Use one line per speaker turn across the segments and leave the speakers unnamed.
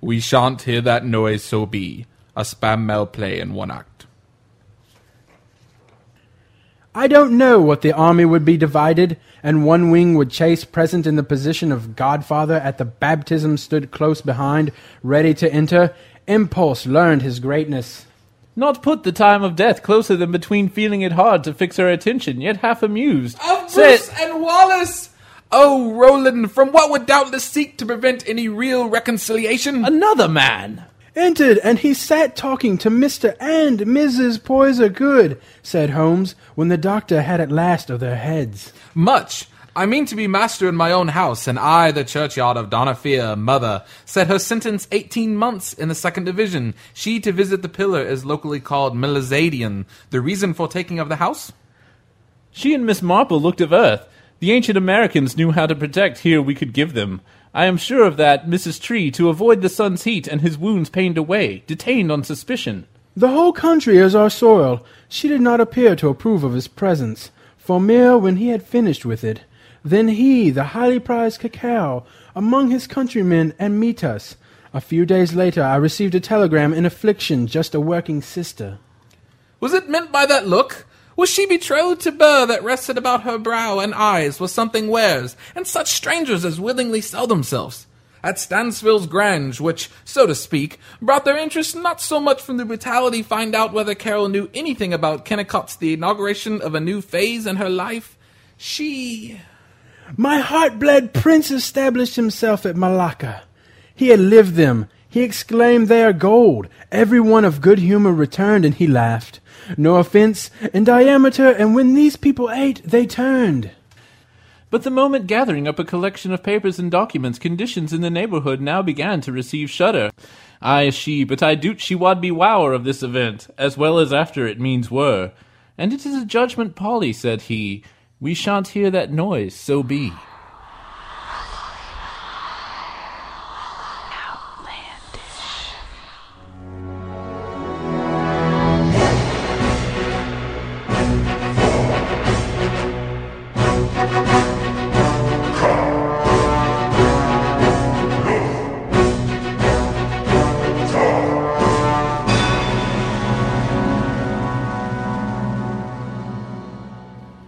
We shan't hear that noise, so be. A spam mail play in one act.
I don't know what the army would be divided, and one wing would chase present in the position of godfather at the baptism stood close behind, ready to enter. Impulse learned his greatness.
Not put the time of death closer than between feeling it hard to fix her attention, yet half amused.
Of
Say it-
Bruce and Wallace! Oh, Roland, from what would doubtless seek to prevent any real reconciliation?
another man!
Entered, and he sat talking to Mr. and Mrs. Poyser Good, said Holmes, when the doctor had at last of their heads.
Much. I mean to be master in my own house, and I, the churchyard of Donafear, mother, set her sentence eighteen months in the second division. She to visit the pillar is locally called Melizadian. The reason for taking of the house?
She and Miss Marple looked of earth. The ancient Americans knew how to protect here we could give them. I am sure of that, Mrs. Tree, to avoid the sun's heat and his wounds pained away, detained on suspicion.
The whole country is our soil. She did not appear to approve of his presence. For mere when he had finished with it, then he, the highly prized cacao, among his countrymen, and meet us. A few days later, I received a telegram in affliction, just a working sister.
Was it meant by that look? Was she betrothed to Burr that rested about her brow and eyes was something wares, and such strangers as willingly sell themselves? At Stansfield's Grange, which, so to speak, brought their interest not so much from the brutality find out whether Carol knew anything about Kennicott's the inauguration of a new phase in her life, she
My heart bled prince established himself at Malacca. He had lived them. He exclaimed, They are gold. Every one of good humor returned, and he laughed. No offense, in diameter, and when these people ate, they turned.
But the moment gathering up a collection of papers and documents, conditions in the neighborhood now began to receive shudder. Ay, she, but I doot she wad be wower of this event, as well as after it means were. And it is a judgment, Polly, said he. We shan't hear that noise, so be.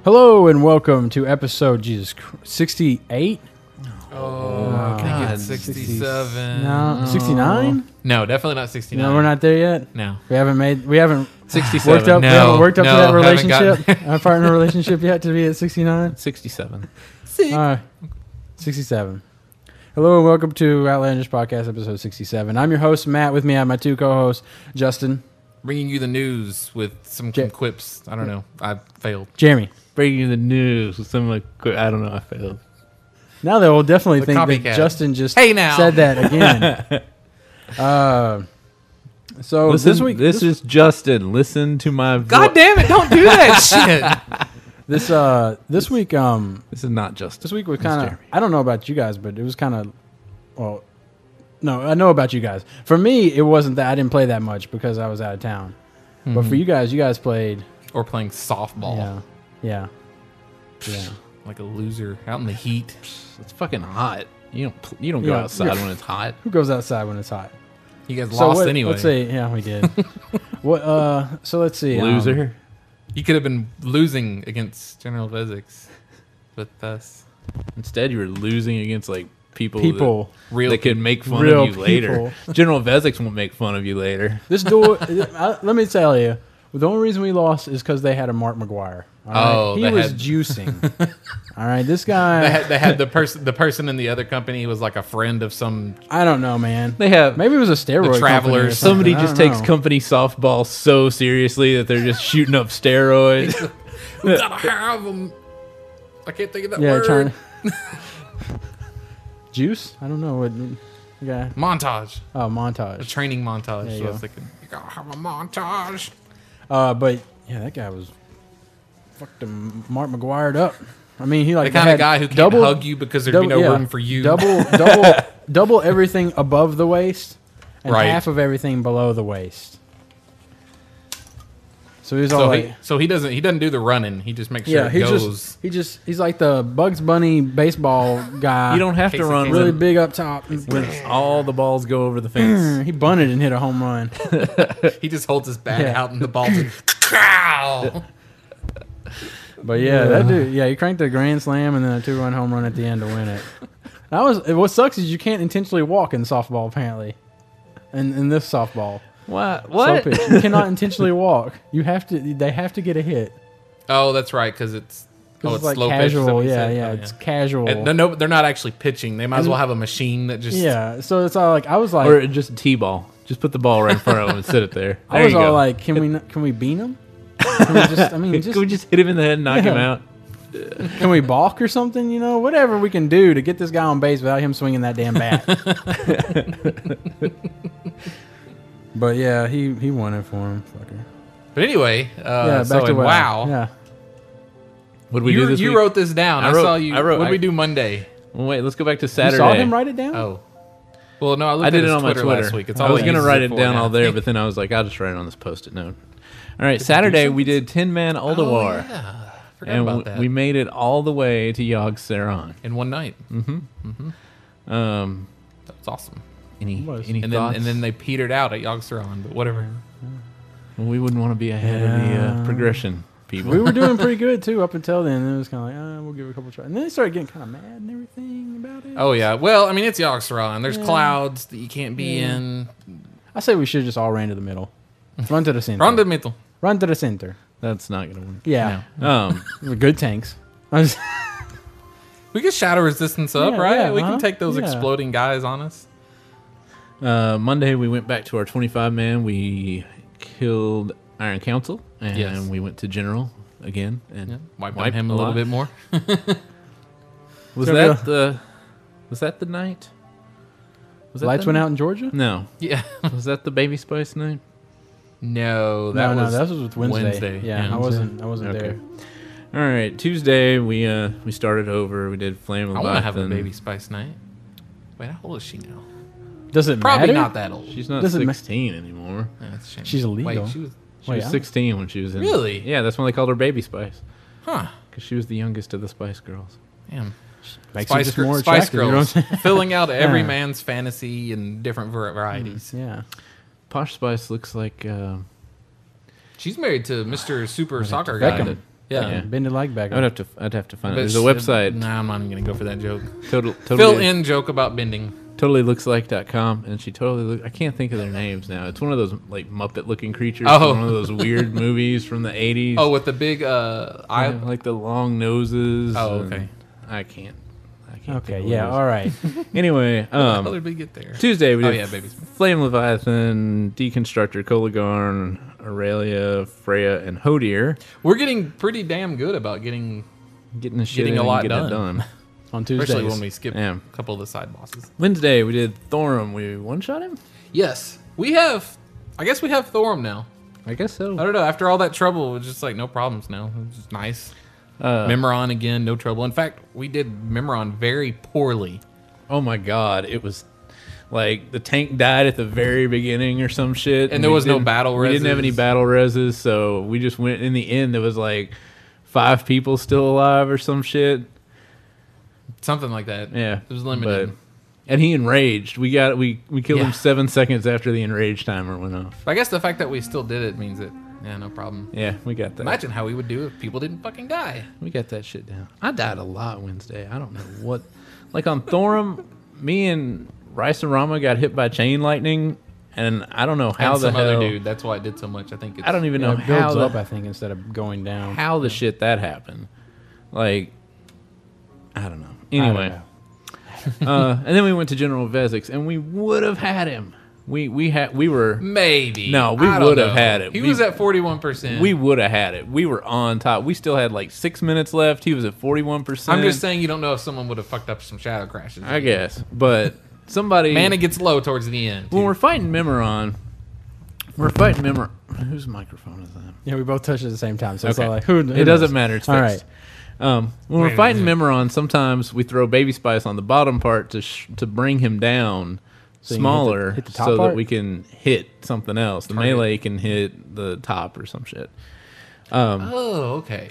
Hello and welcome to episode Jesus sixty-eight.
I think it's 67.
No, sixty-nine.
No, definitely not 69.
No, we're not there yet.
No.
We haven't made. We haven't
67.
worked up.
no,
we haven't worked up
no,
to that
haven't
relationship,
gotten-
our partner relationship yet to be at sixty-nine.
67.
All right, sixty-seven. Hello and welcome to Outlandish Podcast, episode sixty-seven. I'm your host Matt. With me, I have my two co-hosts Justin,
Bringing you the news with some
Ja-
quips. I don't know. I failed.
Jeremy.
Breaking the news with some like, I don't know, I failed.
Now they will definitely
The
think that
copycat.
Justin just
Hey, now.
said that again. uh, so
Listen,
this week,
this, is Justin. Listen to my vo-
God damn it. Don't do that shit.
this uh this week um
This is not Justin.
this week was kind of I don't know about you guys, but it was kind of well, no, I know about you guys. For me, it wasn't that I didn't play that much because I was out of town. But
Mm-hmm.
for you guys, you guys played.
Or playing softball
Yeah, yeah, yeah.
like a loser out in the heat.
It's fucking hot. You don't pl- you don't go
Yeah.
outside when it's hot.
Who goes outside when it's hot?
You guys
So
lost
what-
anyway.
Let's see. Yeah, we did. what? Uh. So let's see. um,
Loser.
You could have been losing against General Physics with us.
Instead, you were losing against like people that-
people.
Real
that could make fun
real
of you later.
people.
General Vezix won't make fun of you later.
This duel, I, let me tell you, the only reason we lost is because they had a Mark McGuire. all right?
Oh,
he
they
was
had-
juicing. all right, this guy,
They had, they had the person. The person in the other company was like a friend of some.
I don't know, man.
They have
Maybe it was a steroid. company or
Travelers.
something,
somebody
I
just
don't
takes
know.
company softball so seriously that they're just shooting up steroids.
We gotta have 'em. I can't think of that
yeah,
word.
trying juice. I don't know what. Yeah.
Montage.
Oh,
A
montage.
training montage.
There you
so I was
go.
thinking, you gotta have a montage.
Uh, but yeah, that guy was fucked him, Mark McGuired up. I mean, he like
The kind
had
of guy who can
double-
hug you because there'd be no
Double- yeah.
room for you.
Double, double, double everything above the waist, and
Right.
half of everything below the waist. So he's all
So
like,
he so he doesn't he doesn't do the running. He just makes sure
yeah,
it
he
goes.
just he just he's like the Bugs Bunny baseball guy.
You don't have to
Casey
run
Kasem.
really
really
big up top.
when all the balls go over the fence.
He bunted and hit a home run.
he just holds his bat
Yeah.
out and the ball just Cow!
But yeah, that dude. Yeah, he cranked the grand slam and then a two-run home run at the end to win it. That was what sucks is you can't intentionally walk in softball apparently, and in this softball
what?
slow pitch you cannot intentionally walk. You have to. They have to get a hit.
Oh, that's right, because it's
'Cause
oh,
it's like
slow pitch, is that
casual.
what you
yeah,
said?
yeah,
Oh,
it's casual.
And no, no, they're not actually pitching. They might as well have a machine that just
yeah, so it's all like I was like,
Or just t-ball. Just put the ball right in front of him and sit it there.
I
There
was
you
all
go.
like, can we not, can we beat him? Can we just, I mean, just
Can we just hit him in the head and knock him
Yeah.
out?
Can we balk or something? You know, whatever we can do to get this guy on base without him swinging that damn bat. but yeah, he he won it for him. Fucker.
But anyway, uh,
Yeah, back
so
to
in
wow.
wow.
Yeah,
Would we
you
do this?
you
week?
wrote this down.
I
I,
wrote-
saw you.
I wrote-
what did
I-
we do Monday?
Well, wait, let's go back to
you
Saturday.
saw him write it down.
Oh, well, no, I looked
I did
at
it
his
on
Twitter
my Twitter
last week. It's
I
all
was
he
going to
uses
write it
for
down
now.
all there, but then I was like, I'll just write it on this post-it note. All right, Saturday we did Tin Man Oldawar,
oh, Forgot
and
about
w-
that.
we made it all the way to Yog Saron.
in one night.
Um,
That was awesome.
any
Was.
any
And
thoughts?
then and then they petered out at Yogg-Saron, but whatever.
Well, we wouldn't want to be ahead of the
Yeah.
uh, progression, people.
We were doing pretty good too up until then. It was kind of like, uh, we'll give it a couple tries, and then they started getting kind of mad and everything about it.
Oh yeah. Well, I mean, it's Yogg-Saron. There's clouds that you can't be
Yeah.
in.
I say we should just all ran to the middle, run to the center,
Run to Mittel.
Run to the center.
That's not going to work.
Yeah,
Um,
We're good tanks. I was-
We can shatter resistance up,
Yeah,
right?
yeah,
we
uh-huh.
can take those
Yeah.
exploding guys on us.
uh, Monday we went back to our 25 man. We killed Iron Council, and
Yes.
we went to General again and
Yeah. Wipe on
wiped
him a little
lot.
bit more.
Was
So
that the Was that the night? Was that
lights
the
went
night?
out in Georgia.
No,
Yeah.
was that the Baby Spice night?
No, that
no,
was
no, that was with Wednesday.
Wednesday,
Yeah,
yeah.
I wasn't. I wasn't
Okay.
there.
All right, Tuesday we uh we started over. We did Flame of
I want to have a
Leviathan.
baby spice night. Wait, how old is she now?
Does it
Probably
matter?
not that old.
She's not
Doesn't ma-
16 anymore.
Yeah, that's a shame.
She's illegal.
Wait, she was,
She
Wait,
was
I-
16 when she was in.
Really?
Yeah, that's when they called her Baby Spice
huh?
because she was the youngest of the Spice Girls.
Damn.
Makes you
Spice,
just
Gir-
more
Spice
attractive, you know
Girls,
what
filling out every
Yeah.
man's fantasy in different var- varieties.
Yeah.
Posh Spice looks like uh,
Hmm.
She's married to Mr. Super Soccer guy.
Beckham.
that- Yeah.
Yeah.
Bend it like
I would
Beckham.
have to I'd have to find
But
it. There's a
she- um,
website
Nah, I'm not even gonna go for that joke.
total, totally
Fill in joke about bending.
totallylooks.com and she totally look, I can't think of their names now. It's one of those like Muppet looking creatures
Oh.
from one of those weird movies from the 80s.
Oh, with the big uh,
I
eye.
like the long noses.
Oh,
and
okay.
I can't. I can't
Okay,
think of
yeah,
what it
all right.
is. Anyway,
How
um,
did we get there?
Tuesday we
Oh,
did
yeah, babies.
Flame Leviathan, Deconstructor, Coligarn, Aurelia, Freya, and Hodir.
We're getting pretty damn good about getting,
Getting the shit
Getting
in
a
and
lot
getting it
done.
done.
On Tuesdays.
especially when we skip
Yeah.
a couple of the side bosses.
Wednesday we did Thorum. We one shot him.
Yes, we have. I guess we have Thorum now.
I guess
I
so.
don't know. After all that trouble, it's just like no problems now. It's just nice.
Uh,
Memoron again, no trouble. In fact, we did Memoron very poorly.
oh my god, it was like the tank died at the very beginning or some shit,
there
we
was no
didn't-
battle
We didn't have any
reses.
battle reses, so we just went. In the end, there was like five people still alive or some shit.
Something like that.
Yeah,
It was limited.
but- and he enraged. We got we we killed
Yeah.
him seven seconds after the enraged timer went off.
But I guess the fact that we still did it means it. Yeah, no problem.
Yeah, we got that.
Imagine how we would do if people didn't fucking die.
We got that shit down. I died a lot Wednesday. I don't know what. Like on Thorum, me and Rice and Rama got hit by chain lightning, and I don't know how
and
the
some
hell.
other dude. That's why it did so much. I think. It's,
I don't even
Yeah,
know
it builds
how the,
up, I think, instead of going down.
how the shit that happened. Like, I don't know.
I don't
Anyway,
know.
uh, and then we went to General Vezix, and we would have had him. We we had we were
Maybe.
No, we
I don't
would have
know.
had it.
He
We-
was at forty-one percent.
we would have had it. We were on top. We still had like six minutes left. He was at forty one percent.
I'm just saying you don't know if someone would have fucked up some shadow crashes.
I guess, but somebody
Mana gets low towards the end.
when
too.
we're fighting Memoron, we're fighting Memor. Whose microphone is that?
Yeah, we both touched at the same time, so it's
Okay.
all like, who, who
it
knows?
doesn't matter. It's fixed.
All
Um, when we're fighting Memoron, sometimes we throw Baby Spice on the bottom part to sh- to bring him down
you hit the-
smaller,
hit the top
so
part?
that we can hit something else. The melee can hit the top or some shit. Um,
Oh, okay.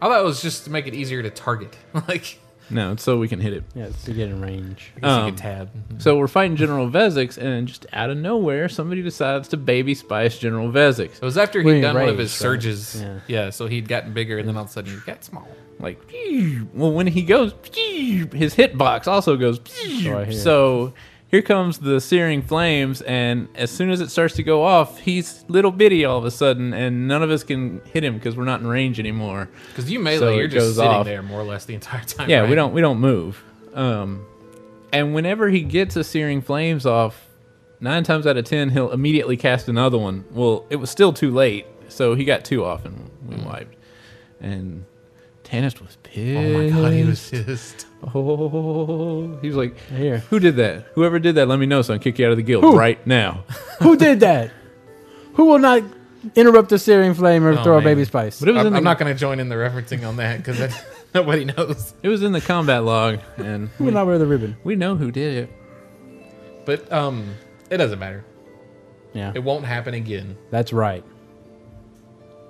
I thought it was just to make it easier to target. like,
no, it's so we can hit it.
Yeah, it's to get in range.
I guess you
Um,
could tab.
So we're fighting General Vezix, and just out of nowhere, somebody decides to baby spice General Vezix.
It was after
We're in
he'd done one
rage,
of his
right?
surges.
Yeah.
Yeah. so he'd gotten bigger, and then all of a sudden he got small.
Like, well, when he goes, his hitbox also goes.
I hear.
So here comes the searing flames, and as soon as it starts to go off, he's little bitty all of a sudden, and none of us can hit him because we're not in range anymore.
Because you melee,
So it
you're just
goes
sitting
off.
there more or less the entire time.
Yeah, we
right?
don't we don't move. Um, and whenever he gets a searing flames off, nine times out of ten he'll immediately cast another one. Well, it was still too late, so he got two off and we wiped. And Tannis was pissed.
Mm. Oh my god, he was just.
Oh, he was like,
Here.
"Who did that? Whoever did that, let me know so I can kick you out of the guild
Who?
right now."
Who did that? Who will not interrupt the searing flame or
Oh,
throw a
man.
baby spice?
But it was
I'm,
in the
I'm not going to join in the referencing on that because nobody knows.
it was in the combat log, and
Who will
we,
not wear the ribbon?
we know who did it.
But um, it doesn't matter.
Yeah,
It won't happen again.
that's right.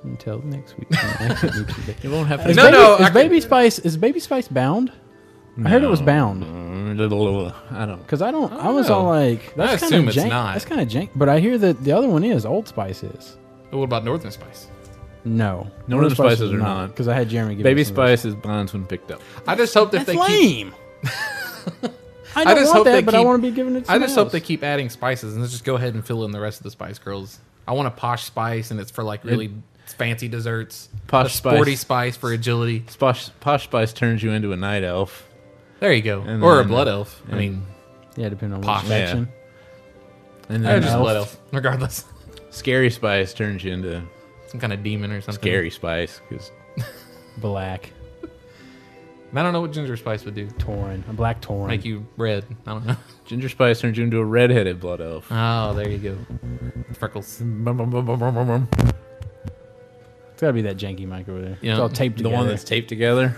Until next week.
It won't happen.
Is
No,
baby,
no,
Is
I could-
baby spice is baby spice bound? I heard it was
No.
bound
I don't.
because I don't. I, was all like,
I
that's kind
assume
of
it's
jank.
not.
That's kind of jank. But I hear that the other one is Old Spice is.
But what about Northern Spice?
No,
Northern spices are not.
because I had Jeremy give
Baby
us some of this.
Spice is bonds when picked up.
I just hope that
That's
they keep.
lame. I don't
just
want
hope
that,
they
but I
keep-
want to be given it. To
I just
someone
hope they
else.
keep adding spices and let's just go ahead and fill in the rest of the Spice Girls. I want a posh spice and it's for like really fancy desserts.
Posh
a sporty
spice.
spice for agility.
Posh, posh Spice turns you into a night elf.
There you go.
And
or a
then-
blood elf. I mean,
Yeah, depending on
Posh.
which
Yeah.
faction.
And
or
then
just
uh,
blood elf, regardless.
Scary Spice turns you into
Some kind of demon or something.
Scary Spice because
Black
And I don't know what ginger spice would do.
Torin, a black Torin.
Make you red. I don't know.
Ginger Spice turns you into a redheaded blood elf.
Oh, there you go. Freckles.
Bum, bum, bum, bum, bum, bum, bum.
It's gotta be that janky mic over there.
Yeah.
It's all taped
The
together.
one that's taped together.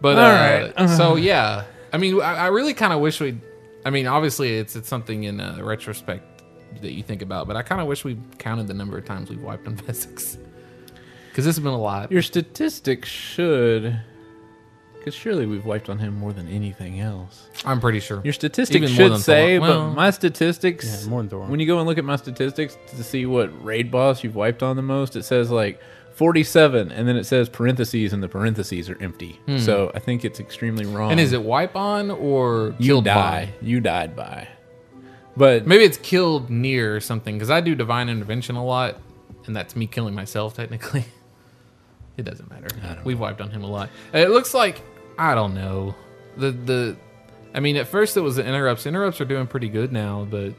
But
All
uh,
right.
so yeah, I mean, I, I really kind of wish we. I mean, obviously, it's it's something in uh, retrospect that you think about, but I kind of wish we counted the number of times we've wiped on physics because this has been a lot.
Your statistics should, because surely we've wiped on him more than anything else.
I'm pretty sure.
Your
Even
statistics
more
should
than
say,
Thoron. Well-
but my statistics.
Yeah, more than Thoron.
When you go and look at my statistics to see what raid boss you've wiped on the most, it says like 47, and then it says parentheses, and the parentheses are empty. So I think it's extremely wrong.
Hmm. and is it wipe on or
you
killed
die?
by?
You died by. But
Maybe it's killed near or something because I do divine intervention a lot, and that's me killing myself technically. It doesn't matter. We've wiped on him a lot. It looks like I don't know the the. I mean, at first it was the interrupts. Interrupts are doing pretty good now, but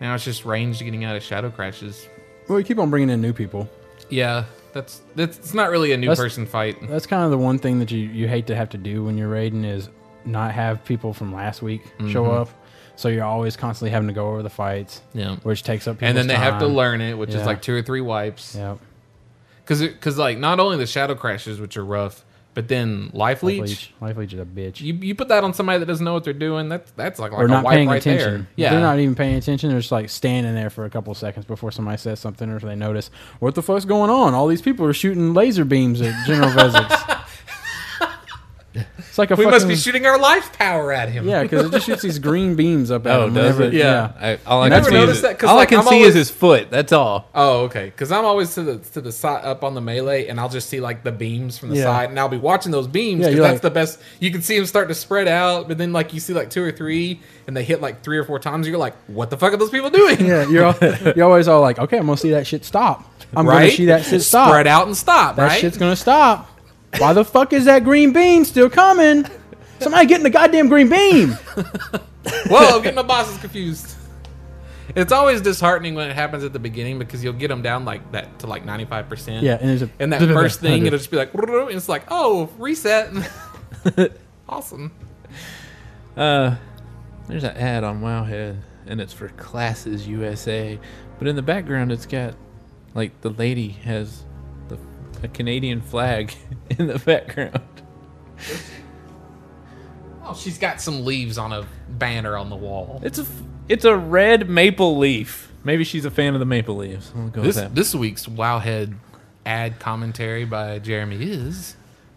now it's just range getting out of shadow crashes.
well, we keep on bringing in new people.
Yeah, that's that's. It's not really a new
That's-
person fight.
That's kind of the one thing that you, you hate to have to do when you're raiding is not have people from last week show
Mm-hmm.
up. So you're always constantly having to go over the fights,
Yeah,
which takes up.
and then they
people's
have to
time.
learn it, which
Yeah.
is like two or three wipes.
Yep.
Because because like not only the shadow crashes, which are rough, but then life
Life
leech.
leech. Life leech is a bitch.
You, you put that on somebody that doesn't know what they're doing. That's that's like, like
or
a
not
wipe
paying
right
attention.
there. Yeah,
They're not even paying attention. They're just like standing there for a couple seconds before somebody says something or they notice, what the fuck's going on? All these people are shooting laser beams at General Vezix. it's like a
we
fucking,
must be shooting our life power at him.
Yeah, because it just shoots these green beams up at
oh,
him
does
whenever-
it? I, all I
Never
can see
noticed
is
that, 'cause,
all
like,
I can
I'm
see
always-
is his foot. That's all.
Oh, okay. Because I'm always to the to the side up on the melee, and I'll just see like the beams from the
Yeah.
side, and I'll be watching those beams
Yeah,
because
you're
that's
like-
the best. You can see them start to spread out, but then like you see like two or three, and they hit like three or four times. You're like, what the fuck are those people doing?
Yeah, you're all, you're always all like, okay, I'm gonna see that shit stop. I'm gonna
right?
see that shit stop.
Spread out and stop.
that
right?
shit's gonna stop. Why the fuck is that green beam still coming? Somebody getting the goddamn green beam.
Whoa, I'm getting my bosses confused. It's always disheartening when it happens at the beginning because you'll get them down like that to like 95%.
Yeah, and there's a-
and that first thing, it'll just be like, and it's like, oh, reset. awesome.
Uh, there's an ad on Wowhead, and it's for Classes USA, but in the background it's got, like, the lady has the, a Canadian flag in the background.
Oh, she's got some leaves on a banner on the wall.
It's a f- it's a red maple leaf. Maybe she's a fan of the maple leaves. We'll go
This
with that.
this week's Wowhead ad commentary by Jeremy is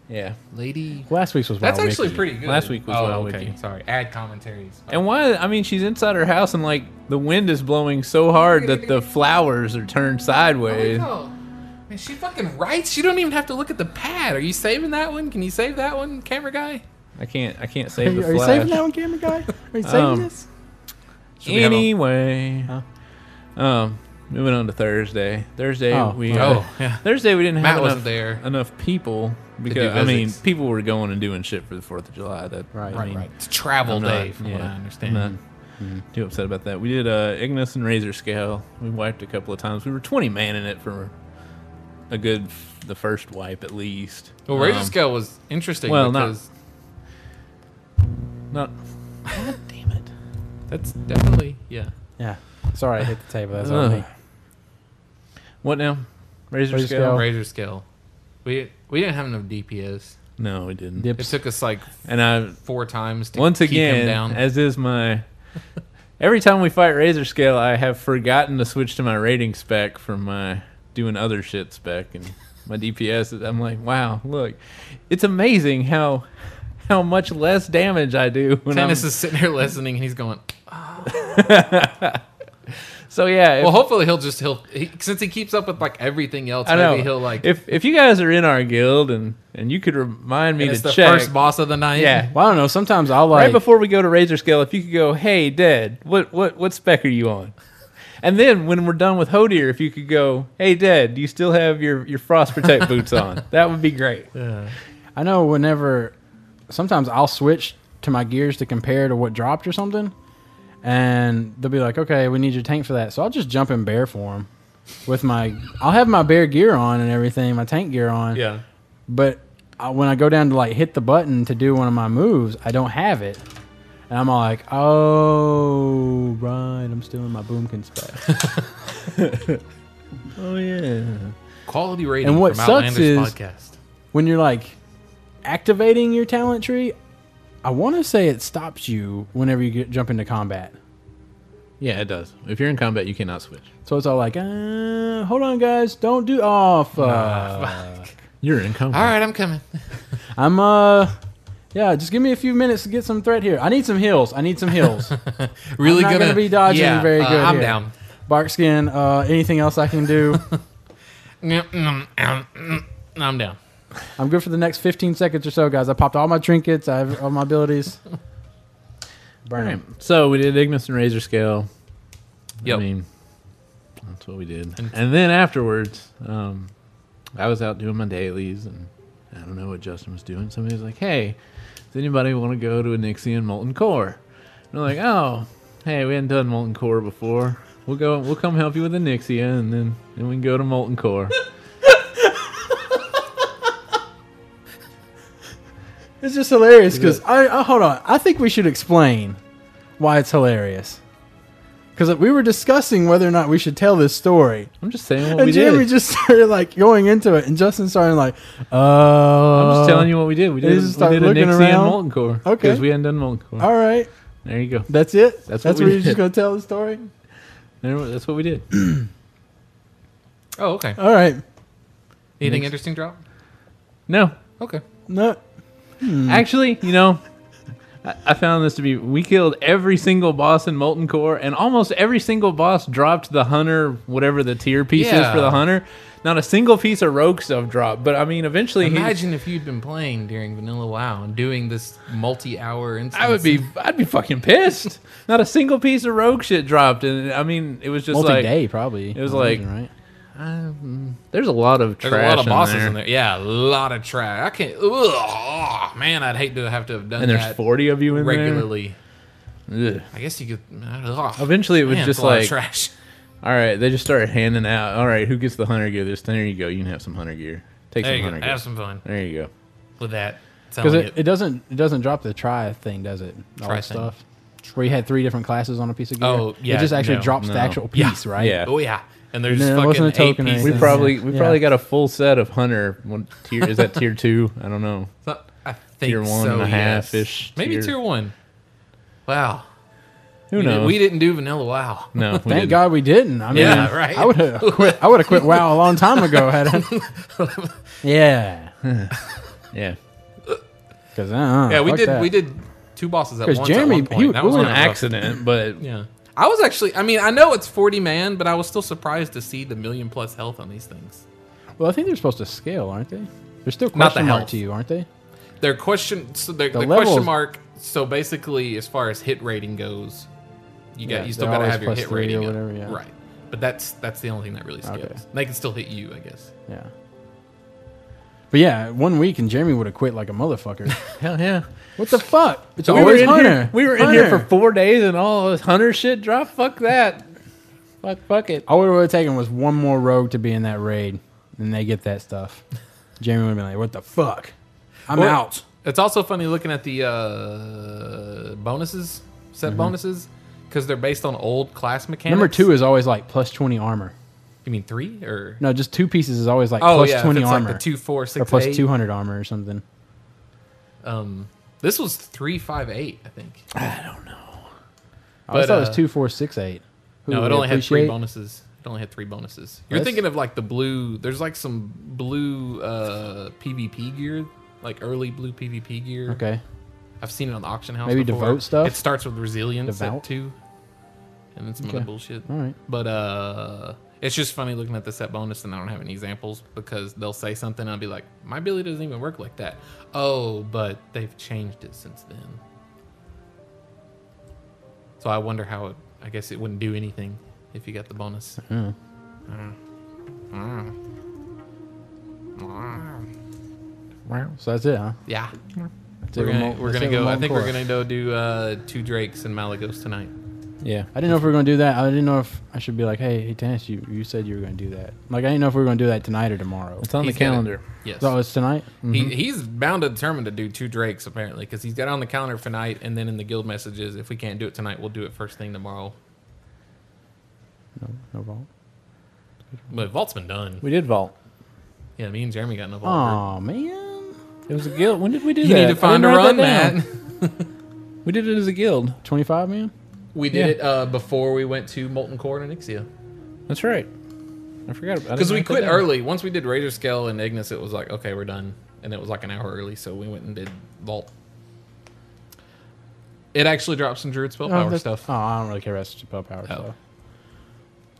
yeah.
Lady.
Last week's was
That's
Wild
actually
Wiki.
pretty good.
Last week was
oh,
Wild
okay.
Wiki.
Sorry, ad commentaries.
And why? I mean, she's inside her house, and like the wind is blowing so hard that the flowers are turned sideways.
Oh, man, she fucking writes. She don't even have to look at the pad. Are you saving that one? Can you save that one, camera guy?
I can't. I can't
Are
save the
you, are
flash.
you saving that one, camera guy? Are you saving
Um,
this?
we have a-
Anyway, um, moving on to Thursday. Thursday
Oh,
we
okay.
uh,
Oh, yeah.
Thursday we didn't
Matt
have
wasn't
enough
there.
enough people because I mean
visits.
people were going and doing shit for the Fourth of July. That
Right.
I
Right,
mean,
It's travel
I'm not-
day, from what
yeah,
I
I'm
understand.
not Too upset about that. We did uh, Ignis and Razor Scale. We wiped a couple of times. We were twenty man in it for a good f- the first wipe at least.
Well, Razor
Um,
Scale was interesting
well, not-
because
Not. God damn it.
that's definitely yeah.
Yeah. Sorry, I hit the table. That's
uh.
on
Ugh.
me.
What now? Razor,
Razor
scale?
Scale.
Razor Scale. We we didn't have enough DPS.
No, we didn't.
It
Dips.
took us like
And I
four times to
once
keep him
again,
down.
as is my. Every time we fight Razor Scale, I have forgotten to switch to my rating spec from my doing other shit spec and my DPS. is- I'm like, wow, look, it's amazing how how much less damage I do when I'm.
Tennis is sitting here listening, and he's going.
so yeah, if,
Well, hopefully he'll just he'll he, since he keeps up with like everything else.
I know
maybe he'll like.
if if you guys are in our guild and and you could remind me
and
to
it's the
check.
first boss of the night.
yeah.
Well, I don't know. Sometimes I'll like.
right before we go to Razor Scale, if you could go, hey, Dead, what what what spec are you on? And then when we're done with Hodier, if you could go, hey, Dead, do you still have your, your frost protect boots on? That would be great.
I know whenever sometimes I'll switch to my gears to compare to what dropped or something, and they'll be like, "Okay, we need your tank for that." So I'll just jump in bear form with my. I'll have my bear gear on and everything, my tank gear on.
yeah.
But I, when I go down to like hit the button to do one of my moves, I don't have it. And I'm all like, oh, right, I'm still in my boomkin spec.
Oh yeah.
Quality rating.
And what
from
sucks
Outlander's
is-
podcast.
when you're like activating your talent tree, I want to say it stops you whenever you get, jump into combat.
Yeah, it does. If you're in combat, you cannot switch.
So it's all like, uh, hold on, guys, don't do. Oh, fuck.
You're in
All
combat.
right, I'm coming.
I'm uh, yeah, just give me a few minutes to get some threat here. I need some heals. I need some heals.
Really
not
gonna,
gonna be dodging
yeah,
very
uh,
good
I'm
here.
down.
Barkskin, uh, anything else I can do?
Mm, mm, mm, mm, I'm down.
I'm good for the next 15 seconds or so, guys. I popped all my trinkets. I have all my abilities. Burn 'em.
So we did Ignis and Razor Scale.
Yep.
I mean, that's what we did. And then afterwards, um, I was out doing my dailies, and I don't know what Justin was doing. Somebody was like, "Hey, does anybody want to go to a Nixian Molten Core?" And I'm like, "Oh, hey, we hadn't done Molten Core before. We'll go. We'll come help you with the Nixia, and then then we can go to Molten Core."
It's just hilarious because I, I hold on. I think we should explain why it's hilarious. Because we were discussing whether or not we should tell this story,
I'm just saying what
and
we
Jeremy
did.
just started like going into it, and Justin started like, "Uh,
I'm just telling you what we did. We
They
did, we
just start
did a
looking
Nixian
around.
Molten Core
Okay.
because we hadn't done Molten Core.
All right,
There you go.
that's it.
That's
That's,
what we
where you're
did.
just gonna tell the story.
There- That's what we did.
Oh, okay.
All right,
Anything interesting drop?
No,
Okay.
no,
Mm.
Actually, you know, I, I found this to be we killed every single boss in Molten Core, and almost every single boss dropped the hunter, whatever the tier piece is for
Yeah.
the hunter. Not a single piece of rogue stuff dropped, but I mean, eventually he.
Imagine if you'd been playing during Vanilla WoW and doing this multi-hour instance.
I would be, I'd be fucking pissed. Not a single piece of rogue shit dropped, and I mean, it was just
multi-day
like
probably.
it was
I'm
like-
thinking, right?
um, there's a lot of trash.
There's a lot of
in
bosses
there.
in there. Yeah, a lot of trash. I can't. Ugh, oh, man, I'd hate to have to have done
and there's
that
forty of you in
regularly.
there. Ugh.
I guess you could. ugh,
Eventually, it was
man,
just
it's a lot of
like
trash.
All right, they just started handing out. All right, who gets the hunter gear? This there you go. You can have some hunter gear. Take
There
some
you
hunter
go.
gear.
Have some fun
There you go.
with that.
Because
Telling
it,
it,
it doesn't it doesn't drop the try thing, does it? All
Try thing.
the stuff. Where you had three different classes on a piece of gear.
Oh, yeah,
It just actually
no,
drops
no.
the actual piece, right?
Yeah.
oh yeah, and there's
No, it
fucking
wasn't a
eight
token or
pieces.
We
Yeah.
probably we
Yeah.
probably got a full set of hunter. One tier is that tier two? I don't know.
I think
Tier one
so,
and a
yes.
half-ish
Maybe
tier.
tier one. Wow.
It Who
We, did,
knows?
we didn't do vanilla. Wow.
no, we
Thank
didn't.
God we didn't. I mean,
Yeah, right.
I would have quit. I would have quit WoW a long time ago had I. yeah,
Yeah.
because uh,
Yeah, we
fuck
did.
that.
We did two bosses at
'Cause
once.
Jeremy,
at one point.
he-
that
it was
was
an
kind of rough.
Accident, but
Yeah. I was actually, I mean, I know it's 40 man, but I was still surprised to see the million plus health on these things.
Well, I think they're supposed to scale, aren't they? They're still
Not the
question mark
health.
to you, aren't they?
Their question, so their,
The
the,
levels-
question mark, so basically, as far as hit rating goes, you got
Yeah,
you still
they're
got to
always
have your
plus
hit
three
rating
or
up.
whatever, yeah.
Right. But that's that's the only thing that really scales.
Okay.
They can still hit you, I guess.
Yeah. But yeah, one week and Jeremy would have quit like a motherfucker.
hell yeah.
what the fuck? It's
We were
always
in
Hunter.
here. We were in here for
Hunter.
four days, and all this hunter shit dropped. Fuck that. Fuck, fuck it.
All we would have taken was one more rogue to be in that raid, and they get that stuff. Jeremy would have been like, "What the fuck? I'm
Well-
out."
It's also funny looking at the uh, bonuses, set bonuses, because they're based on old class mechanics.
Mm-hmm. Number two is always like plus twenty armor.
You mean three? Or.
No, just two pieces is always like
Oh,
plus
yeah. if
twenty
it's
armor
like the two, four, six,
or plus
eight.
two hundred armor or something.
Um, this was three five eight, I think.
I always
But,
thought it
uh,
was two four six eight. Who
no, it
we
only had three
appreciate.
bonuses. It only had three bonuses. You're
That's-
thinking of like the blue. There's like some blue uh, PvP gear, like early blue PvP gear.
Okay,
I've seen it on the auction house.
Maybe
before.
devote stuff?
It starts with resilience
Devout?
at two, and then some
Okay.
other bullshit.
all right.
But uh, it's just funny looking at the set bonus, and I don't have any examples because they'll say something, and I'll be like, my ability doesn't even work like that. Oh, but they've changed it since then. So I wonder how it. I guess it wouldn't do anything if you got the bonus.
Mm-hmm. So that's it, huh?
Yeah,
That's
we're gonna,
it, remote-
we're
that's
gonna
it,
go. I
remote
think we're
core.
gonna go do uh, two drakes and Malagos tonight.
Yeah.
I didn't know if we were gonna do that. I didn't know if I should be like, hey, hey, Dennis, you, you said you were gonna do that. Like I didn't know if we were gonna do that tonight or tomorrow.
It's on
He's
the
got it.
calendar.
Yes.
So it's tonight. Mhm.
He, he's bound to determine to do two drakes apparently because he's got it on the calendar for night and then in the guild messages if we can't do it tonight we'll do it first thing tomorrow
No, no vault.
but vault's been done
We did vault.
yeah me and jeremy got no vault
Oh man,
It was a guild. When did we do
you
that?
need to
I
find a
didn't
run
write that down.
man
We did it as a guild.
twenty five man.
we did
Yeah.
it uh, before we went to molten core and ixia
That's right. I forgot about
because we quit early once we did razor scale and ignis it was like okay we're done and it was like an hour early so we went and did vault it actually dropped some druid spell power
that's-
stuff
Oh, I don't really care about spell power
Oh.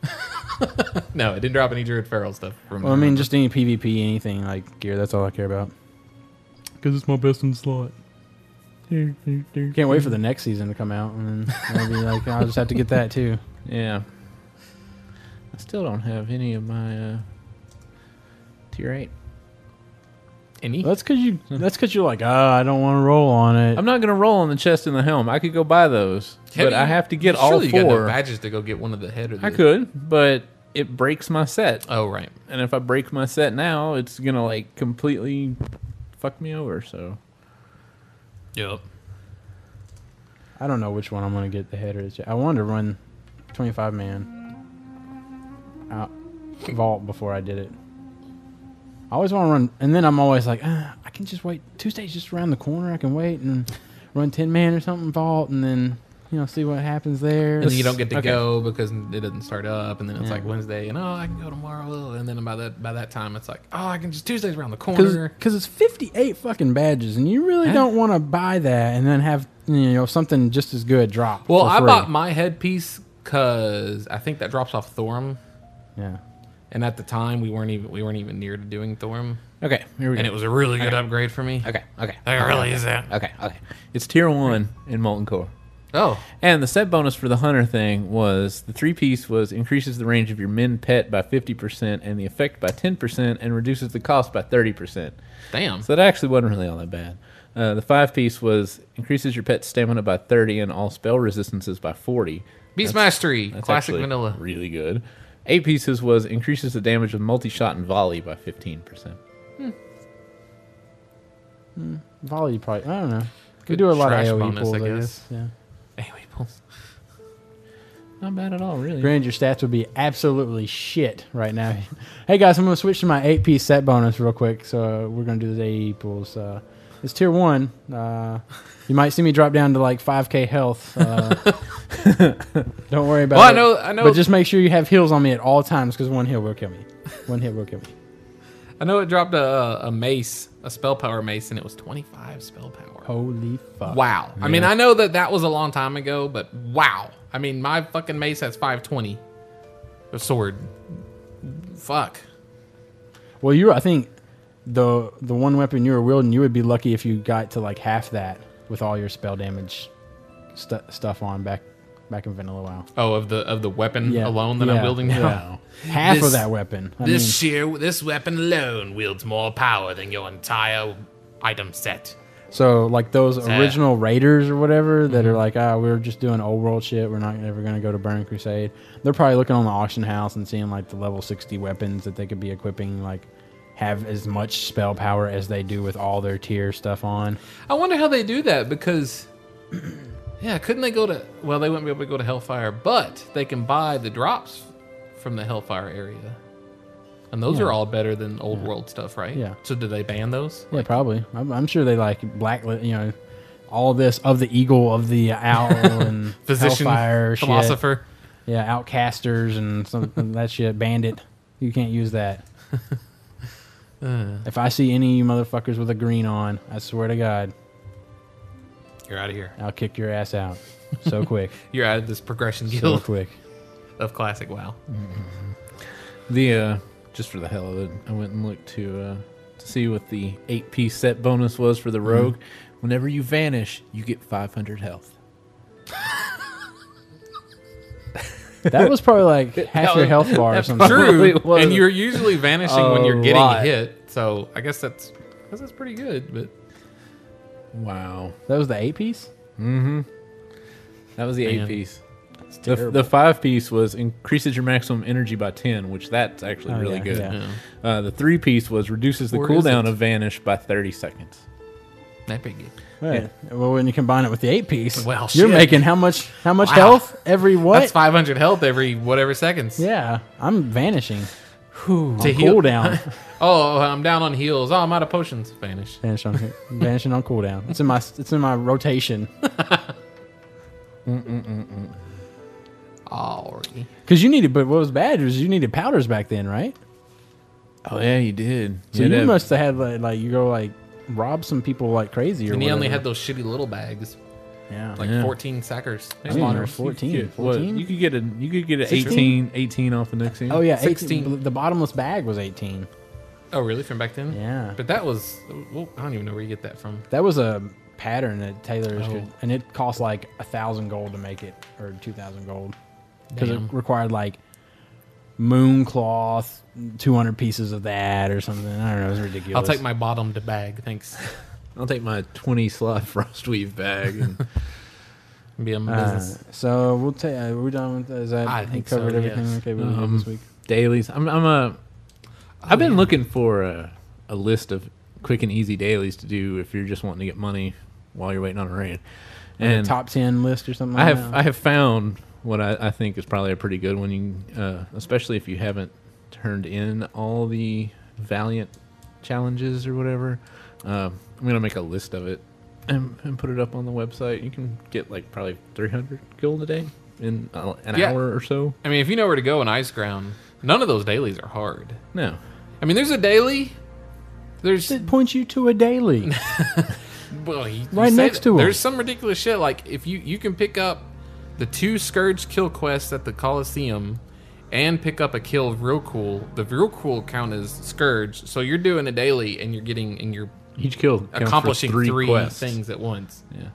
stuff.
no it didn't drop any druid feral stuff from
Well, I mean, just any PvP, anything like gear. That's all I care about.
Because it's my best in slot.
Can't wait for the next season to come out, and then I'll be like, I'll just have to get that too.
Yeah. I still don't have any of my uh, tier eight.
any
That's because you. That's because you're like, ah, I don't want to roll on it.
I'm not gonna roll on the chest and the helm. I could go buy those,
Have
but
you-
I have to get
Surely
all
you got enough
four.
badges to go get one of the head or the
I could, but it breaks my set,
Oh right.
and if I break my set now, it's gonna like completely fuck me over. So
Yep.
I don't know which one I'm gonna get the head or the cha- I wanted to run 25 man out vault before I did it. I always want to run, and then I'm always like, ah, I can just wait. Tuesday's just around the corner. I can wait and run 10 man or something vault, and then you know see what happens there.
And then you don't get to
Okay.
go because it doesn't start up, and then it's like Wednesday, and oh, I can go tomorrow, and then by that by that time, it's like oh, I can just Tuesday's around the corner.
because it's 58 fucking badges, and you really don't want to buy that and then have you know something just as good drop.
Well,
for
I
free.
bought my headpiece because I think that drops off Thorum,
yeah.
and at the time we weren't even we weren't even near to doing Thorum,
okay, here we
and it was a really good upgrade for me.
Okay, okay,
It really is that.
okay, okay. It's tier one in molten core.
Oh,
And the set bonus for the hunter thing was the three piece was increases the range of your men pet by fifty percent and the effect by ten percent and reduces the cost by thirty percent.
damn.
So that actually wasn't really all that bad. Uh, the five piece was increases your pet's stamina by thirty and all spell resistances by forty.
Beast Mastery,
That's
classic
actually
vanilla.
really good. Eight pieces was increases the damage of multi shot and volley by fifteen percent.
Volley probably. I don't know. We
Good
do a lot of
trash
AOE
bonus, I
pulls, I guess.
guess.
Yeah.
Anyway, pulls.
Not bad at all, really.
Granted, your stats would be absolutely shit right now. hey guys, I'm gonna switch to my eight piece set bonus real quick. So uh, we're gonna do the AE pools. Uh, it's tier one. Uh, you might see me drop down to like 5k health. Uh, Don't worry about
Well, I
it.
know- I know-
But just make sure you have heals on me at all times because one heal will kill me. One heal will kill me.
I know it dropped a, a mace, a spell power mace, and it was 25 spell power.
Holy fuck.
Wow. I mean, I know that that was a long time ago, but wow. I mean, my fucking mace has 520. A sword. Fuck.
Well, you I think the the one weapon you were wielding, you would be lucky if you got to like half that with all your spell damage stu- stuff on back back in Vanilla WoW.
Oh, of the of the weapon alone that
yeah,
I'm wielding now.
yeah. Half
This-
of that weapon. I
This sheer this weapon alone wields more power than your entire item set.
mean, so like those original raiders or whatever that
Mm-hmm.
are like, ah, we're just doing old world shit. We're not ever gonna go to Burning Crusade. They're probably looking on the auction house and seeing like the level sixty weapons that they could be equipping, like have as much spell power as they do with all their tier stuff on.
I wonder how they do that because Yeah, couldn't they go to well, they wouldn't be able to go to Hellfire, but they can buy the drops from the Hellfire area. And those are all better than old world stuff, right?
Yeah.
So did they ban those?
Yeah, probably. I'm, I'm sure they like blacklit, you know, all this of the eagle, of the owl, and
Physician,
hellfire, shit.
philosopher.
Yeah, outcasters and some and that shit. Bandit, you can't use that.
Uh.
if I see any of you motherfuckers with a green on, I swear to God,
You're out of here.
I'll kick your ass out so quick,
You're out of this progression
so
guild
quick.
of classic WoW.
The uh, just for the hell of it, I went and looked to uh, to see what the eight piece set bonus was for the rogue. Whenever you vanish, you get five hundred health.
That was probably like half your health bar or something.
Probably
True.
was.
And you're usually vanishing when
A
you're getting
lot.
hit. So I guess that's I guess that's pretty good, but
Wow,
That was the eight piece.
that was the
Man.
eight piece.
It's
The, the five piece was increases your maximum energy by ten, which that's actually
Oh,
really
yeah,
good.
yeah.
Uh, the three piece was reduces the
Or is
cooldown
it?
of vanish by thirty seconds.
that pretty good.
Right. Well, when you combine it with the eight piece,
Well,
you're
shit.
making how much? How much
Wow.
health every what?
That's 500 health every whatever seconds.
Yeah, I'm vanishing.
To
on
heal-
cooldown.
Oh, I'm down on heals. Oh, I'm out of potions. Vanish.
Vanish on, vanishing on cooldown. It's in my it's in my rotation
Alrighty.
because you needed. But what was bad is you needed powders back then, right?
Oh yeah, you did.
So you must have had like, like you go like rob some people like crazy. Or
And he only had
whatever.
those shitty little bags,
yeah.
like
Yeah.
14 sackers.
I mean,
Spawners.
14,
Get, what,
14?
you could get a you could get an
16?
18, 18 off the next
Oh yeah,
16.
18, the bottomless bag was eighteen.
Oh, really? From back then?
Yeah.
But that was. Well, I don't even know where you get that from.
That was a pattern that Taylor's,
Oh.
could, and it cost like a thousand gold to make it, or two thousand gold, because it
Damn.
required like moon cloth, two hundred pieces of that or something. I don't know, it was ridiculous.
I'll take my bottom to bag. Thanks.
I'll take my twenty slot frostweave bag. And
Be a
Uh,
business.
so we'll take. Uh, we're done with that. Is that
I
we
think so,
covered everything?
yes.
Okay, we did
Um,
this week.
dailies. I'm I'm a. I've been looking for a, a list of quick and easy dailies to do if you're just wanting to get money while you're waiting on a raid. And
Top ten list or something.
I
like
have
that?
I have found what I, I think is probably a pretty good one. You, can, uh, especially if you haven't turned in all the Valiant challenges or whatever. Uh, I'm gonna make a list of it and, and put it up on the website. You can get like probably 300 gold a day in uh, an
Yeah.
hour or so.
I mean, if you know where to go in Ice Ground, none of those dailies are hard.
No,
I mean, there's a daily. There's
It points you to a daily.
well, you- you
Right
say
next
that.
to 'em.
There's some ridiculous shit. Like if you you can pick up the two Scourge kill quests at the Coliseum, and pick up a kill of real cool. The real cool count is Scourge, so you're doing a daily and you're getting and you're
each kill counts for
accomplishing three,
quests.
things at once.
Yeah.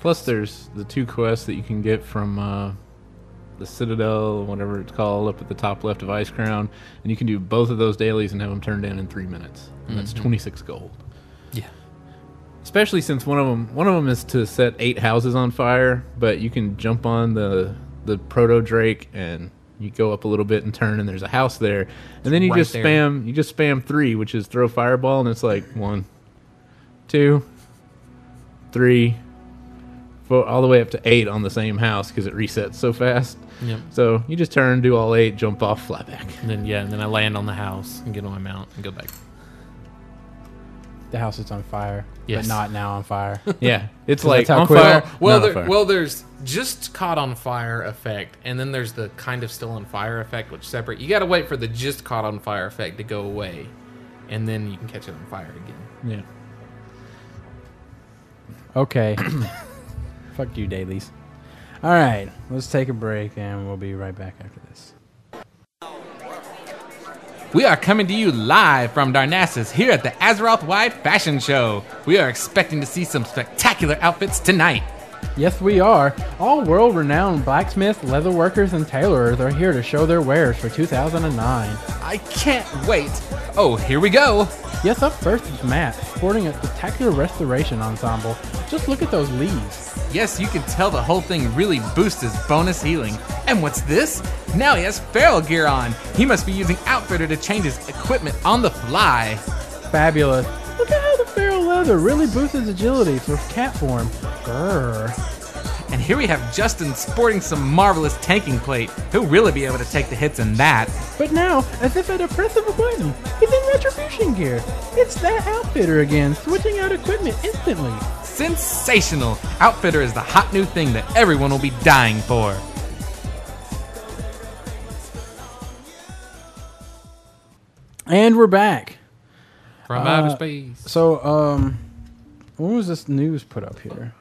Plus, there's the two quests that you can get from uh, the Citadel, whatever it's called, up at the top left of Ice Crown, and you can do both of those dailies and have them turned in in three minutes. And That's 26 gold.
Yeah.
Especially since one of them, one of them is to set eight houses on fire, but you can jump on the the proto drake and you go up a little bit and turn, and there's a house there, and then you
Right
just
there.
spam, you just spam three, which is throw fireball, and it's like one, two, three, four, all the way up to eight on the same house because it resets so fast.
Yep.
So you just turn, do all eight, jump off, fly back.
And then yeah, and then I land on the house and get on my mount and go back.
the house is on fire,
Yes.
but not now on fire.
Yeah, it's
'Cause
like
that's how
on
quick-
fire.
Well,
not on
there,
fire.
well, there's just caught on fire effect, and then there's the kind of still on fire effect, which separate. You got to wait for the just caught on fire effect to go away, and then you can catch it on fire again.
yeah.
Okay. Fuck you, dailies. All right, let's take a break and we'll be right back after this.
We are coming to you live from Darnassus here at the Azeroth Wide Fashion Show. We are expecting to see some spectacular outfits tonight.
Yes, we are. All world renowned blacksmiths, leather workers, and tailors are here to show their wares for 2009.
I can't wait. Oh, here we go.
Yes, up first is Matt, sporting a spectacular restoration ensemble. Just look at those leaves.
Yes, you can tell the whole thing really boosts his bonus healing. And what's this? Now he has feral gear on. He must be using Outfitter to change his equipment on the fly.
Fabulous. Look at how the feral leather really boosts his agility for cat form. Grrr.
And here we have Justin sporting some marvelous tanking plate. He'll really be able to take the hits in that.
But now, as if at a press of a button, he's in retribution gear. It's that outfitter again, switching out equipment instantly.
Sensational! Outfitter is the hot new thing that everyone will be dying for.
And we're back.
From
outer
space.
So, um, when was this news put up here?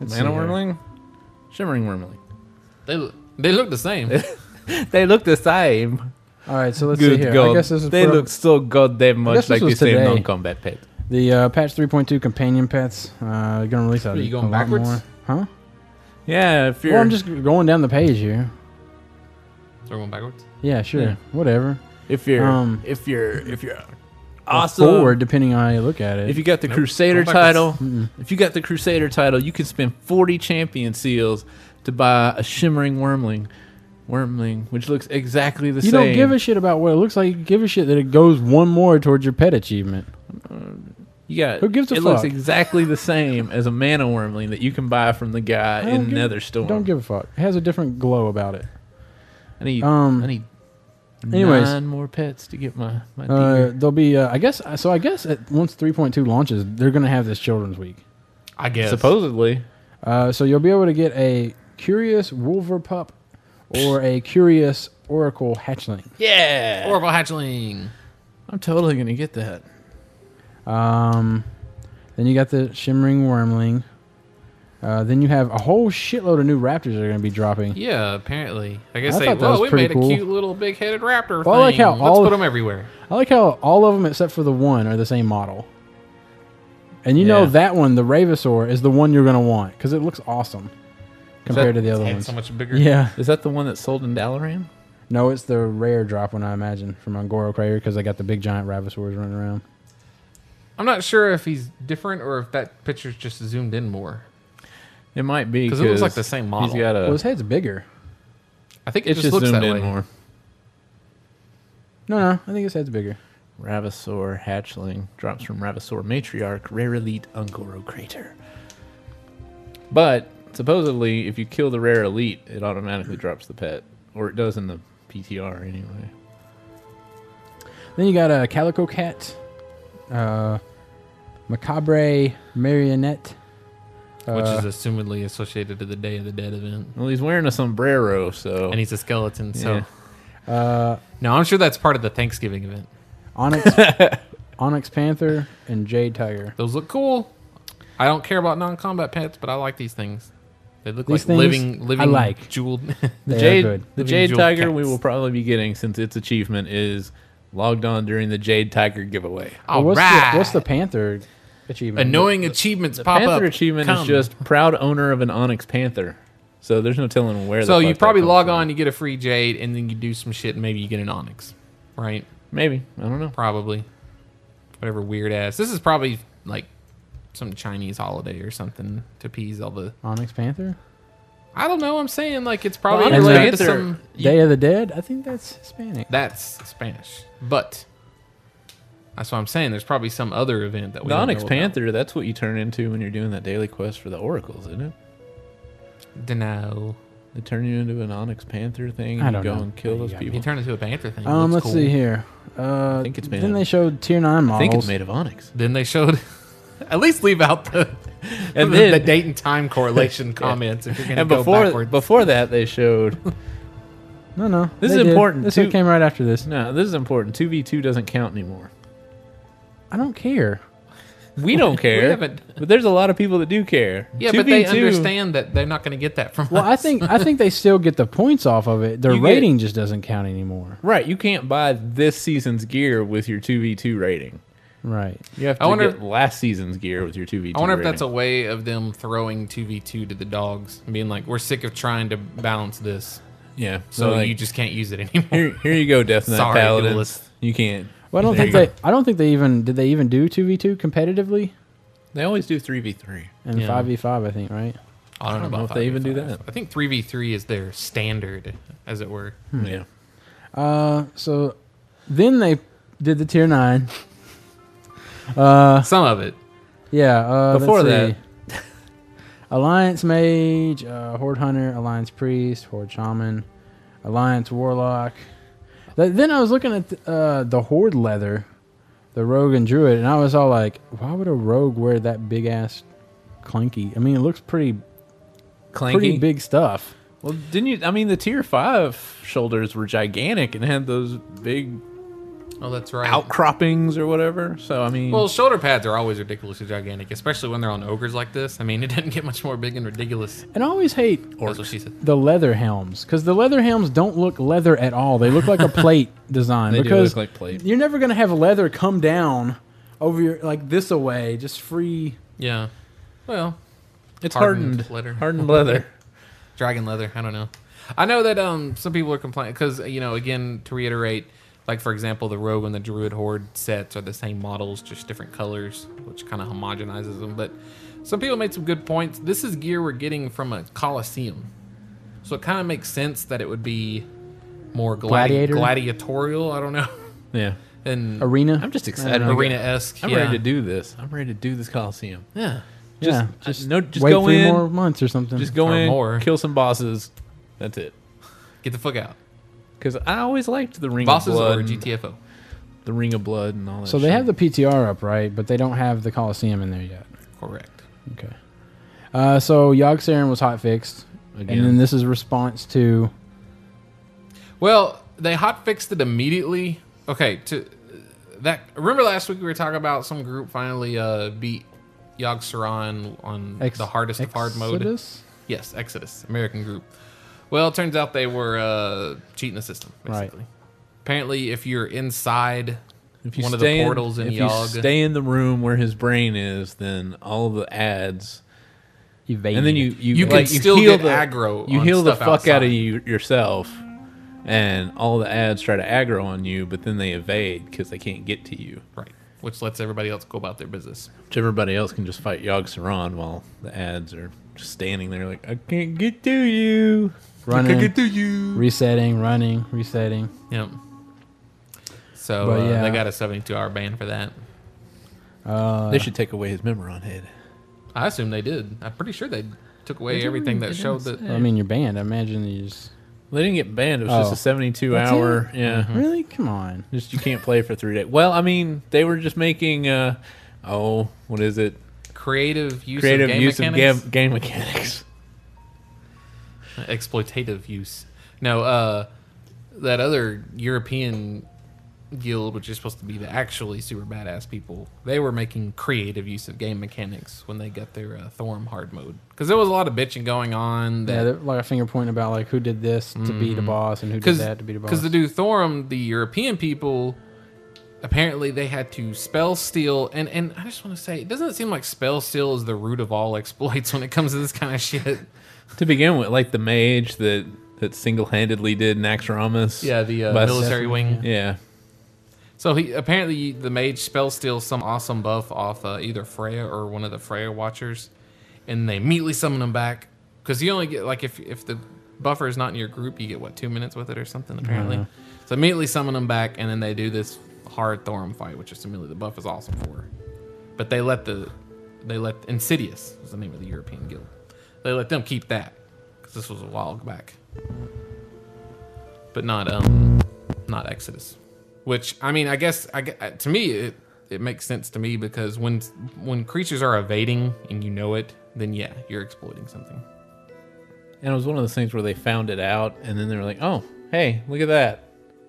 Let's see
Nano
here.
wormling, shimmering wormling.
They, they look the same.
They look the same.
All right, so let's see
Good
here.
God,
I guess this is
they
put up-
look so goddamn
guess
much
this
like the
was
same
today.
non-combat pet.
the uh, patch 3.2 companion pets. Uh, they're gonna release a,
Are you
a
going
lot
backwards?
more. Huh?
Yeah, if you're
Well, I'm just going down the page here.
They're going backwards.
Yeah, sure,
Yeah.
whatever.
if you're
um,
if you're if you're
Or
awesome.
forward, depending on how you look at it.
If you got the
Nope.
Crusader
Go backwards.
title, if you got the Crusader title, you can spend 40 champion seals to buy a shimmering wormling, wormling, which looks exactly the
You
same.
don't give a shit about what it looks like. You give a shit that it goes one more towards your pet achievement.
You got-
Who gives a
It looks
fuck?
exactly the same as a mana wormling that you can buy from the guy
I don't
in
give-
Nether Storm.
Don't give a fuck. It has a different glow about it.
I need.
um,
I need.
anyways.
nine more pets to get my my
Uh,
deer.
there'll be, uh, I guess. So I guess at, once 3.2 launches, they're gonna have this Children's Week.
I guess.
Supposedly,
Uh, so you'll be able to get a curious wolver pup or a curious oracle hatchling.
yeah.
Oracle Hatchling.
I'm totally gonna get that.
Um, then you got the shimmering wormling. Uh, then you have a whole shitload of new raptors that are going to be dropping.
Yeah, apparently. I guess
I
they,
thought that
whoa,
was
we
pretty
made
cool.
a cute little big headed raptor
Well, I
thing.
like how
Let's
all-
put them everywhere.
I like how all of them except for the one are the same model. And you know
Yeah.
that one, the Ravasaur, is the one you're going to want because it looks awesome compared to the other
And
ones.
so much bigger.
Yeah.
Is that the one that's sold in Dalaran?
No, it's the rare drop one, I imagine, from Angora Crayer because they got the big giant Ravasaurs running around.
I'm not sure if he's different or if that picture's just zoomed in more.
It might be
'Cause it looks like the same model.
He's got a.
well, his head's bigger.
I think it,
it's
just, looks
zoomed
that
in
way.
more.
No, no, I think his head's bigger.
Ravasaur hatchling drops from Ravasaur matriarch, rare elite Ungoro crater. But supposedly, if you kill the rare elite, it automatically drops the pet, or it does in the PTR anyway.
Then you got a calico cat, uh, macabre marionette.
Which
Uh,
is assumedly associated to the Day of the Dead event.
Well, he's wearing a sombrero, so
And he's a skeleton, so.
Yeah.
Uh,
no, I'm sure that's part of the Thanksgiving event.
Onyx, Onyx Panther, and Jade Tiger.
Those look cool. I don't care about non combat pets, but I like these things. They look
These
like
things
living, living
I like.
jeweled.
They
the
are
jade,
good.
the
Living
jade
jewel
tiger, we
cats.
will probably be getting since its achievement is logged on during the jade tiger giveaway.
All
what's,
right.
the, what's the Panther achievement?
Annoying achievements
The
pop
panther
up.
achievement
Come.
is just proud owner of an onyx panther. So there's no telling where.
So
the fuck
you
that
probably
comes
log
from.
on, you get a free jade, and then you do some shit, and maybe you get an onyx, right?
Maybe I don't know.
Probably. Whatever weird ass. This is probably like some Chinese holiday or something to appease all the.
Onyx Panther?
I don't know. I'm saying like it's probably
Onyx
related to
Panther-
some.
Day of the Dead? I think that's Hispanic.
That's Spanish, but that's what I'm saying. There's probably some other event that we.
the
don't
Onyx
know about.
Panther, that's what you turn into when you're doing that daily quest for the oracles, isn't it?
Dunno.
They turn you into an Onyx Panther thing,
I
and
don't
you go
know.
and kill those
Yeah,
people.
He turned into a panther thing.
Um,
Looks
let's
cool.
see here. Uh,
I think it's made
Then
of-
they showed tier nine
I
models.
think it's made of onyx.
Then they showed. At least leave out the
And
the,
then-
the date and time correlation comments if you're going to
And
go
before
backward.
before that, they showed.
no, no.
This
they
is
did.
important,
This
too.
one came right after this.
no, this is important. Two v two doesn't count anymore.
I don't care.
We don't
We
care,
haven't-
but there's a lot of people that do care.
yeah, but they
2v2
understand that they're not going to get that from
Well, I
us.
think I think they still get the points off of it. Their
You get-
rating just doesn't count anymore.
Right, you can't buy this season's gear with your two v two rating.
Right.
You have to
I wonder-
get last season's gear with your two v two.
I wonder if that's a way of them throwing 2v2 to the dogs and being like, we're sick of trying to balance this,
yeah.
so
like,
you just can't use it anymore.
here, here you go, Death Knight
Sorry,
Paladin.
duelist.
You can't.
Well, I don't
There
think
you
they. I don't think they even did. They even do two v two competitively
They always do three v three.
and
Yeah.
five v five. I think right.
I don't,
don't
know,
know
about
if they even do
5v5.
that.
I think 3v3 is their standard, as it were.
Hmm. Yeah.
Uh, so then they did the tier nine.
Some of it.
Yeah. Uh,
Before
let's
that-
see. Alliance Mage, uh, Horde Hunter, Alliance Priest, Horde Shaman, Alliance Warlock. Th- then I was looking at th- uh, the Horde leather, the Rogue and Druid, and I was all like, "Why would a Rogue wear that big ass clunky? I mean, it looks pretty
Clanky.
pretty big stuff."
Well, didn't you? I mean, the tier five shoulders were gigantic and had those big
Oh, that's right.
outcroppings or whatever. So I mean,
Well, shoulder pads are always ridiculously gigantic, especially when they're on ogres like this. I mean, it doesn't get much more big and ridiculous.
And I always hate
That's what she said.
the leather helms because the leather helms don't look leather at all. They look like a plate design.
They do
because
look like plate.
You're never gonna have leather come down over your like this away, just free.
Yeah. Well,
it's
hardened
hardened,
leather.
hardened leather.
dragon leather. I don't know. I know that um some people are complaining because you know again to reiterate, like for example, the rogue and the druid horde sets are the same models, just different colors, which kind of homogenizes them. But some people made some good points. This is gear we're getting from a coliseum, so it kind of makes sense that it would be more gladi-
Gladiator?
gladiatorial. I don't know,
Yeah,
and
Arena.
I'm just excited.
I don't know.
arena esque.
I'm
yeah.
ready to do this. I'm ready to do this Coliseum.
Yeah.
Just,
yeah,
I- no, just
wait
go
three
in,
more months or something.
just go
Or
in,
more.
kill some bosses. That's it.
Get the fuck out.
Because I always liked the ring
Bosses
of blood,
or
and
GTFO.
the ring of blood, and all that.
so they
shit.
have the PTR up, right? But they don't have the Coliseum in there yet.
Correct.
Okay. Uh, so Yogg Saren was hotfixed,
Again.
and then this is response to
Well, they hot fixed it immediately. Okay, to that remember last week we were talking about some group finally uh, beat Yog Saron on
ex-
the hardest of hard mode.
Exodus?
Yes, Exodus, American group. Well, it turns out they were uh, cheating the system.
Right.
Basically, apparently, if you're inside
if you
one of
stay
the portals in,
if
Yog,
you stay in the room where his brain is, then all the ads,
Evade.
and then you you,
You can
like,
still
heal
get
the,
aggro
You
on
heal the
stuff
fuck out
outside.
of you yourself, and all the ads try to aggro on you, but then they evade because they can't get to you.
right, which lets everybody else go about their business.
Which everybody else can just fight Yog Saron while the ads are just standing there like I can't get to you.
running,
to you.
resetting, running, resetting.
Yep. So
But
uh,
yeah.
they got a 72 hour ban for that.
Uh,
they should take away his Memoron head.
I assume they did. I'm pretty sure they took away everything that showed that.
I mean, you're banned. I imagine you just
They didn't get banned. It was just
Oh. Mm-hmm.
a seventy-two
That's
hour.
it?
Yeah,
really come on.
just you can't play for three days. Well, I mean, they were just making. Uh, oh, what is it?
creative use
Creative
of game
use
mechanics, Uh,
of game, game mechanics.
exploitative use. No, uh, that other European guild, which is supposed to be the actually super badass people, they were making creative use of game mechanics when they got their uh, Thorm hard mode because there was a lot of bitching going on.
Yeah,
That,
they're like a finger pointing about like who did this to beat a boss and who did
because
that to beat a boss.
because to do Thorum, the European people apparently they had to spell steal and and I just want to say it doesn't seem like spell steal is the root of all exploits when it comes to this kind of shit.
To begin with, like the mage that that single-handedly did Naxxramas.
Yeah, the uh,
By s-
military wing.
Yeah,
So he apparently the mage spell steals some awesome buff off uh, either Freya or one of the Freya Watchers, and they immediately summon him back because you only get like if if the buffer is not in your group, you get what two minutes with it or something apparently. So immediately summon him back, and then they do this hard Thorum fight, which is immediately the buff is awesome for. But they let the they let Insidious was the name of the European guild. They let them keep that because This was a while back, but not um, not Exodus. Which I mean, I guess I gue- to me it it makes sense to me because when when creatures are evading and you know it, then yeah, you're exploiting something.
And it was one of those things where they found it out, and then they were like, "Oh, hey, look at that!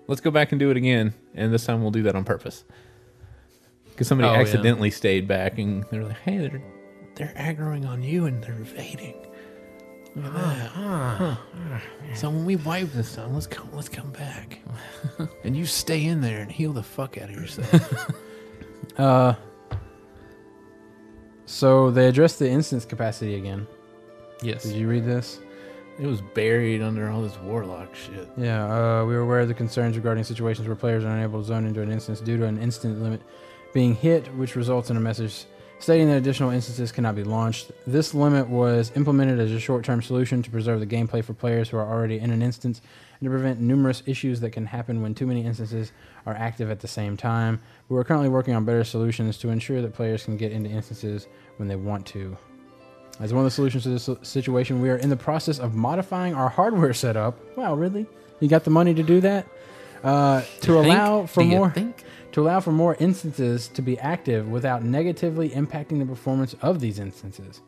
Let's go back and do it again, and this time we'll do that on purpose." Because somebody
Oh, yeah.
accidentally stayed back, and they're like, "Hey, they're they're aggroing on you, and they're evading." Look at that.
Ah,
Huh. So when we wipe this time, let's come let's come back, and you stay in there and heal the fuck out of yourself.
Uh, So they address the instance capacity again.
Yes.
Did you read this?
it was buried under all this warlock shit.
Yeah, uh, we were aware of the concerns regarding situations where players are unable to zone into an instance due to an instant limit being hit, which results in a message stating that additional instances cannot be launched. This limit was implemented as a short term solution to preserve the gameplay for players who are already in an instance and to prevent numerous issues that can happen when too many instances are active at the same time. We are currently working on better solutions to ensure that players can get into instances when they want to. As one of the solutions to this situation, we are in the process of modifying our hardware setup. Wow, really? You got the money to do that? Uh, to allow
Think?
for
Do you
more
think?
to allow for more instances to be active without negatively impacting the performance of these instances.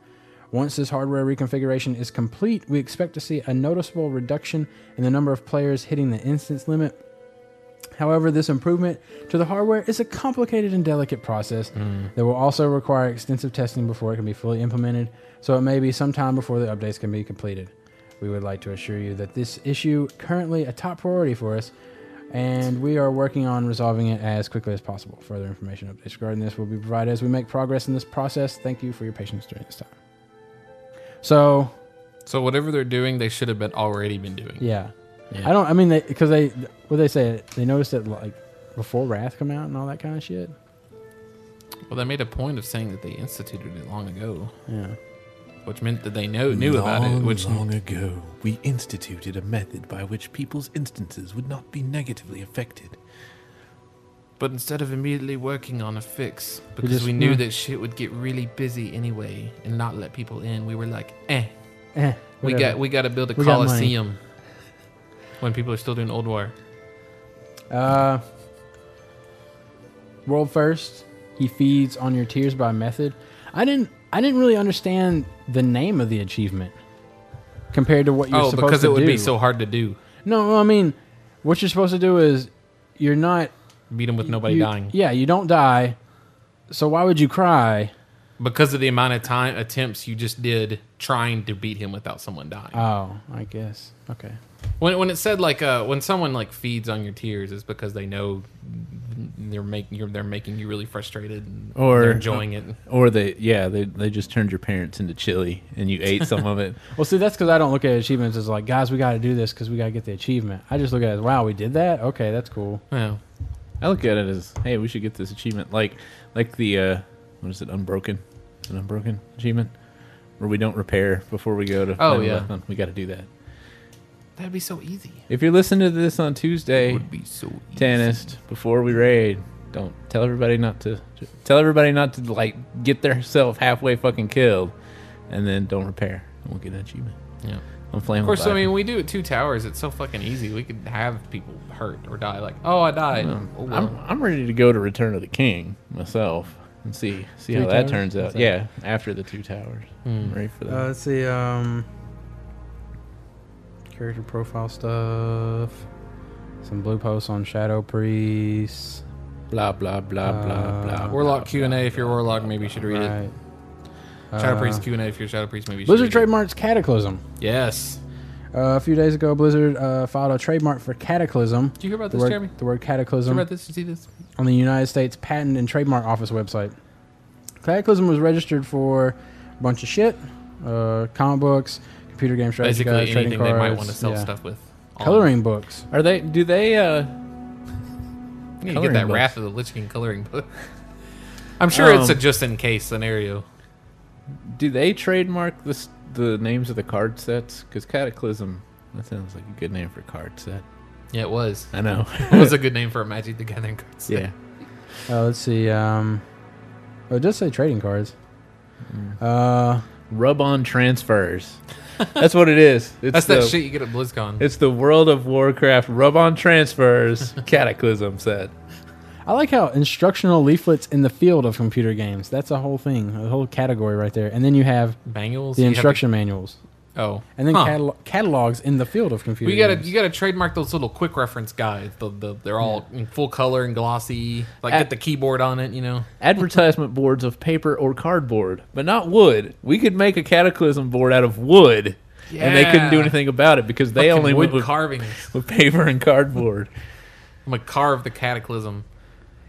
Once this hardware reconfiguration is complete, we expect to see a noticeable reduction in the number of players hitting the instance limit However, this improvement to the hardware is a complicated and delicate process that will also require extensive testing before it can be fully implemented, so it may be some time before the updates can be completed. We would like to assure you that this issue currently a top priority for us, and we are working on resolving it as quickly as possible. Further information updates regarding this will be provided as we make progress in this process. Thank you for your patience during this time. So,
So whatever they're doing, they should have been already been doing.
yeah.
Yeah.
I don't. I mean, they because they what they say they noticed it like before Wrath come out and all that kind of shit.
Well, they made a point of saying that they instituted it long ago,
Yeah.
which meant that they know knew about it. Which
long ago, we instituted a method by which people's instances would not be negatively affected.
But instead of immediately working on a fix, because
just-
we knew
yeah.
that shit would get really busy anyway and not let people in, we were like, eh,
Eh,
we
whatever.
got we got to build a
We got money.
coliseum when people are still doing old war.
Uh, world first. He feeds on your tears by method. I didn't. I didn't really understand the name of the achievement compared to what you're
oh,
supposed
because
to
it would be
do.
so hard to do.
No, I mean, what you're supposed to do is you're not
Beat them with nobody
you-
dying
Yeah, you don't die. So why would you cry?
because of the amount of time attempts you just did trying to beat him without someone dying.
Oh, I guess. Okay.
When when it said like uh, when someone like feeds on your tears is because they know they're making you're, they're making you really frustrated and
Or-
uh,
they're enjoying it.
Or they, yeah, they they just turned your parents into chili, and you ate some of it.
Well, see, that's because I don't look at achievements as like, guys, we got to do this because we got to get the achievement. I just look at it as, wow, we did that. Okay, that's cool.
Yeah.
I look at it as, hey, we should get this achievement, like, like the uh, what is it, Unbroken? It's an Unbroken achievement where we don't repair before we go to.
Oh,
Final
yeah.
Weapon. we got to do that.
That'd be so easy.
If you're listening to this on Tuesday,
be so
Tanist, before we raid, don't tell everybody not to tell everybody not to like get themselves halfway fucking killed, and then don't repair, and we'll get an achievement.
Yeah.
I'm flaming.
Of course, I mean, we do it two towers. It's so fucking easy. We could have people hurt or die. Like, oh, I died. Oh, well.
I'm I'm ready to go to Return of the King myself and see see
Two
how that
towers?
turns out.
What's that?
Yeah, after the two towers,
Hmm.
I'm ready for that.
Uh, let's see. Um, character profile stuff. Some blue posts on Shadow Priest.
blah blah blah blah blah.
Warlock Q and A. If you're Warlock, maybe you should read it.
Right. Uh,
Shadow Priest Q and A. If you're Shadow Priest, maybe you should
Blizzard
read it.
trademarks Cataclysm.
Yes.
Uh, a few days ago, Blizzard uh, filed a trademark for Cataclysm.
Did you hear about
The
this,
word,
Jeremy?
the word
Did you
Cataclysm
read this? Did you see this?
on the United States Patent and Trademark Office website. Cataclysm was registered for a bunch of shit, uh, comic books, computer game strategy
Basically,
guides, trading
anything they
cards,
might want to sell
yeah.
stuff with. on-
coloring books.
Are they? Do they? uh
You need to get
coloring
that
books.
Wrath of the Lich King coloring book. I'm sure it's a
Um,
just in case scenario.
Do they trademark the s- the names of the card sets? Because Cataclysm, that sounds like a good name for a card set.
Yeah, it was.
I know.
It was a good name for a Magic the Gathering card set.
yeah.
Uh, let's see. Um, oh, it does say trading cards. Uh,
Rub on transfers. That's what it is. It's
That's
the,
that shit you get at BlizzCon.
It's the World of Warcraft rub on transfers cataclysm set.
I like how instructional leaflets in the field of computer games. That's a whole thing, a whole category right there. And then you have
Bangles.
the
You have to-
instruction manuals,
oh,
and then
Huh.
catalo- catalogs in the field of computer.
We gotta
games.
you gotta trademark those little quick reference guides. The, the, they're all in full color and glossy. Like
At-
get the keyboard on it, you know.
Advertisement boards of paper or cardboard, but not wood. We could make a cataclysm board out of wood, and they couldn't do
Yeah.
anything about it because they
Fucking
only
wood
went with,
carvings.
with paper and cardboard.
I'm gonna carve the cataclysm.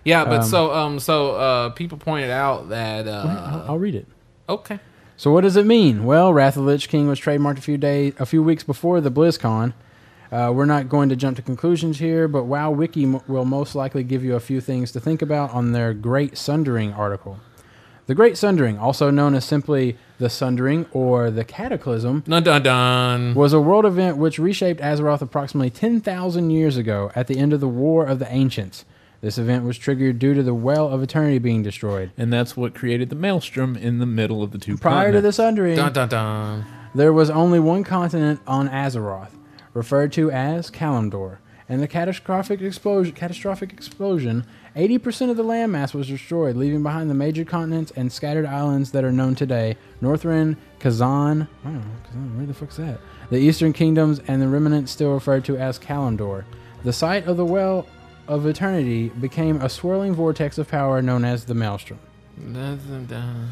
Yeah, but so um so uh people pointed out that uh
I'll I'll read it.
okay
So what does it mean? Well, Wrath of the Lich King was trademarked a few days, a few weeks before the BlizzCon. Uh, we're not going to jump to conclusions here, but WoW Wiki m- will most likely give you a few things to think about on their Great Sundering article. The Great Sundering, also known as simply the Sundering or the Cataclysm,
dun dun dun.
was a world event which reshaped Azeroth approximately 10,000 years ago at the end of the War of the Ancients. This event was triggered due to the Well of Eternity being destroyed.
And that's what created the maelstrom in the middle of the two
Prior to the
continents.
Sundering,
Dun dun dun.
There was only one continent on Azeroth, referred to as Kalimdor, and the catastrophic explosion, catastrophic explosion, 80% of the landmass was destroyed, leaving behind the major continents and scattered islands that are known today: Northrend, Kazan, I don't know, Kazan, where the fuck's that? The Eastern Kingdoms and the remnant still referred to as Kalimdor. The site of the Well of Eternity became a swirling vortex of power known as the Maelstrom.
Dun, dun, dun.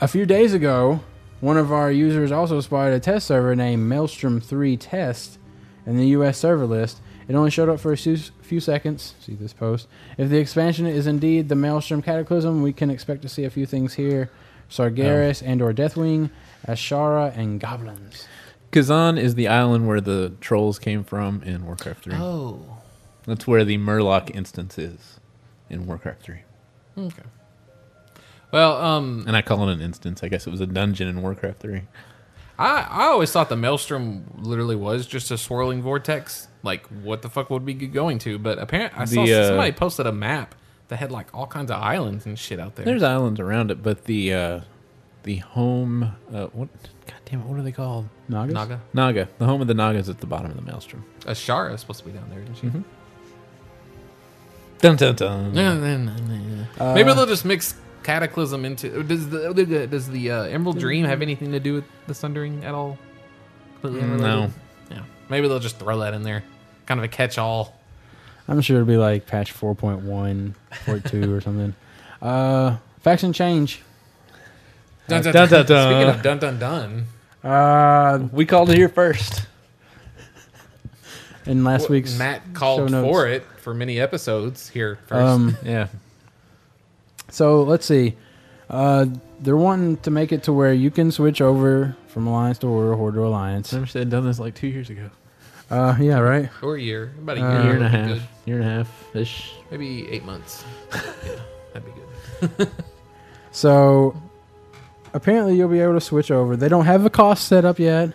A few days ago, one of our users also spotted a test server named Maelstrom 3 Test in the US server list. It only showed up for a su- few seconds. See this post. If the expansion is indeed the Maelstrom Cataclysm, we can expect to see a few things here: Sargeras
Oh.
and or Deathwing, Ashara, and goblins.
Kazan is the island where the trolls came from in Warcraft 3.
Oh,
That's where the Murloc instance is in Warcraft 3.
okay. Well, um,
And I call it an instance. I guess it was a dungeon in Warcraft 3.
I I always thought the maelstrom literally was just a swirling vortex. Like, what the fuck would we be going to? But apparently, I saw
The, uh,
somebody posted a map that had like all kinds of islands and shit out there.
There's islands around it, but the uh, the home uh, what god damn it, what are they called?
Nagas?
Naga.
Naga. The home of the Nagas at the bottom of the maelstrom.
Ashara is supposed to be down there, isn't she?
Dun dun dun.
No, no, no, no, no. Maybe they'll just mix Cataclysm into. Does the oh, does the uh, Emerald Dream have anything to do with the Sundering at all? Completely unrelated? Yeah. Maybe they'll just throw that in there, kind of a catch-all.
I'm sure it'll be like patch 4.1, 4.2 or something. Uh, faction change.
Dun, dun,
Dun, dun,
Speaking
dun.
of dun dun dun,
Uh,
We called it here first.
in last
what
week's
Matt
show
called
notes.
for it for many episodes here first.
Um,
Yeah.
So let's see. Uh, they're wanting to make it to where you can switch over from alliance to order, horde to alliance.
Never said done this like two years ago.
Uh, yeah, right.
or a year, about a year,
uh,
year
would
and a
be
half.
Oh, good.
Year and a half ish.
maybe eight months. yeah, that'd be good.
So apparently you'll be able to switch over. They don't have a cost set up yet.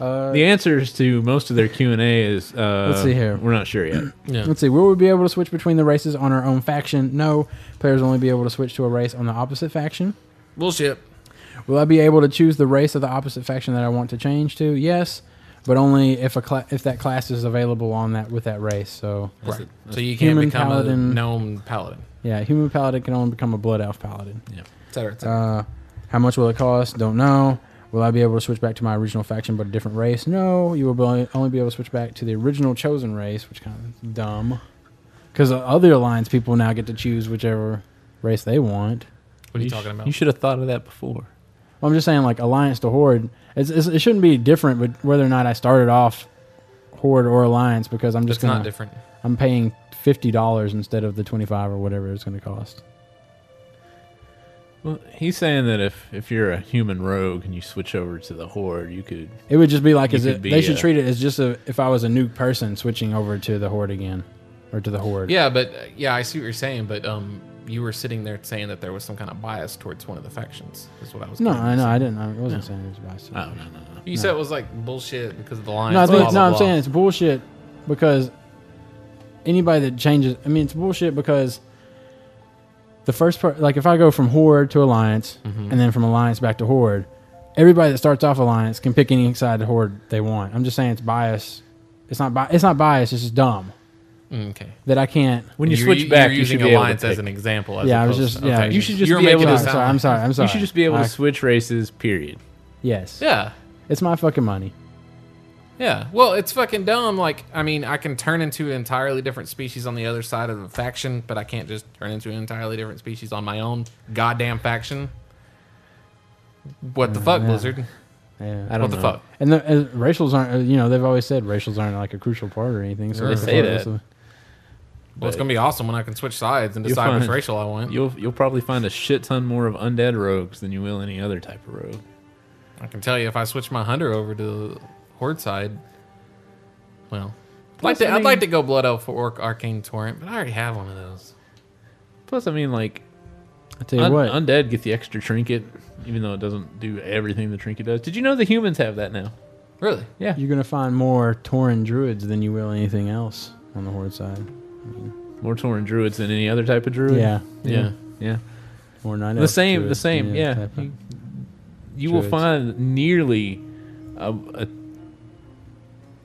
Uh,
The answers to most of their Q and A is uh,
Let's see here.
We're not sure yet.
Yeah,
Let's see. Will we be able to switch between the races on our own faction? No. Players will only be able to switch to a race on the opposite faction.
bullshit.
Will I be able to choose the race of the opposite faction that I want to change to? Yes, but only if a cla if that class is available on that with that race. So
Right. So you can't
Human
become
paladin.
a gnome paladin,
yeah, human paladin can only become a blood elf paladin.
et cetera, et cetera.
Uh, how much will it cost? Don't know. Will I be able to switch back to my original faction but a different race? No. You will be only- only be able to switch back to the original chosen race, which kind of dumb. Because other alliance people now get to choose whichever race they want.
what are you, talking about?
You should have thought of that before.
Well, I'm just saying, like alliance to horde, it's, it's, it shouldn't be different. But whether or not I started off horde or alliance, because I'm just uh,
it's not
gonna
different.
I'm paying fifty dollars instead of the twenty five or whatever it's going to cost.
Well, he's saying that if if you're a human rogue and you switch over to the horde, you could
It would just be like
You
as
could
it,
be,
they should
uh,
treat it as just a, if I was a new person switching over to the horde again, or to the horde.
Yeah, but uh, yeah, I see what you're saying, but um, you were sitting there saying that there was some kind of bias towards one of the factions. Is what I was.
No,
kinda
I know.
saying.
I didn't. I wasn't saying it was biased.
I don't know. no, no.
You said it was like bullshit because of the lions.
No, I think,
blah,
no,
blah,
I'm
blah.
saying it's bullshit because anybody that changes, I mean, it's bullshit because the first part, like if I go from Horde to Alliance and then from Alliance back to Horde, Everybody that starts off alliance can pick any side of the horde they want. I'm just saying it's bias. It's not bi- It's not bias. It's just dumb
Mm, Okay.
that I can't.
When you
You're
switch
u-
back,
you're
you
using
should be able to
alliance as
pick.
an example. As
Yeah, I was
opposed
just-
to-
yeah,
okay.
you
should just
You're
be able
making
to-
Sorry,
this
sorry,
out.
I'm sorry. I'm sorry.
You should just be able
I-
to switch races. Period.
Yes.
Yeah.
It's my fucking money.
Yeah. Well, it's fucking dumb. Like, I mean, I can turn into an entirely different species on the other side of a faction, but I can't just turn into an entirely different species on my own goddamn faction. What the fuck, Blizzard?
Yeah.
Mm, I don't
What the
know.
fuck?
And the and racials aren't, uh, you know, they've always said racials aren't like a crucial part or anything. So
They
it's
say
like-
that.
so-
Well, it's gonna be awesome when I can switch sides and
You'll
decide which
find-
racial I want.
You'll you'll probably find a shit ton more of undead rogues than you will any other type of rogue.
I can tell you if I switch my hunter over to the horde side. Well, I'd like
Plus,
to,
I
I'd like
mean-
to go blood elf for orc arcane torrent, but I already have one of those.
Plus, I mean, like
I tell you
un-
what,
undead get the extra trinket, even though it doesn't do everything the trinket does. Did you know the humans have that now?
Really?
Yeah,
you're gonna find more Tauren druids than you will anything else on the horde side.
more Tauren druids than any other type of druid.
Yeah.
yeah, yeah.
Or not.
the same the same yeah, you, you will
druids.
find nearly a, a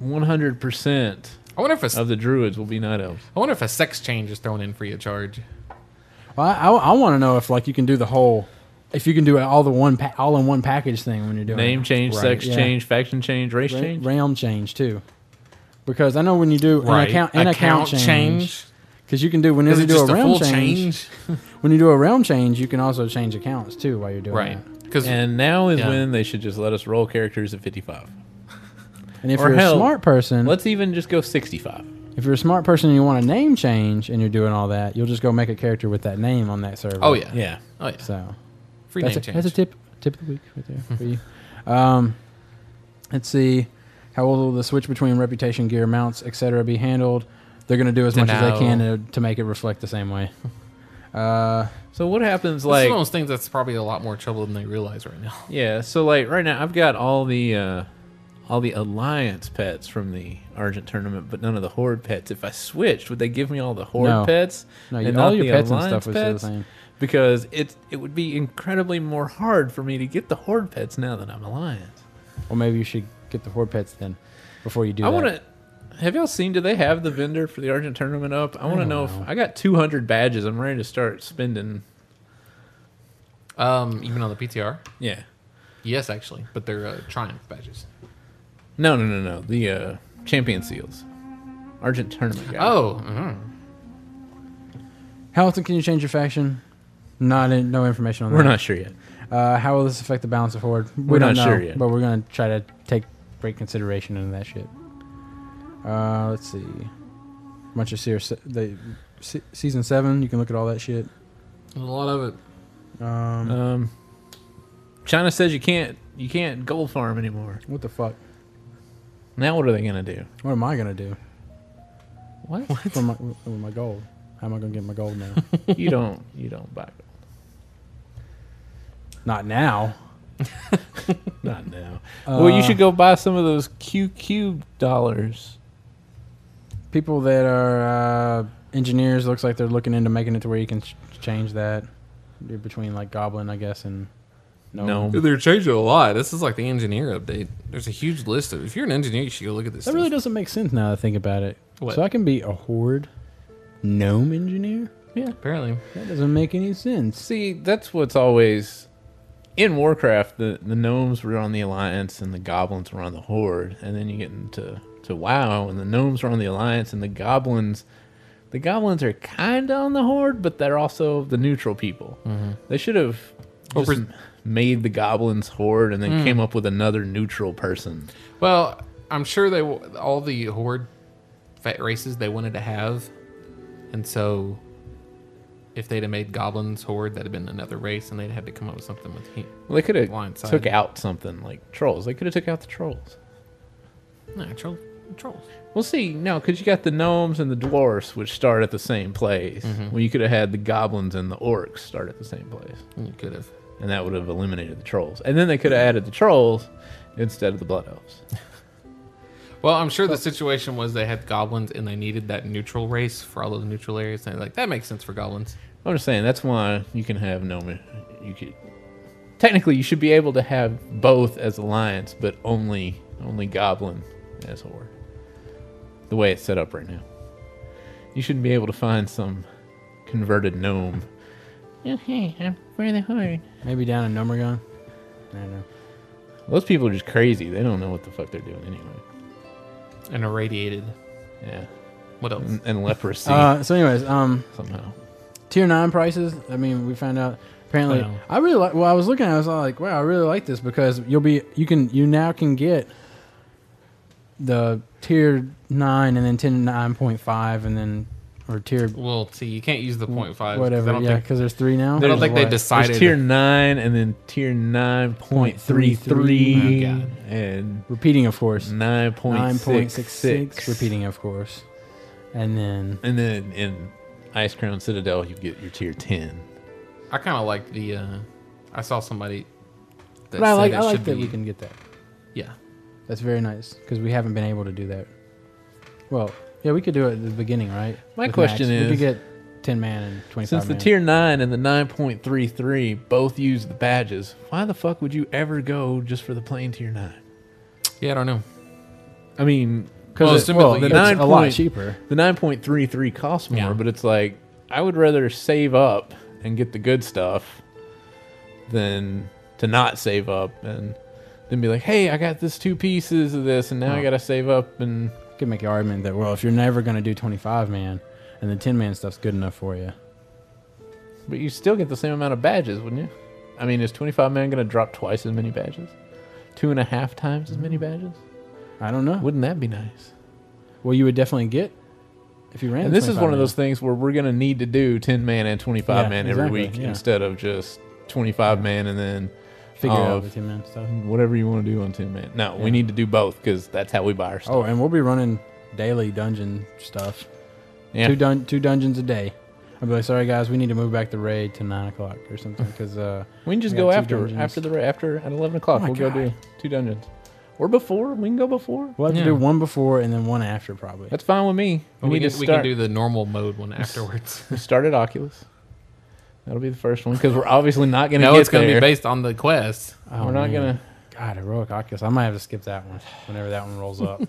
100%
I wonder if a s I
of the druids will be night elves
wonder if a sex change is thrown in free of charge.
Well, I, want to know if like you can do the whole, if you can do it all the one pa- all in one package thing when you're doing
name
it.
change
Right.
sex
Yeah.
change faction change race
Ra-
change
realm change too. Because I know when you do an account an account, change, because you can do
Is
whenever you
it
do
just
a
a,
realm
full change?
change, When you do a realm change, you can also change accounts too while you're doing
Right.
that.
Because
and now is
Yeah.
when they should just let us roll characters at 55
And if
Or
you're
hell,
a smart person,
let's even just go 65
if you're a smart person and you want a name change and you're doing all that, you'll just go make a character with that name on that server.
oh yeah,
yeah
oh yeah,
So
free
that's
name
a,
change.
that's a tip tip of the week right there for you. Um, let's see how will the switch between reputation gear mounts etc. be handled. They're going to do as much as they can to, to make it reflect the same way. Uh,
so what
This
happens
is
like
one of those things that's probably a lot more trouble than they realize right now.
yeah so like right now i've got all the uh all the alliance pets from the argent tournament but none of the horde pets if i switched would they give me all the horde
No.
pets
no,
and
you, all
not
your
the
pets and
alliance
stuff was still the
pets?
same.
because it it would be incredibly more hard for me to get the horde pets now that I'm alliance.
Well, maybe you should get the horde pets then before you do
I
that.
want to. Have y'all seen? Do they have the vendor for the Argent tournament up? I want to know, if I got 200 badges. I'm ready to start spending.
Um, even on the PTR,
Yeah.
yes, actually, but they're uh, triumph badges.
No, no, no, no. The uh, champion seals, Argent tournament. Guy.
Oh, mhm.
How often can you change your faction? Not in, no information on
we're
that.
not sure yet.
Uh, how will this affect the balance of horde? We
We're
don't
not
know,
sure yet.
but we're gonna try to take great consideration into that shit. Uh, let's see. Much of Seer, se- the se- season seven. You can look at all that shit.
There's a lot of it.
Um,
Um, China says you can't you can't gold farm anymore.
what the fuck?
Now what are they gonna do?
What am I gonna do
What?
for my, with my gold? How am I gonna get my gold now?
you don't you don't buy gold.
Not now.
Not now. well, you
Uh,
should go buy some of those QQ dollars.
People that are uh, engineers looks like they're looking into making it to where you can ch- change that You're between like goblin, I guess, and Oh.
Gnome.
Dude, They're changing a lot. This is like the engineer update. There's a huge list of. If you're an engineer, you should go look at this.
That
stuff.
really doesn't make sense now that I think about it.
What?
So I can be a horde gnome engineer?
apparently.
That doesn't make any sense.
See, that's what's always in Warcraft. The the gnomes were on the Alliance, and the goblins were on the Horde. And then you get into to WoW, and the gnomes were on the Alliance, and the goblins. The goblins are kind of on the Horde, but they're also the neutral people. They should have
Well,
just
Mm-hmm. Oh, pres- Mm.
made the goblins Horde, and then came up with another neutral person.
Well, I'm sure they w- all the horde fat races they wanted to have, and so if they'd have made goblins horde, that'd have been another race, and they'd have to come up with something with heat.
Well, they could have
Blindsided.
took out something like trolls. They could have took out the trolls.
Natural trolls.
Well, see, no, because you got the gnomes and the dwarfs, which start at the same place. Well, you could have had the goblins and the orcs start at the same place,
You could have.
and that would have eliminated the trolls. And then they could have added the trolls instead of the blood elves.
Well, I'm sure the situation was they had goblins and they needed that neutral race for all those neutral areas. And they're like, that makes sense for goblins.
I'm just saying that's why you can have gnome. You could technically you should be able to have both as alliance, but only only goblin as horde. The way it's set up right now, you shouldn't be able to find some converted gnome. "Oh, Hey, I'm for the horde.
Maybe down in Numbergon. I don't know.
Those people are just crazy. They don't know what the fuck they're doing anyway.
and irradiated.
Yeah,
What else?
Mm.
and, and leprosy
Uh, so, anyways, um,
somehow.
tier nine prices. I mean, we found out apparently.
Wow.
I really like. Well, I was looking. at it, I was like, wow, I really like this because you'll be you can you now can get the tier nine and then ten nine point five and then or tier
Well, see, you can't use the point five. 'cause I
Mm, whatever.
don't
Yeah,
think,
because there's three now.
I don't think they
What?
decided.
There's tier nine and then tier nine point three three
Oh, God.
and
repeating, of course.
nine
Mm,
point
Nine point six
six six
six repeating, of course, and then
And then in Ice Crown Citadel, you get your tier ten.
I kind of like the. Uh, I saw somebody. That
But I
said
like
it
I like
should
that
be,
we can get that.
Yeah,
That's very nice because we haven't been able to do that. Well, yeah, we could do it at the beginning, right?
My
Max.
question
we
is-
could get ten man and twenty five.
Since the tier nine and the nine point three three both use the badges, why the fuck would you ever go just for the plain tier nine?
yeah. I don't know.
I mean,
Well,
because
it's similar-
the
it's
nine
a lot
point-
cheaper.
the nine point three three costs more,
Yeah.
but it's like I would rather save up and get the good stuff than to not save up and then be like, hey, I got this two pieces of this, and now I gotta save up and
You could make the argument that well, if you're never going to do twenty five man, and the ten man stuff's good enough for you.
But you still get the same amount of badges, wouldn't you? I mean, is 25 man going to drop twice as many badges? Two and a half times as many badges?
I don't know.
Wouldn't that be nice?
Well, you would definitely get if you ran.
And
the
this is one
25
of those
man.
things where we're going to need to do 10 man and 25
Yeah,
man every
exactly,
week
yeah.
instead of just 25 man and then
figure out
Oh, if-
the ten man stuff.
whatever you want to do on 10 man. No, we need to do both because that's how we buy our stuff.
Oh, and we'll be running daily dungeon stuff.
yeah.
Two dun- two dungeons a day. I'll be like, sorry guys, we need to move back the raid to nine o'clock or something because uh,
we can just
we
go
got two
after
dungeons. Oh
after the ra- after at 11 o'clock.
my
we'll
God.
go do two dungeons. Or before. We can go before.
we'll have
Yeah.
to do one before and then one after probably.
That's fine with me.
We,
need
can,
to
we
start-
can do the normal mode one afterwards.
We start at Oculus. That'll be the first one because we're obviously not going to
no,
get
it's going to
there.
be based on the quest.
Oh,
we're not
man.
going to.
God, heroic Oculus. I might have to skip that one whenever that one rolls up.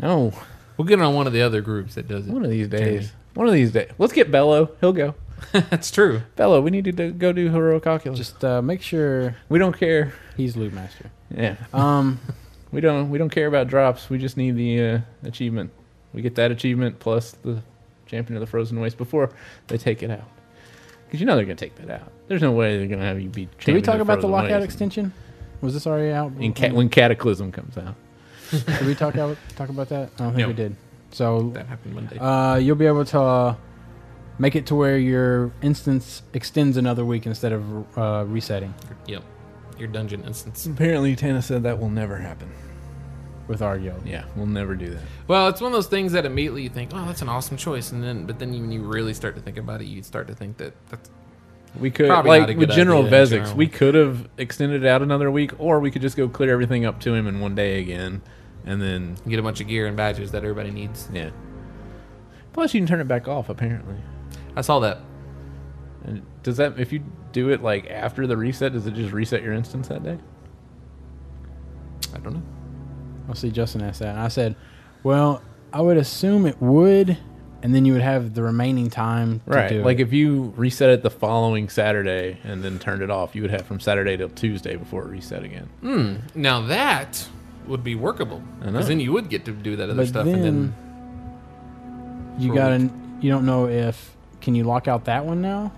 No,
We'll get on one of the other groups that does
one
it.
of these days. One of these days. Let's get Bello. He'll go.
That's true.
Bello, we need to do, go do heroic Oculus.
Just uh, make sure
we don't care.
he's loot master.
Yeah,
Um,
we don't. We don't care about drops. We just need the uh, achievement. We get that achievement plus the champion of the frozen waste before they take it out. Because you know they're going to take that out. There's no way they're going to have you be.
did we
champion
talk
of
about the
Frozen
lockout
Waste
extension? Was this already out?
in Ca- when Cataclysm comes out.
did we talk out, talk about that? I don't think
No.
we did. So
That happened Monday.
uh, you'll be able to uh, make it to where your instance extends another week instead of uh, resetting
yep. Your dungeon instance.
Mm.
Apparently, Tana said that will never happen.
with our guild.
Yeah, we'll never do that.
Well, it's one of those things that immediately you think, "Oh, that's an awesome choice," and then, but then when you really start to think about it, you start to think that that's
We could
Probably not a
like
good
with General
idea in
Vezix,
general.
we could have extended it out another week, or we could just go clear everything up to him in one day again, and then
you get a bunch of gear and badges that everybody needs.
yeah. Plus, you can turn it back off apparently.
I saw that.
And does that if you do it like after the reset, does it just reset your instance that day?
I don't know.
I'll see Justin asked that. And I said, well, I would assume it would, and then you would have the remaining time to
Right.
do
Like
it.
if you reset it the following Saturday and then turned it off, you would have from Saturday till Tuesday before it reset again.
Now that would be workable
I know.
because then you would get to do that other
but
stuff,
then,
and then
you
for a
got to you don't know if can you lock out that one now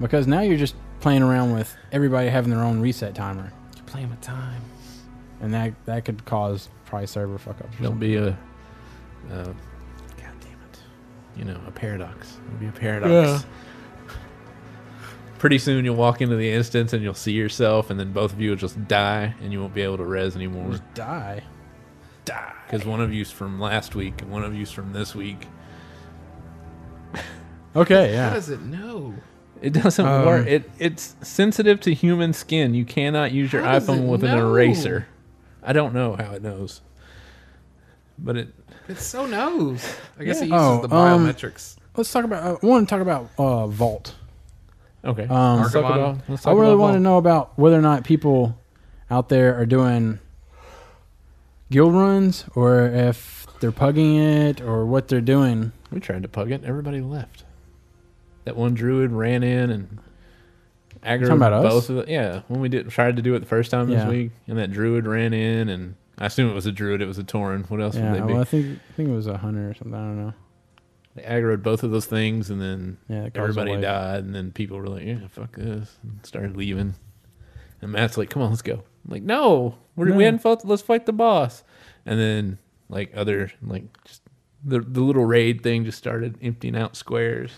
because now you're just playing around with everybody having their own reset timer
you're playing with time.
and that that could cause probably server fuck ups or
It'll
something.
be a, a God damn it. You know, a paradox. It'll be a paradox.
Yeah.
Pretty soon you'll walk into the instance and you'll see yourself and then both of you will just die and you won't be able to res anymore.
just die
Because one of you's from last week and one of you's from this week.
okay
How
yeah
does it know?
It doesn't
Um,
work. It it's sensitive to human skin. You cannot use your
How does
iPhone
it
with an
know?
eraser. I don't know how it knows. But it
It so knows. I guess it uses
Yeah. Oh,
the
um,
biometrics.
let's talk about i want to talk about uh vault
Okay.
Um,
Let's talk
Archivon.
about- let's
I
talk
really
about
want to
Vault.
know about whether or not people out there are doing guild runs or if they're pugging it or what they're doing.
We tried to pug it. Everybody left. That one druid ran in and aggroed
about us?
both of the Yeah, when we did tried to do it the first time
Yeah.
this week, and that druid ran in, and I assume it was a druid. It was a tauren. What else would
Yeah,
they be?
well, I think I think it was a hunter or something. I don't know.
they aggroed both of those things, and then
Yeah, that caused a
everybody
wave.
died, and then people were like, "Yeah, fuck this," and started leaving. And Matt's like, "Come on, let's go." I'm like, "No, we're, we hadn't fought. Let's fight the boss." And then like other like just the the little raid thing just started emptying out squares.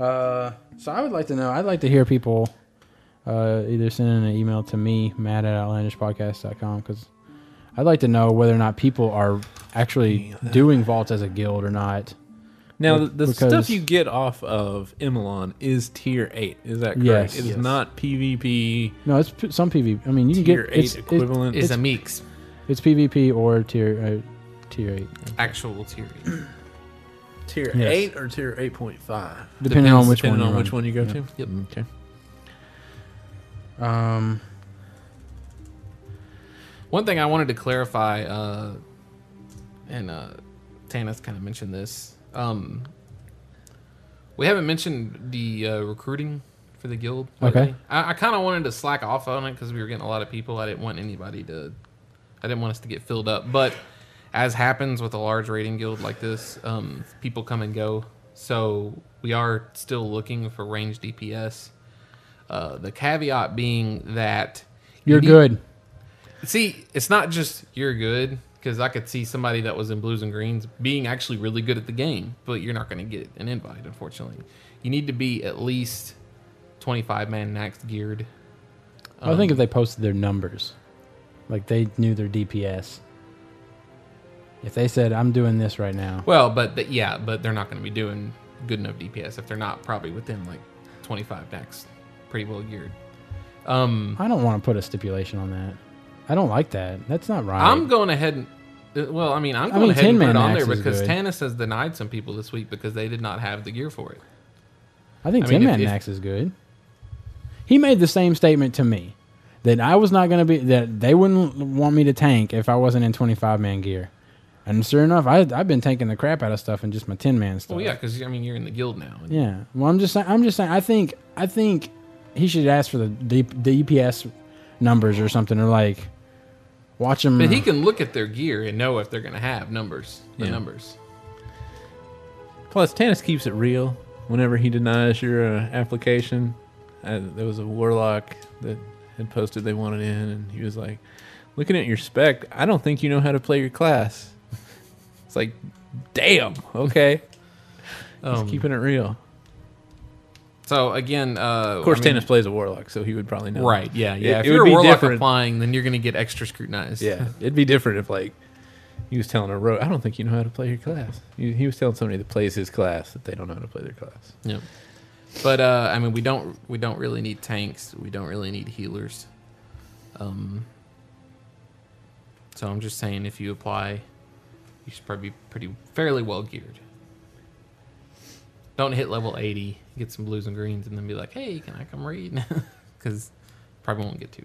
Uh, so I would like to know. I'd like to hear people uh, either send in an email to me, Matt at outlandishpodcast.com, because I'd like to know whether or not people are actually doing vaults as a guild or not.
Now,
Be-
the, the
because-
stuff you get off of Imalon is tier 8. Is that correct?
Yes.
It is
Yes.
not PvP
No, it's p- some PvP. I mean, you can
tier
get
8
it's, it's,
equivalent.
Is a mix,
it's PvP or tier uh, tier eight,
actual tier.
tier
Yes.
8 or tier 8.5?
depending on which
Depending
one.
on
you
which one you go
Yeah. Mm-hmm.
to? Yep. Okay.
run. Um,
One thing I wanted to clarify, uh, and uh, Tanis kind of mentioned this. Um, we haven't mentioned the uh, recruiting for the guild.
Okay.
lately. I, I kind of wanted to slack off on it because we were getting a lot of people. I didn't want anybody to. I didn't want us to get filled up, but as happens with a large raiding guild like this, um, people come and go. So we are still looking for range DPS. Uh, the caveat being that
you're
you need-
good.
See, it's not just you're good because I could see somebody that was in blues and greens being actually really good at the game, but you're not going to get an invite, unfortunately. You need to be at least 25 man maxed geared. Oh.
I think if they posted their numbers, like they knew their DPS. If they said, "I'm doing this right now,"
Well, but th- yeah, but they're not going to be doing good enough DPS if they're not probably within like 25 max, pretty well geared. Um,
I don't want to put a stipulation on that. I don't like that. That's not right.
I'm going ahead and. uh, Well, I mean, I'm going
mean,
ahead and
10-man
put it on there
max is
because
good.
Tanis has denied some people this week because they did not have the gear for it.
I think
I
Tim
mean, if-
Man
if-
Max is good. He made the same statement to me that I was not going to be that they wouldn't want me to tank if I wasn't in 25 man gear. And sure enough, I I've been tanking the crap out of stuff and just my 10 man stuff.
Well, yeah, because I mean, you're in the guild now. and-
Yeah. Well, I'm just saying. I'm just saying. I think. I think he should ask for the D- DPS numbers or something, or like watch him.
But he can look at their gear and know if they're going to have numbers. The
Mm-hmm. Yeah.
numbers.
Plus, Tannis keeps it real whenever he denies your uh, application. Uh, there was a warlock that had posted they wanted in, and he was like, Looking at your spec, I don't think you know how to play your class. It's like, damn, okay.
Um,
He's keeping it real.
so again, uh,
Of course, Tannis plays a warlock, so he would probably know.
Right? Yeah, yeah. if
It- it would
you're a
be
warlock
different.
applying, then you're going to get extra scrutinized.
Yeah, it'd be different if like he was telling a rogue, I don't think you know how to play your class. He, he was telling somebody that plays his class that they don't know how to play their class.
yeah. But uh, I mean, we don't we don't really need tanks. We don't really need healers. Um. So I'm just saying, if you apply, you should probably be pretty fairly well geared. Don't hit level 80, get some blues and greens, and then be like, "Hey, can I come read?" Because probably won't get to.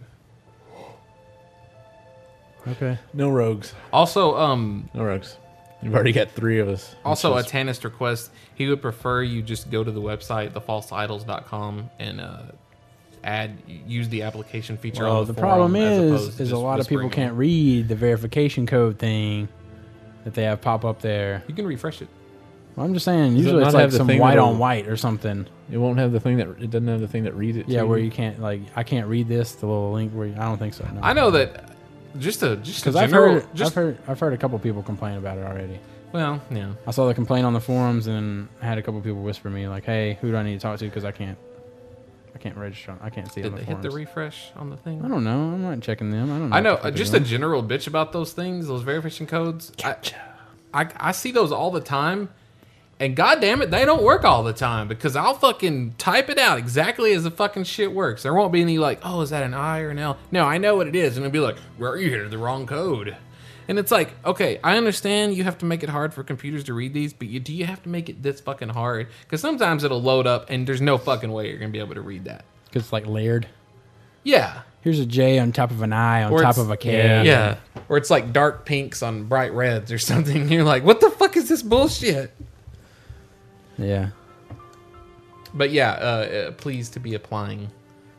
okay.
No rogues.
Also, um,
No rogues. You've already got three of us.
also a
Which is-
Tanist request. He would prefer you just go to the website, thefalseidols.com, and uh, add use the application feature.
Well,
on the,
the problem
forum as opposed
is,
to
is a
just
lot of people
whispering it.
can't read the verification code thing that they have pop up there.
You can refresh it.
Well, I'm just saying. Usually
not
it's like
have the
some
thing
white
that'll-
on white or something.
It won't have the thing that it doesn't have the thing that reads it.
Yeah,
to
where you can't like I can't read this. The little link where you, I don't think so. No.
I know that. Just a just a
Because I've
general.
heard,
just
I've heard, I've heard a couple people complain about it already.
well, yeah.
I saw the complaint on the forums and had a couple people whisper me like, "Hey, who do I need to talk to? Because I can't, I can't register. On, I can't see it
Did
on the
they hit
forums."
the refresh on the thing?
I don't know. I'm not checking them. I don't. know.
I know.
what the
uh,
fuck
Just a
they're
general bitch about those things, those verification codes. I, I I see those all the time, and goddamn it, they don't work all the time because I'll fucking type it out exactly as the fucking shit works. There won't be any like, oh, is that an I or an L? No, I know what it is, and it'll be like, well, you entered the wrong code. And it's like, okay, I understand you have to make it hard for computers to read these, but you, do you have to make it this fucking hard? Because sometimes it'll load up and there's no fucking way you're gonna be able to read that.
because it's like layered.
Yeah,
Here's a J on top of an I on
Or
top
it's-
of a K.
yeah. Or it's like dark pinks on bright reds or something. You're like, what the fuck is this bullshit?
Yeah.
But yeah, uh, uh, pleased to be applying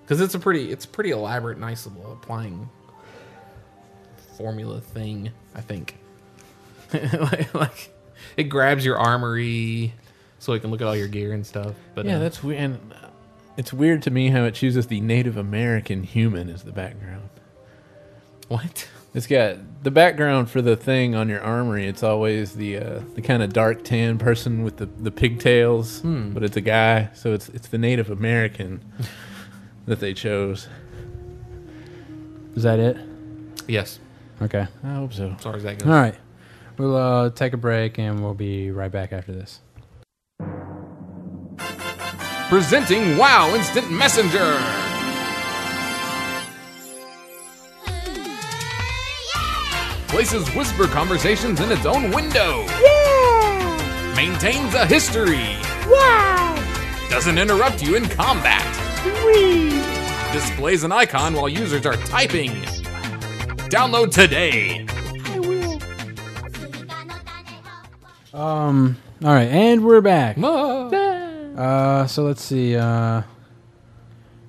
because it's a pretty, it's a pretty elaborate, nice little applying formula thing. I think like, like, it grabs your armory so it can look at all your gear and stuff. But
Yeah,
uh,
that's weird. And uh, it's weird to me how it chooses the Native American human as the background.
what?
It's got the background for the thing on your armory. It's always the uh, the kind of dark tan person with the, the pigtails, but it's a guy, so it's it's the Native American that they chose.
Is that it?
Yes,
Okay.
I hope so.
as far as that goes.
All right. We'll uh, take a break and we'll be right back after this.
Presenting WoW Instant Messenger. places whisper conversations in its own window. Maintains a history. Doesn't interrupt you in combat. Displays an icon while users are typing. Download today.
Um. All right, and we're back.
Whoa.
Uh, so let's see. Uh,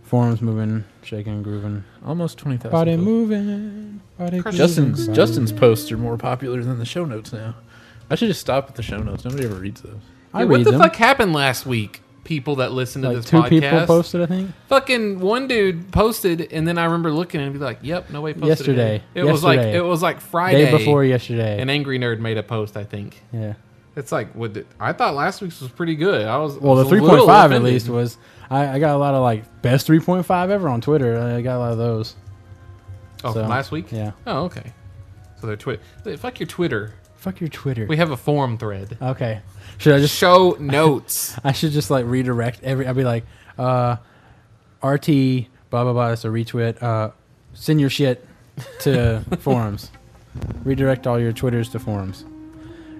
forums moving, shaking, grooving.
Almost twenty thousand.
Body moving. Body
Justin's
grooving,
Justin's posts are more popular than the show notes now. I should just stop at the show notes. Nobody ever reads those.
I
what
read
the
them.
fuck happened last week? People that listen to
Like
this
two
podcast.
people posted, I think.
Fucking one dude posted, and then I remember looking and be like, "Yep, no way posted."
Yesterday.
again." It was like
Yesterday.
it was like Friday
Day before yesterday.
An angry nerd made a post, I think.
yeah.
It's like what the- I thought last week's was pretty good. I was
Well,
was
the
a little
3.5 at
offended.
least was. I, I got a lot of like best 3.5 ever on Twitter. I got a lot of those.
Oh,
so,
from last week.
Yeah.
Oh, okay. So they're Twitter. Fuck your Twitter.
Fuck your Twitter.
We have a forum thread.
okay. Should I just
Show notes.
I should just like redirect every. I'd be like, uh, RT, blah blah blah. That's a retweet. Uh, send your shit to forums. Redirect all your twitters to forums.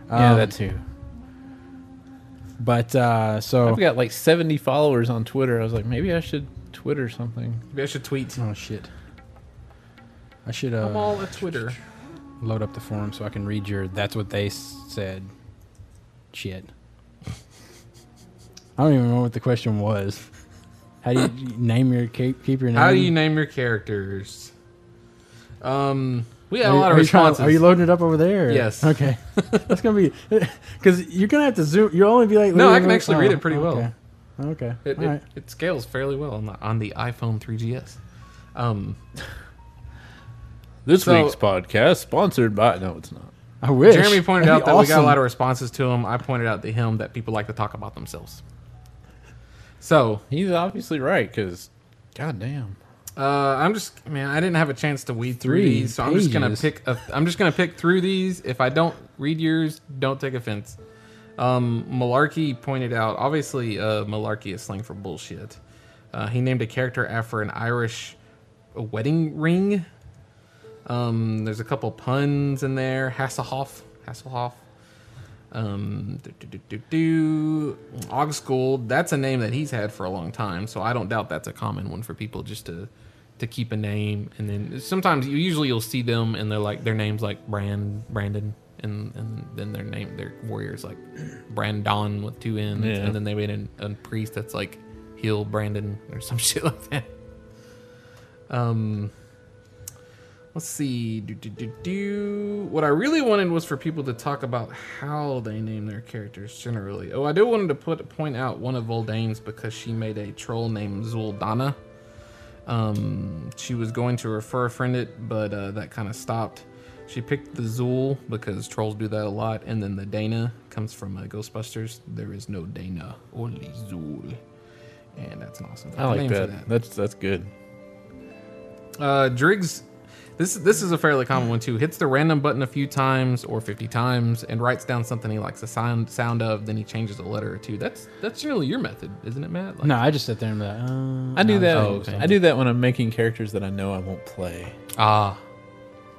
yeah,
Um,
that too.
But uh, so.
I've got like seventy followers on Twitter. I was like, maybe I should Twitter something.
Maybe I should tweet.
oh shit. I should uh,
I'm all a Twitter.
load up the forum so I can read your. That's what they s- said. Shit. I don't even remember what the question was. How do you name your keep, keep your name?
How do you name your characters? Um, we had a
Are you-
lot
are
of
you trying-
responses.
are you loading it up over there?
Yes.
Okay. That's gonna be because you're gonna have to zoom. You'll only be like.
No, I
literally-
can actually read it pretty well.
okay. Okay.
It,
All
it,
right.
it scales fairly well on the, on the iPhone 3GS. Um,
This
So-
week's podcast sponsored by no, it's not.
I wish.
Jeremy pointed
That'd
out
be
that we got a
awesome.
lot of responses to him. I pointed out to him that people like to talk about themselves. So
He's obviously right because, goddamn,
uh, I'm just man, I didn't have a chance to weed through
Three
these, so I'm just gonna
pages.
pick. A, I'm just gonna pick through these. If I don't read yours, don't take offense. Um, Malarkey pointed out. Obviously, uh, Malarkey is slang for bullshit. Uh, he named a character after an Irish wedding ring. Um, there's a couple puns in there. Hasselhoff. Hasselhoff. Um, do, do, do, do, do. Augsgold, that's a name that he's had for a long time, so I don't doubt that's a common one for people just to to keep a name. And then sometimes you usually you'll see them and they're like their names like Brand Brandon, and and then their name their warriors like Brandon with two N's,
Yeah.
and then they made an, a priest that's like Hill Brandon or some shit like that. Um, let's see. Do, do, do, do. What I really wanted was for people to talk about how they name their characters generally. Oh, I do wanted to put point out one of Voldane's because she made a troll named Zuldana. Um, she was going to refer a friend it, but uh, that kind of stopped. She picked the Zool because trolls do that a lot, and then the Dana comes from uh, Ghostbusters. There is no Dana, only Zool, and that's an awesome
I like
name for
that. That's that's good.
uh, Driggs, this this is a fairly common one too. Hits the random button a few times or fifty times, and writes down something he likes the sound sound of. Then he changes a letter or two. That's that's generally your method, isn't it, Matt? Like,
No, I just sit there and be like, uh,
I do
no,
that.
it's
I do that when I'm making characters that I know I won't play.
Ah,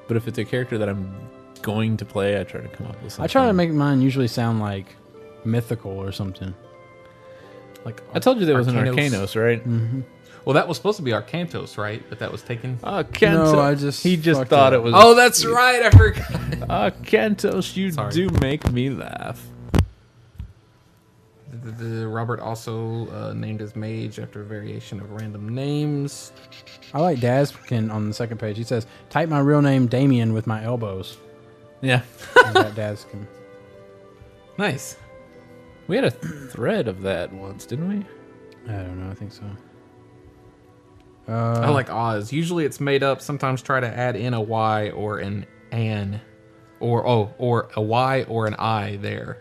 But if it's a character that I'm going to play, I try to come up with something.
I try to make mine usually sound like mythical or something. Like
I told you there was an
Arcanos.
Arcanos, right?
Mm-hmm.
Well, that was supposed to be Arcantos, right? But that was taken.
Oh, Kento.
No, I just
he just
fucked
thought
up.
it was.
Oh, that's right. I forgot.
Ah, Kentos, you
Sorry.
do make me laugh.
The- the- Robert also uh, named his mage after a variation of random names.
I like Dazkin on the second page. He says, "Type my real name, Damien, with my elbows."
Yeah,
Is that Dazkin?
Nice.
we had a thread of that once, didn't we?
I don't know. I think so.
Uh-huh.
I like Oz. Usually it's made up. Sometimes try to add in a Y or an an, or oh, or a Y or an I there.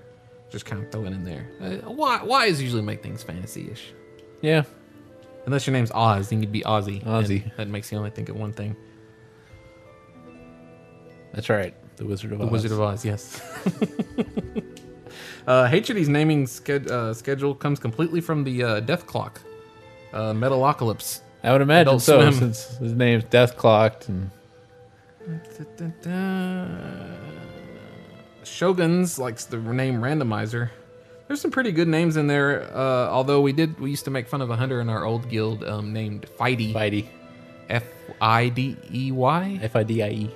Just kind of throw it in there. Uh, y Y's usually make things fantasy-ish.
Yeah,
Unless your name's Oz, then you'd be Ozzy. and
Ozzy.
That makes you only think of one thing.
that's right. The Wizard of
The
Oz.
Wizard of Oz, yes. uh, Hatred's naming sched uh, schedule comes completely from the uh, Death Clock, uh, Metalocalypse.
I would imagine
Adult
so,
Swim.
since his name's Death Clocked, and
Shoguns likes the name Randomizer. There's some pretty good names in there. Uh, although we did, we used to make fun of a hunter in our old guild um, named Fidey,
Fidey,
F I D E Y.
E. F I D I E.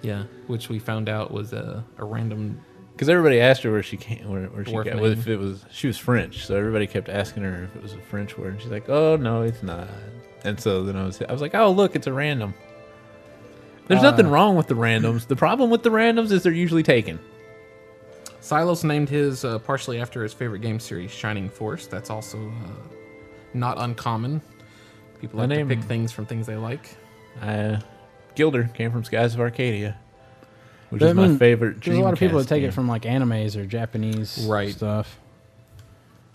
Yeah, which we found out was a, a random.
Because everybody asked her where she came, where, where she
Dwarf
got,
name.
if it was she was French, so everybody kept asking her if it was a French word, and she's like, "Oh no, it's not." And so then I was, I was like, "Oh look, it's a random." There's
Uh.
nothing wrong with the randoms. The problem with the randoms is they're usually taken.
Silos named his uh, partially after his favorite game series, Shining Force. That's also uh, not uncommon. People
My
like
name-
to pick things from things they like.
I, Gilder came from Skies of Arcadia, which
But
is
I mean,
my favorite.
There's a lot of people
Dreamcast
that take
game.
it from like animes or Japanese
Right.
stuff.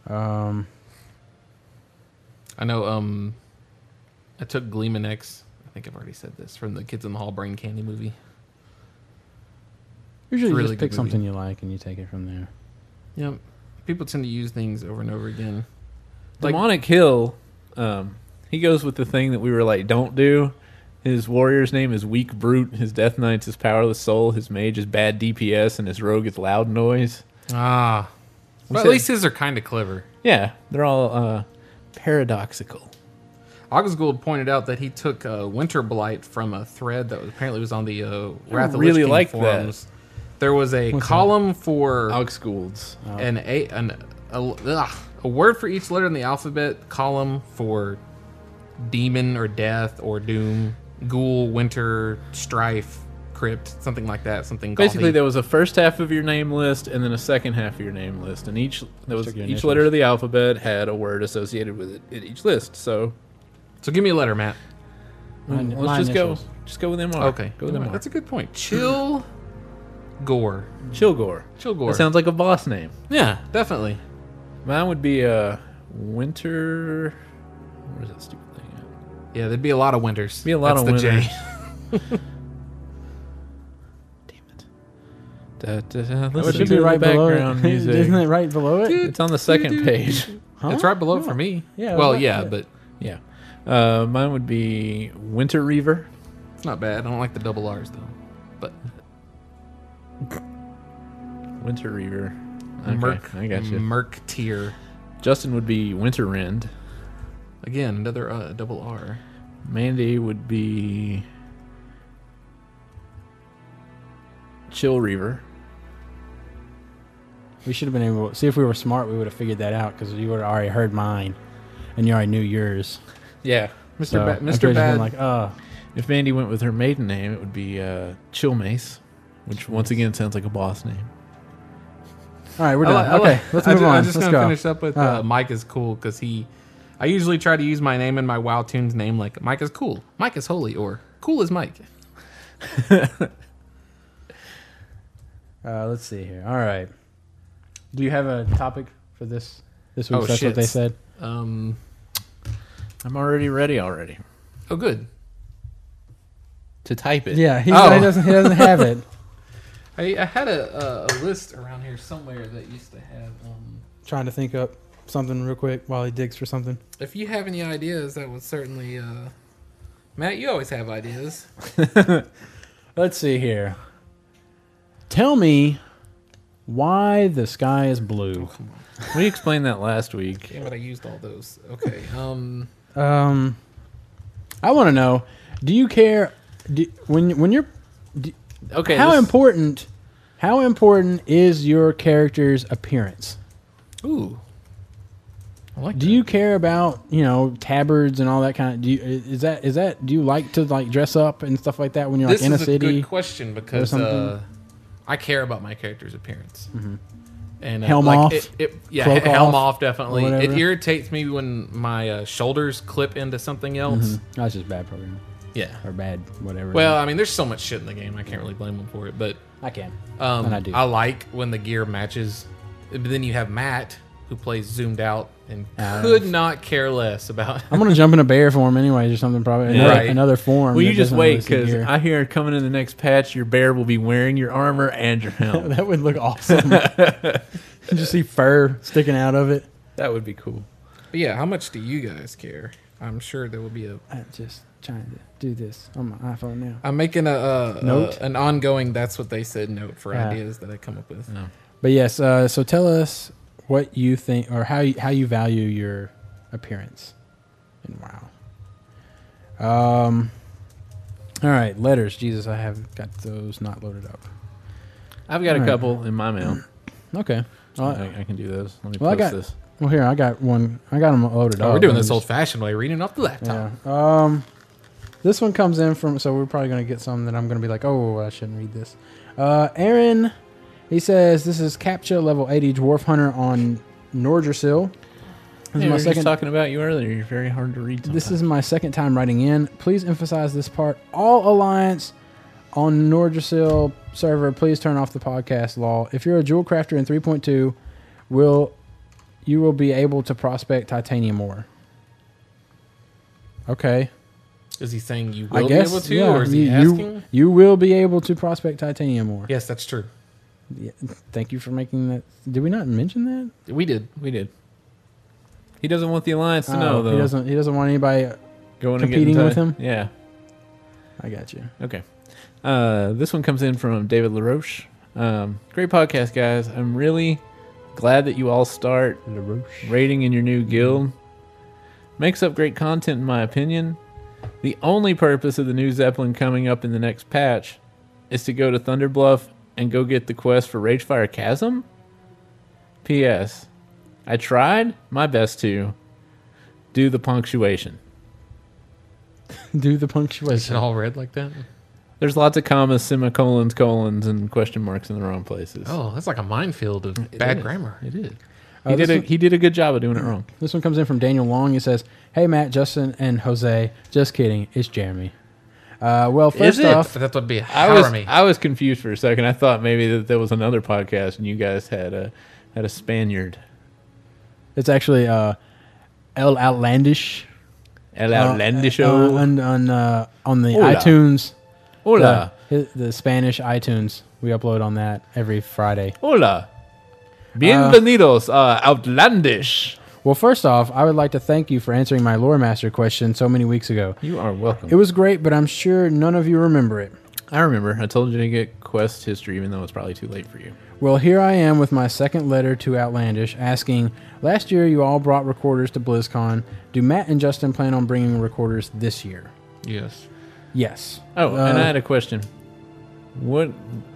Um,
I know. Um, I took Gleeman X. I think I've already said this from the Kids in the Hall Brain Candy movie.
usually you
really
just pick
good movie.
something you like and you take it from there.
Yep. People tend to use things over and over again. Like-
Demonic Hill, um, he goes with the thing that we were like, don't do. His warrior's name is Weak Brute. His Death Knight's his Powerless Soul. His Mage is Bad DPS, and his Rogue is Loud Noise.
Ah. But at
said-
least his are kind of clever.
Yeah, they're all uh, paradoxical.
Augusgold pointed out that he took uh, Winter Blight from a thread that was, apparently was on the uh, Wrath of Lich
really
King
like that.
forums. There was a column for
Augsgoulds.
Uh,
an a an a, ugh, a word for each letter in the alphabet column for demon or death or doom, ghoul, winter, strife, crypt, something like that. Something
Basically,
gothy.
there was a first half of your name list, and then a second half of your name list, and each there was
Took
each
your
letter of the alphabet had a word associated with it in each list. So
So give me a letter, Matt.
My-
let's
my
just
initials.
go, just go with MR.
Okay,
go with MR.
that's a good point.
Mm-hmm.
Chill, gore,
Chilgore.
chill gore.
That sounds like a boss name.
yeah, definitely.
Mine would be uh, winter. Where's that stupid thing? At?
Yeah, there'd be a lot of winters.
Be a lot
That's the
of winters.
J.
Da, da, da.
It
Listen
should
to
be
the
right below
background
it.
music.
Isn't it right below it?
It's on the second page.
It's right below for me.
Yeah,
Well,
right
yeah,
there.
but
Yeah. Uh, mine would be Winter Reaver.
it's not bad. I don't like the double R's though. But
Winter Reaver. Okay,
Merc,
I got you.
Merc tier.
Justin would be Winter Rend.
Again, another uh, double R.
Mandy would be Chill Reaver.
We should have been able. See if we were smart, we would have figured that out because you would have already heard mine, and you already knew yours.
Yeah.
Mr.
So, I
Ba-
could have
Mr.
just
Bad.
been like, uh,
If Mandy went with her maiden name, it would be uh, Chill Mace, which once again sounds like a boss name.
all right, we're
I
done.
like- I
okay,
like-
let's
Oh, I
move
ju-
on.
I'm just
let's
gonna
go.
finish up with uh, Mike is cool because he. I usually try to use my name in my WoW tunes name like Mike is cool, Mike is holy, or cool is Mike.
Uh, let's see here. All right. Do you have a topic for this this week?
Oh,
That's what they
shits.
said.
Um.
I'm already ready already
Oh, good.
to type it.
Yeah, he,
Oh.
he doesn't he doesn't have it.
I, I had a, a, a list around here somewhere that used to have. Um,
Trying to think up something real quick while he digs for something.
if you have any ideas, that would certainly. Uh, Matt, you always have ideas.
Let's see here. Tell me why the sky is blue.
We explained that last week.
Yeah, but I used all those. Okay. Um.
Um, I want to know. Do you care? Do, when when you're
Okay.
how
this-
important? How important is your character's appearance?
Ooh. I like.
Do you care about you know tabards and all that kind of? Do you is that is that do you like to like dress up and stuff like that when you're
this
like in a
is a,
city?
good question because
something? Mm-hmm.
uh, I care about my character's appearance. And uh,
Helm
like,
off?
It, it, yeah,
Cloak
he- helm
off?
off, definitely.
Or
It
whatever?
irritates me when my uh, shoulders clip into something else.
That's Oh, just bad programming
Yeah.
or bad whatever.
Well, I mean, there's so much shit in the game. I can't really blame them for it, but
I can.
um,
And I
I,
do.
like when the gear matches. But then you have Matt who plays zoomed out and
Uh,
could not care less about.
I'm gonna jump in a bear form anyways or something probably another,
Right.
another form.
Well, you
that
just
doesn't
wait
really sit
because
here.
I hear coming in the next patch, your bear will be wearing your armor and your helm.
that would look awesome. you just see fur sticking out of it.
that would be cool.
But yeah, how much do you guys care? I'm sure there will be a.
I'm just trying to do this on my iPhone now.
I'm making a, uh
Note?
uh, an ongoing. That's what they said note for
Yeah.
ideas that I come up with.
But yes, uh, so tell us what you think or how you, how you value your appearance in WoW. Um, all right, letters. Jesus, I have got those not loaded up.
I've got
All
a
right.
couple in my mail.
Okay. Well, I,
I, I can do those. Let me
Well, I
post
got-
this.
well, here I got one. I got them loaded
Oh,
up.
we're doing
I'm
this
just-
old-fashioned way, reading off the laptop.
Yeah. Um, this one comes in from, so we're probably going to get some that I'm going to be like, oh, I shouldn't read this. Uh, Aaron, he says, this is Captcha level 80 Dwarf Hunter on Nordrasil. This
Hey,
is
we
my
were
second.
just talking about you earlier. You're very hard to read.
this is my second time writing in. Please emphasize this part. All alliance on Nordrasil server. Please turn off the podcast law. If you're a jewel crafter in 3.2, will you will be able to prospect titanium ore. Okay.
Is he saying you
I
will
guess
be able to,
yeah,
or is he
you, you-
asking?
you will be able to prospect titanium ore.
yes, that's true.
Yeah, Thank you for making that. Did we not mention that?
We did.
we did. He doesn't want the alliance to know
Oh,
though.
he doesn't. He doesn't want anybody.
Going
competing
and
with
getting
him?
ti- Yeah.
I got you.
Okay. Uh, this one comes in from David LaRoche. Um, great podcast, guys. I'm really glad that you all start rating in your new guild. Makes up great content, in my opinion. The only purpose of the new Zeppelin coming up in the next patch is to go to Thunderbluff and go get the quest for Ragefire Chasm? P.S. I tried my best to do the punctuation.
Do the
Is it
punctuation.
all red like that?
There's lots of commas, semicolons, colons, and question marks in the wrong places.
Oh, that's like a minefield of bad
is.
grammar.
It is. He
Uh, this
did a
one-
he did a good job of doing it wrong.
This one comes in from Daniel Long. He says, "Hey Matt, Justin, and Jose. Just kidding. It's Jeremy." Uh, well, first
it?
off,
That would be
I was
Harami.
I was confused for a second. I thought maybe that there was another podcast and you guys had a had a Spaniard.
it's actually uh, El Outlandish.
El
uh,
Outlandish
uh, on on, uh, on the
Hola.
iTunes.
Hola.
The, the Spanish iTunes. We upload on that every Friday.
Hola. Bienvenidos a Outlandish.
Well, first off, I would like to thank you for answering my lore master question so many weeks ago.
You are welcome.
It was great, but I'm sure none of you remember it.
I remember. I told you to get quest history even though it's probably too late for you.
Well, here I am with my second letter to Outlandish asking, Last year you all brought recorders to BlizzCon. Do Matt and Justin plan on bringing recorders this year?
yes.
Yes.
Oh, and
Uh,
I had a question. What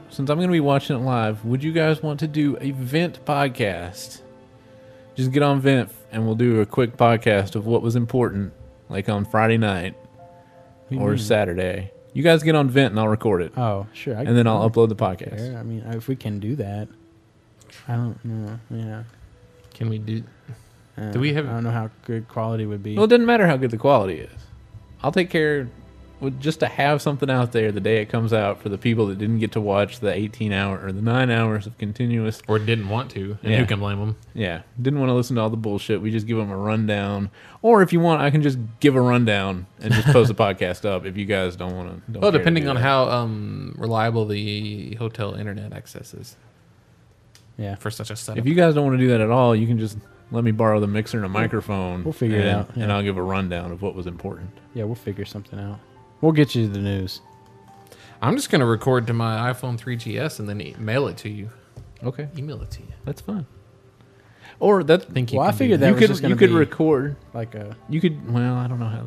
since I'm going to be watching it live, would you guys want to do a vent podcast? Just get on vent and we'll do a quick podcast of what was important like on Friday night or Saturday. You guys get on vent and I'll record it
Oh, sure. I
and then I'll upload the podcast.
I mean, if we can do that, I don't know. Yeah.
Can we do?
Uh,
Do we have-
I don't know how good quality would be.
Well, it doesn't matter how good the quality is. I'll take care with just to have something out there the day it comes out for the people that didn't get to watch the 18 hour or the 9 hours of continuous
Or didn't want to? And
Yeah.
who can blame them?
Yeah, didn't want to listen to all the bullshit. We just give them a rundown, or if you want, I can just give a rundown and just post a podcast up. If you guys don't want to, don't
Well,
care to
depending
do
on
that.
how um, reliable the hotel internet access is
yeah.
for such a setup.
If you guys don't want to do that at all, you can just let me borrow the mixer and a microphone.
we'll figure it
and-
out, yeah.
and I'll give a rundown of what was important.
Yeah, we'll figure something out. We'll get you the news.
I'm just gonna record to my iPhone 3GS and then e- mail it to you.
Okay,
Email it to you.
that's fine. Or that
Think you
Well, I
can do
figured
that.
that
you
was
could
just
you
going
could
to be
record.
like uh, a
You could well, I don't know how.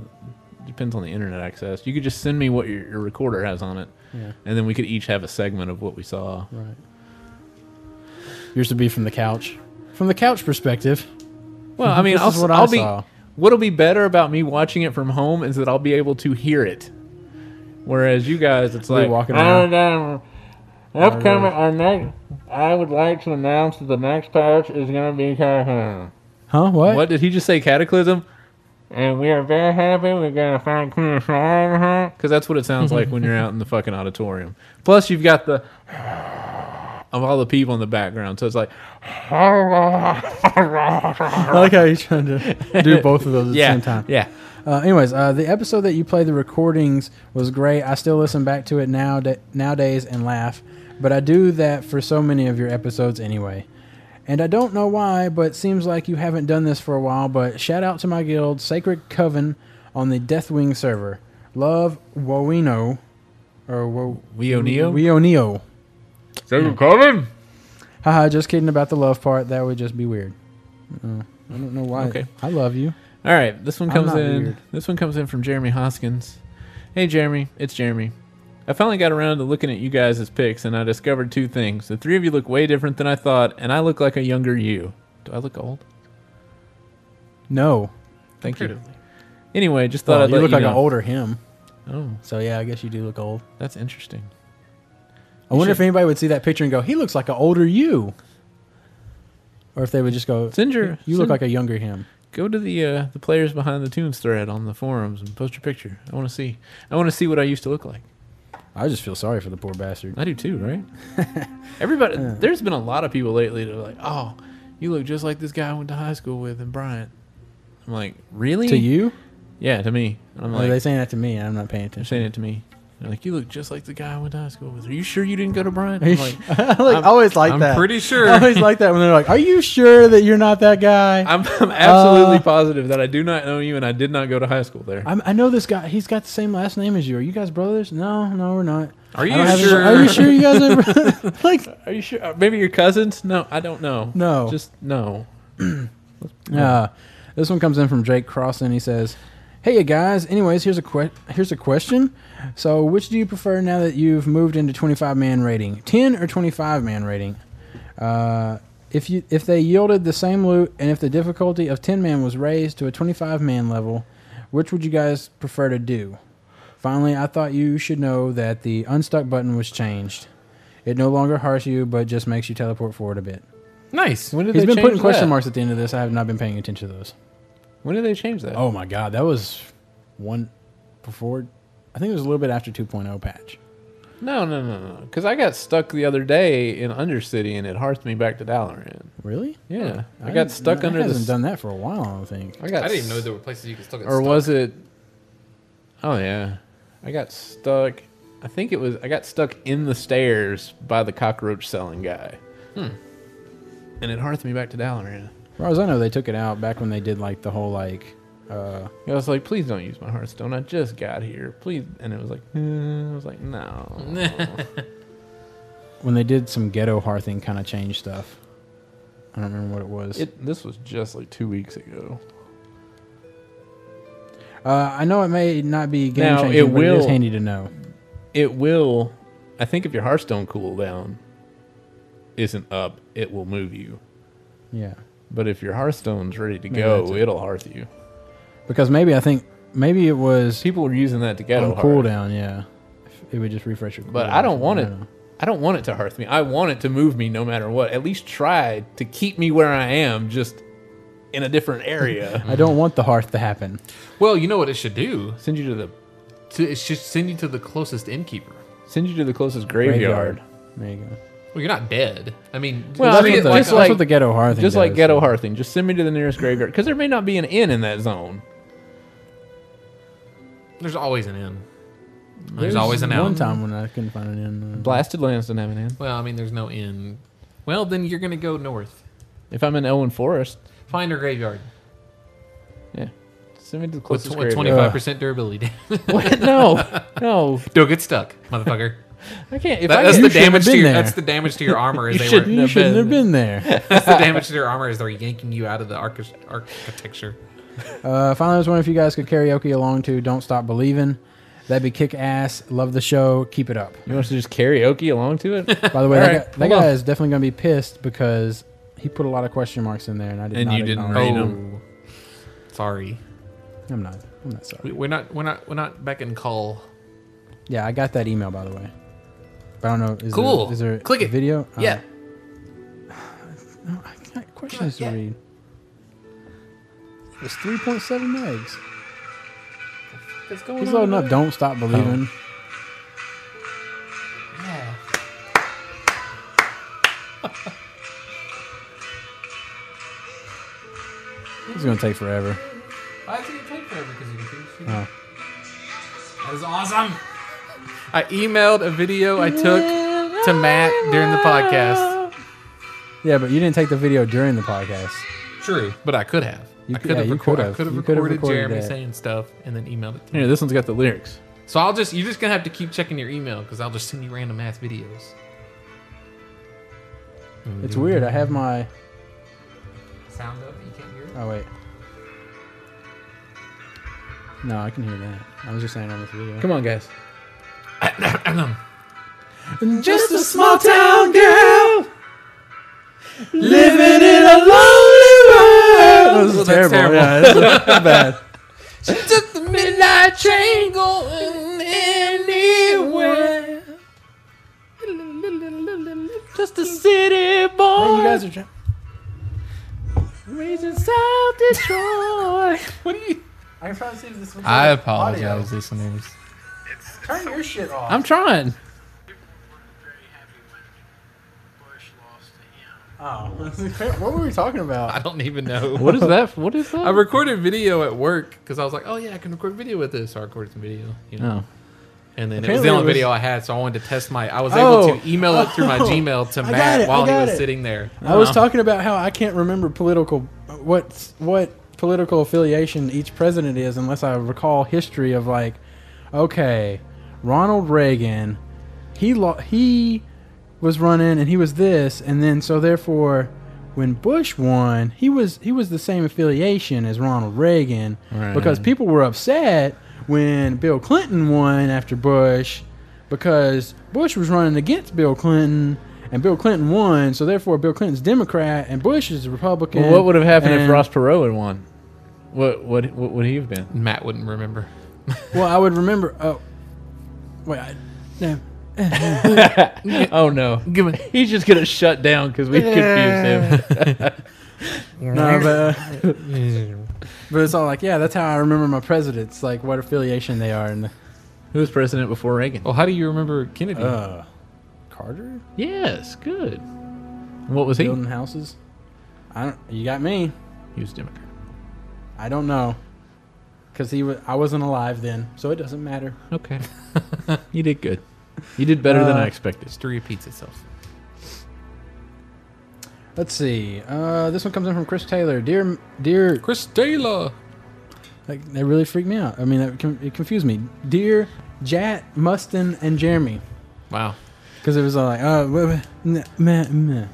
Depends on the internet access. You could just send me what your, your recorder has on it,
Yeah.
and then we could each have a segment of what we saw.
right. Yours would be from the couch. From the couch perspective,
Well, I mean,
This
I'll,
is what I
I'll be.
saw.
What'll be better about me watching it from home is that I'll be able to hear it, whereas you guys, it's
we
like
walking around.
um, Upcoming, our next, I would like to announce that the next patch is going to be Cataclysm.
Huh? What?
What did he just say? Cataclysm?
And we are very happy we're going to find Queen Slime.
Because that's what it sounds like when you're out in the fucking auditorium. Plus, you've got the of all the people in the background, so it's like,
I like how you're trying to do both of those at the
yeah,
same time.
yeah.
Uh, anyways, uh, the episode that you played the recordings was great. I still listen back to it now nowadays and laugh, but I do that for so many of your episodes anyway. And I don't know why, but it seems like you haven't done this for a while. But shout out to my guild, Sacred Coven, on the Deathwing server. Love Woino, or Wo-
Weoneo?
Weoneo.
Sacred Coven?
Haha, just kidding about the love part. That would just be weird. Uh, I don't know why.
Okay.
I love you.
All right, this one
I'm
comes
not
in.
weird.
This one comes in from Jeremy Hoskins. Hey, Jeremy, it's Jeremy. I finally got around to looking at you guys' pics, and I discovered two things. The three of you look way different than I thought, and I look like a younger you. Do I look old?
No.
Thank you. Anyway, just thought
Well,
I'd
Oh, you
let
look
you
like an
know.
older him.
Oh,
So yeah, I guess you do look old.
that's interesting.
I wonder if anybody would see that picture and go, "He looks like an older you," or if they would just go,
Send your
"You look
send-
like a younger him."
go to the uh, the players behind the tunes thread on the forums and post your picture. I want to see. I want to see what I used to look like.
I just feel sorry for the poor bastard.
I do too, right? Everybody, there's been a lot of people lately that are like, "Oh, you look just like this guy I went to high school with in Bryant." I'm like, "Really?"
To you?
Yeah, to me. And I'm
Are they
like,
saying that to me? and I'm not paying
they're
attention.
saying it to me. They're like, "You look just like the guy I went to high school with." Are you sure you didn't go to Bryant? I'm like,
I like- I always like
I'm
that.
pretty
I
sure.
always like that when they're like, "Are you sure that you're not that guy?"
I'm, I'm absolutely
Uh,
positive that I do not know you and I did not go to high school there.
I'm, I know this guy. He's got the same last name as you. Are you guys brothers? No, no, we're not.
Are
I don't
you
have-
sure?
Are you sure you guys are like?
Are you sure? Uh, Maybe your cousins? No, I don't know.
No.
Just no.
Uh, this one comes in from Jake Crossan. He says, "Hey you guys. Anyways, here's a que- here's a question. So, which do you prefer now that you've moved into 25 man rating, 10 or 25 man rating? Uh, if you if they yielded the same loot and if the difficulty of 10 man was raised to a 25 man level, which would you guys prefer to do? Finally, I thought you should know that the unstuck button was changed. It no longer harsh you, but just makes you teleport forward a bit.
nice.
When did
He's
they
been
change
putting question
that?
marks at the end of this. I have not been paying attention to those.
When did they change that?
Oh my god, that was one before. I think it was a little bit after 2.0 patch.
No, no, no, no. Because I got stuck the other day in Undercity and it harped me back to Dalaran.
Really?
Yeah, I, got stuck under
Oh, I
the.
hasn't
s-
done that for a while. I don't think.
I got.
I didn't even know
s-
there were places you could still get
Or
stuck.
was it? Oh yeah, I got stuck. I think it was. I got stuck in the stairs by the cockroach selling guy. Hmm. And it harped me back to Dalaran.
As far as I know, they took it out back when they did like the whole like. Uh,
I was like, please don't use my Hearthstone. I just got here. Please. And it was like, "Uh," I was like, no.
when they did some ghetto hearthing kind of change stuff. I don't remember what it was.
It, this was just like two weeks ago.
uh, I know it may not be game
Now,
changing,
it
but it is
will-
handy to know.
it will i think if your hearthstone cooldown isn't up it will move you
Yeah,
but if your hearthstone's ready to
Maybe
go
that's it.
it. will hearth you
because maybe I think maybe it was
people were using that to get
on
on
cooldown. Yeah, it would just refresh your.
but
cooldown
i don't
from-
want it
know.
i don't want it to hearth me i want it to move me no matter what at least try to keep me where i am just in a different area
I don't want the hearth to happen.
well, you know what it should do?
send you to the
To, it should send you to the closest innkeeper.
send you to the closest graveyard,
There you go.
Well, you're not dead. I mean,
Well,
treat
I mean,
it
like-
like,
that's
just
a-
what the ghetto horror thing
just like
does.
ghetto hearthing just send me to the nearest graveyard because there may not be an inn in that zone
there's always an inn. There's, always an out.
One time when I couldn't find an in.
blasted lands don't have an inn
Well, I mean, there's no inn. Well, then you're gonna go north.
if i'm in elwyn forest
Find a graveyard.
Yeah. Send me to the
With
closest graveyard.
twenty five percent durability.
What? No, no,
Don't get stuck, motherfucker.
I can't. If
That-
I
that's
could,
the
shouldn't have
damage to
been
your,
there.
that's the damage to your armor as
You
they
shouldn't
were
You
have
shouldn't
been.
have been there.
that's the damage to your armor as they're yanking you out of the archi- architecture.
Uh, finally, I was wondering if you guys could karaoke along to "Don't Stop Believing." That'd be kick ass. Love the show. Keep it up.
you want us to just karaoke along to it,
By the way,
All
that,
right,
guy, that
hold
guy
on.
is definitely going to be pissed because he put a lot of question marks in there, and I did
and
not.
you didn't
acknowledge
rate
it.
Oh.
them.
Sorry,
I'm not. I'm not sorry.
we, we're not we're not we're not back in call.
Yeah, I got that email by the way. But I don't know. Is
Cool.
There, is there
Click
a
it.
video? Uh,
yeah,
no, I got questions to read. It's 3.7 megs.
it's going
He's loading up. Don't stop
Oh.
believing. It's gonna take forever.
Why does it get paid forever? Because you can do
Oh.
That is awesome. I emailed a video I took to Matt during the podcast.
Yeah, but you didn't take the video during the podcast.
True, but I could have.
You
I
could-
could
yeah,
have
you
recorded.
could
I
have.
could have
You could have
recorded,
recorded
Jeremy
that.
saying stuff and then emailed it. To
Here, this one's got the lyrics.
So I'll just you're just gonna have to keep checking your email because I'll just send you random ass videos.
It's weird. I have my.
Sound up, you can't hear it.
Oh wait. No, I can hear that. I was just saying on this video.
Come on, guys.
Just a
small town girl living in a lonely world.
That was
Well, that's
terrible. Yeah, that's bad.
Took the midnight train going anywhere.
Just a city boy.
You guys are trying.
raised in South Detroit. what are you?
I'm trying to see if this.
I apologize, listeners.
Turn your shit off.
I'm trying.
what were we talking about?
I don't even know.
What is that? What is that?
I recorded video at work because I was like, oh yeah, I can record video with this. So I recorded some video, you know.
no.
And then
Apparently
it was the
it
only
was-
video I had, so I wanted to test my. I was
Oh.
able to email it through my Gmail to
got
Matt
it, I
while he
got
was
it.
sitting there. Uh-huh.
I was talking about how I can't remember political what what political affiliation each president is unless I recall history of like, okay, Ronald Reagan, he lo- he was running and he was this and then so therefore when Bush won, he was he was the same affiliation as Ronald Reagan because people were upset when Bill Clinton won after Bush because Bush was running against Bill Clinton and Bill Clinton won, so therefore Bill Clinton's Democrat and Bush is Republican.
Well, what would have happened if
and-
Ross Perot had won? What what what would he have been?
Matt wouldn't remember.
Well, I would remember. Oh, wait, I, no.
Oh no,
Give it.
he's just gonna shut down because we confused him.
No, but, uh, but it's all like, yeah, that's how I remember my presidents, like what affiliation they are. And
Who was president before Reagan?
Well, how do you remember Kennedy?
uh, Carter
Yes, good. And what was he?
building houses. I don't. You got me.
He was Democrat.
I don't know, because he was. I wasn't alive then, so it doesn't matter.
Okay, you did good. You did better than
Uh,
I expected.
History repeats itself.
Let's see. Uh, this one comes in from Chris Taylor. Dear, dear,
Chris Taylor.
like, that really freaked me out. I mean, that, con- it confused me. Dear Jat, Mustin, and Jeremy.
Wow.
Because it was all like, uh, wha- wha- nah, meh, meh.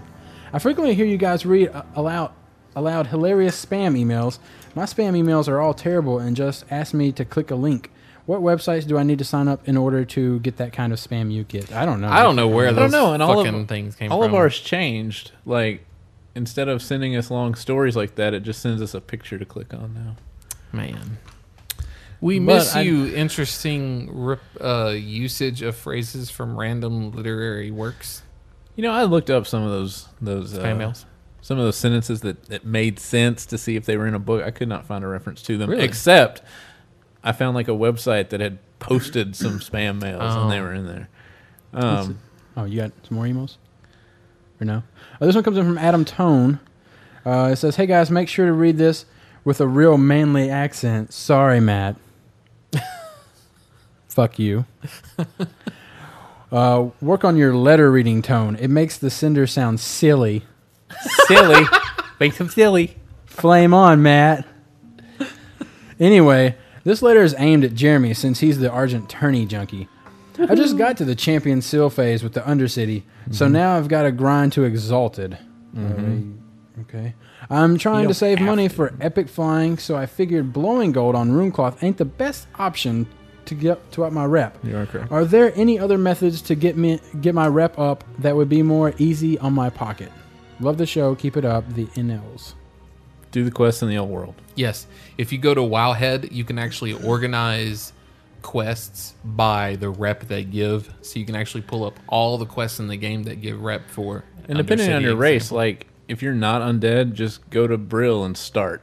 I frequently hear you guys read uh, aloud, aloud hilarious spam emails. My spam emails are all terrible and just ask me to click a link. What websites do I need to sign up in order to get that kind of spam you get? I don't know.
I don't know where
I don't
those
know, and all
fucking
of
things came
all
from.
of ours changed. Like instead of sending us long stories like that, it just sends us a picture to click on now.
man. We
But
miss
I-
you. Interesting rip, uh, usage of phrases from random literary works.
You know, I looked up some of those those uh,
Spam mails.
some of those sentences that, that made sense to see if they were in a book. I could not find a reference to them,
Really?
except I found like a website that had posted some spam mails and they
Oh.
were in there. Um,
Oh, you got some more emails? Or no? Oh, this one comes in from Adam Tone. Uh, it says, "Hey guys, make sure to read this with a real manly accent." Sorry, Matt. Fuck you. Uh, work on your letter reading tone. It makes the sender sound silly.
silly, make them silly.
Flame on, Matt. Anyway, this letter is aimed at Jeremy since he's the Argent Tourney junkie. I just got to the Champion Seal phase with the Undercity,
Mm-hmm.
so now I've got to grind to Exalted. Uh, okay. I'm trying to save money for epic flying, so I figured blowing gold on Runecloth ain't the best option to get to up my rep.
You are correct.
Are there any other methods to get me get my rep up that would be more easy on my pocket? Love the show. Keep it up. The NLs.
Do the quest in the old world.
Yes. If you go to Wowhead, you can actually organize quests by the rep they give. So you can actually pull up all the quests in the game that give rep for. um,
And depending on
Undercity
your race,
example.
like if you're not undead, just go to Brill and start.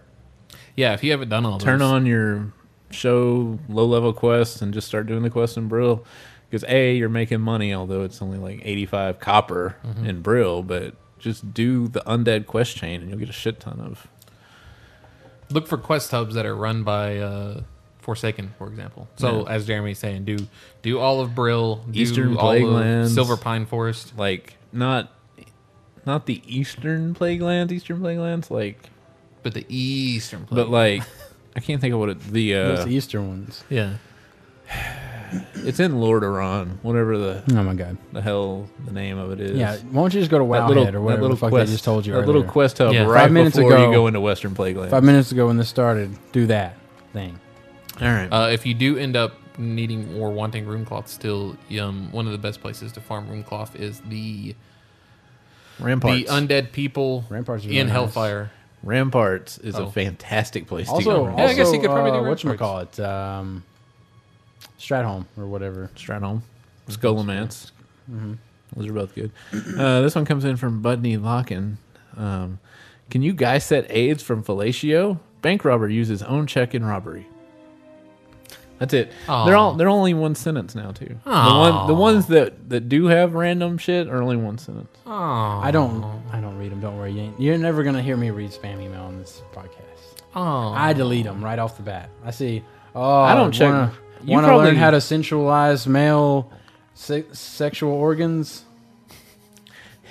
yeah, if you haven't done all
Turn
those.
on your show low level quests and just start doing the quest in Brill. Because A, you're making money, although it's only like 85 copper
Mm-hmm.
in Brill, but just do the undead quest chain and you'll get a shit ton of.
look for quest hubs that are run by uh, Forsaken, for example. So as Jeremy's saying, do do all of Brill, do
Eastern
all of
Plaguelands.
Silver Pine Forest.
Like, not. Not the eastern plague lands, eastern plague lands, like,
But the Eastern Plague.
but like, I can't think of what it. The
Those E
uh,
Eastern ones.
yeah.
it's in Lordaeron, whatever the
Oh my god.
the hell the name of it is.
Yeah. Why don't you just go to
that
Wowhead
little
or
that
whatever
little
the fuck
quest
they just told you
that
earlier.
little quest hub
Yeah.
right
Five minutes
before
ago-
you go into Western Plagueland.
Five minutes ago when this started, do that thing.
All right,
Uh, if you do end up needing or wanting room cloth still, um, one of the best places to farm room cloth is the
Ramparts.
the undead people
Ramparts are really
in
nice.
Hellfire.
Ramparts is
Oh.
a fantastic place to
Also,
go.
Yeah, I guess
also,
you could probably
uh,
do
whatchamacallit, call it? Um, Stratholm or whatever.
Stratholm, Skullomance. Mm-hmm. Those are both good. Uh, this one comes in from Budney Locken. Um, can you guys set aids from Fellatio? Bank robber uses own check in robbery. That's it.
Aw.
They're all they're only one sentence now too. The one
Aw.
the ones that that do have random shit are only one sentence.
Oh,
I don't. I don't read them. Don't worry. You ain't, you're never gonna hear me read spam email on this podcast.
oh,
I delete them right off the bat. I see. Oh,
I don't check-
Wanna,
you
wanna
probably-
learn how to centralize male se- sexual organs?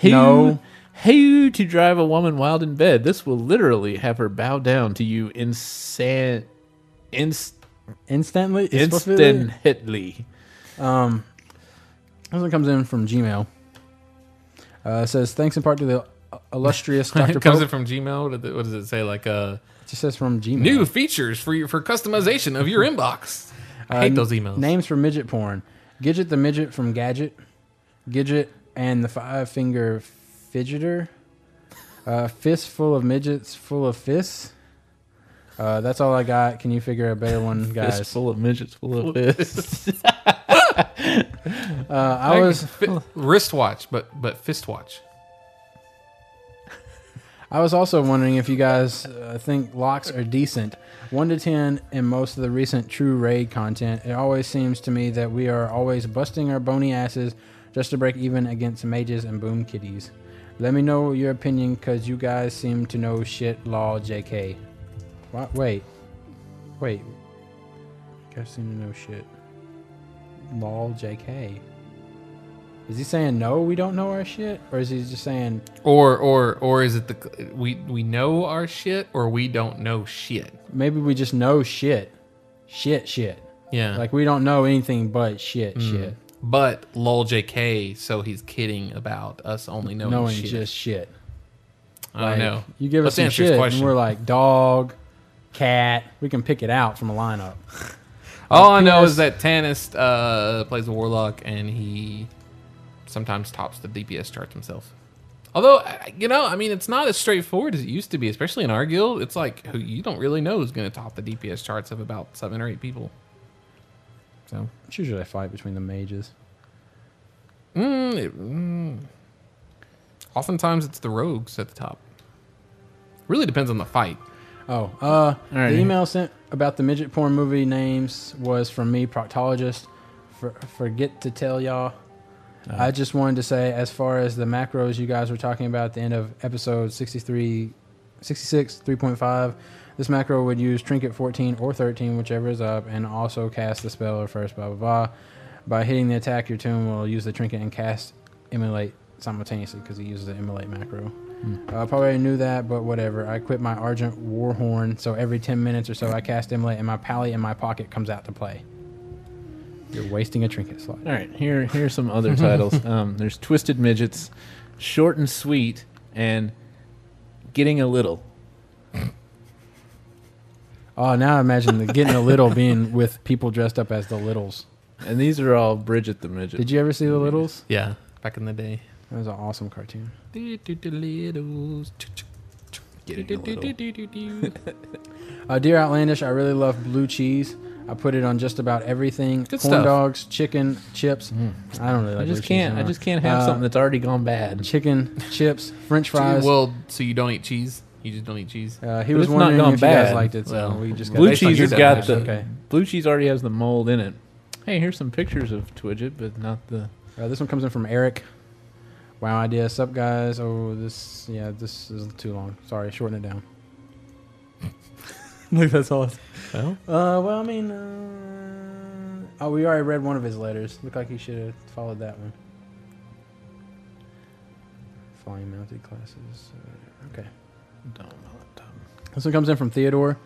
Who,
No.
Who to drive a woman wild in bed? This will literally have her bow down to you insan, inst,
Instantly. It's supposed to be-
instantly.
This one comes in from Gmail. Uh, it says thanks in part to the uh, illustrious Doctor
Comes
Pope.
in from Gmail. What does it- What does it say? Like uh,
it just says from Gmail.
new features for your, for customization of your inbox. I hate
Uh,
those emails.
Names for midget porn: Gidget the midget from Gadget, Gidget and the five finger fidgeter, uh, fist full of midgets full of fists. Uh, that's all I got. Can you figure a better one,
It's
guys?
full of midgets, full of fists.
Uh, I was
Fi- wristwatch, but but fistwatch.
I was also wondering if you guys uh, think locks are decent. One to ten in most of the recent true raid content. It always seems to me that we are always busting our bony asses just to break even against mages and boom kitties. Let me know your opinion, cause you guys seem to know shit. Law, J.K. What? Wait, wait. You guys seem to know shit. Law, J.K. Is he saying no? We don't know our shit, or is he just saying?
Or or or is it the we we know our shit or we don't know shit?
maybe we just know shit shit shit
Yeah. Hmm.
like we don't know anything but shit shit
but lol JK, so he's kidding about us only knowing,
knowing
shit.
just shit
I don't know.
you give
Let's
us some
answer his
shit and
question.
we're like dog cat we can pick it out from a lineup
All I know is that Tanist uh, plays a warlock and he sometimes tops the DPS charts himself. Although I- you know, I mean, it's not as straightforward as it used to be, especially in our guild. It's like who you don't really know is going to top the DPS charts of about seven or eight people. So
it's usually a fight between the mages
Mm, it- mm. Oftentimes, it's the rogues at the top. Really depends on the fight.
oh uh the email sent about the midget porn movie names was from me proctologist for, forget to tell y'all I just wanted to say, as far as the macros you guys were talking about at the end of episode 63, 66, 3.5, this macro would use Trinket 14 or 13, whichever is up, and also cast the spell or first, blah, blah, blah. By hitting the attack, your tune will use the Trinket and cast Emulate simultaneously because he uses the emulate macro. Uh, probably knew that, but whatever. I equip my Argent Warhorn, so every 10 minutes or so I cast emulate, and my pally in my pocket comes out to play. You're wasting a trinket slot.
All right, here here's some other titles. Um, there's Twisted Midgets, Short and Sweet, and Getting a Little.
Oh, now imagine the getting a little being with people dressed up as the littles.
And these are all Bridget the Midget.
Did you ever see the littles?
Yeah, back in the day.
That was an awesome cartoon.
Getting a Little.
Uh, Dear Outlandish, I really love blue cheese. I put it on just about everything: corn
stuff.
dogs, chicken, chips. I don't really. Like
Mm. I just
blue cheese
can't. I
anymore.
just can't have
Uh,
something that's already gone bad.
Chicken, chips, French
Do you-
fries.
well, so you don't eat cheese? You just don't eat cheese?
uh, he
but
was
it's not
wondering
gone
if you guys
bad.
liked it. So
Well,
we just got
Blue
based on
cheese
your
has got the
definition.
Okay.
blue cheese already has the mold in it. Hey, here's some pictures of Twidget, but not the.
Uh, this one comes in from Eric. Wow, idea. Sup, guys? Oh, this. Yeah, this is too long. Sorry, shorten it down. Look, that's all.
Well?
uh, well, I mean, uh, oh, we already read one of his letters. Looked like he should have followed that one. Flying mounted classes. uh, Okay. This one comes in from Theodore.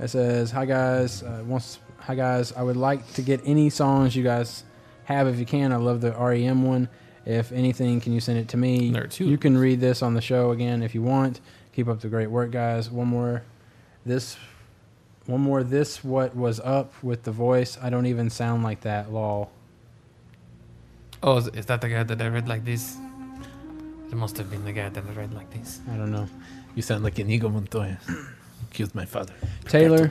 It says, "Hi guys, uh, once hi guys, I would like to get any songs you guys have if you can. I love the REM one. If anything, can you send it to me?
There are two
You
of
can read this on the show again if you want. Keep up the great work, guys. One more, this, one more. This what was up with the voice? I don't even sound like that. Lol.
Oh, is, is that the guy that I read like this? It must have been the guy that I read like this.
I don't know.
You sound like Inigo Montoya. Killed my father.
Taylor."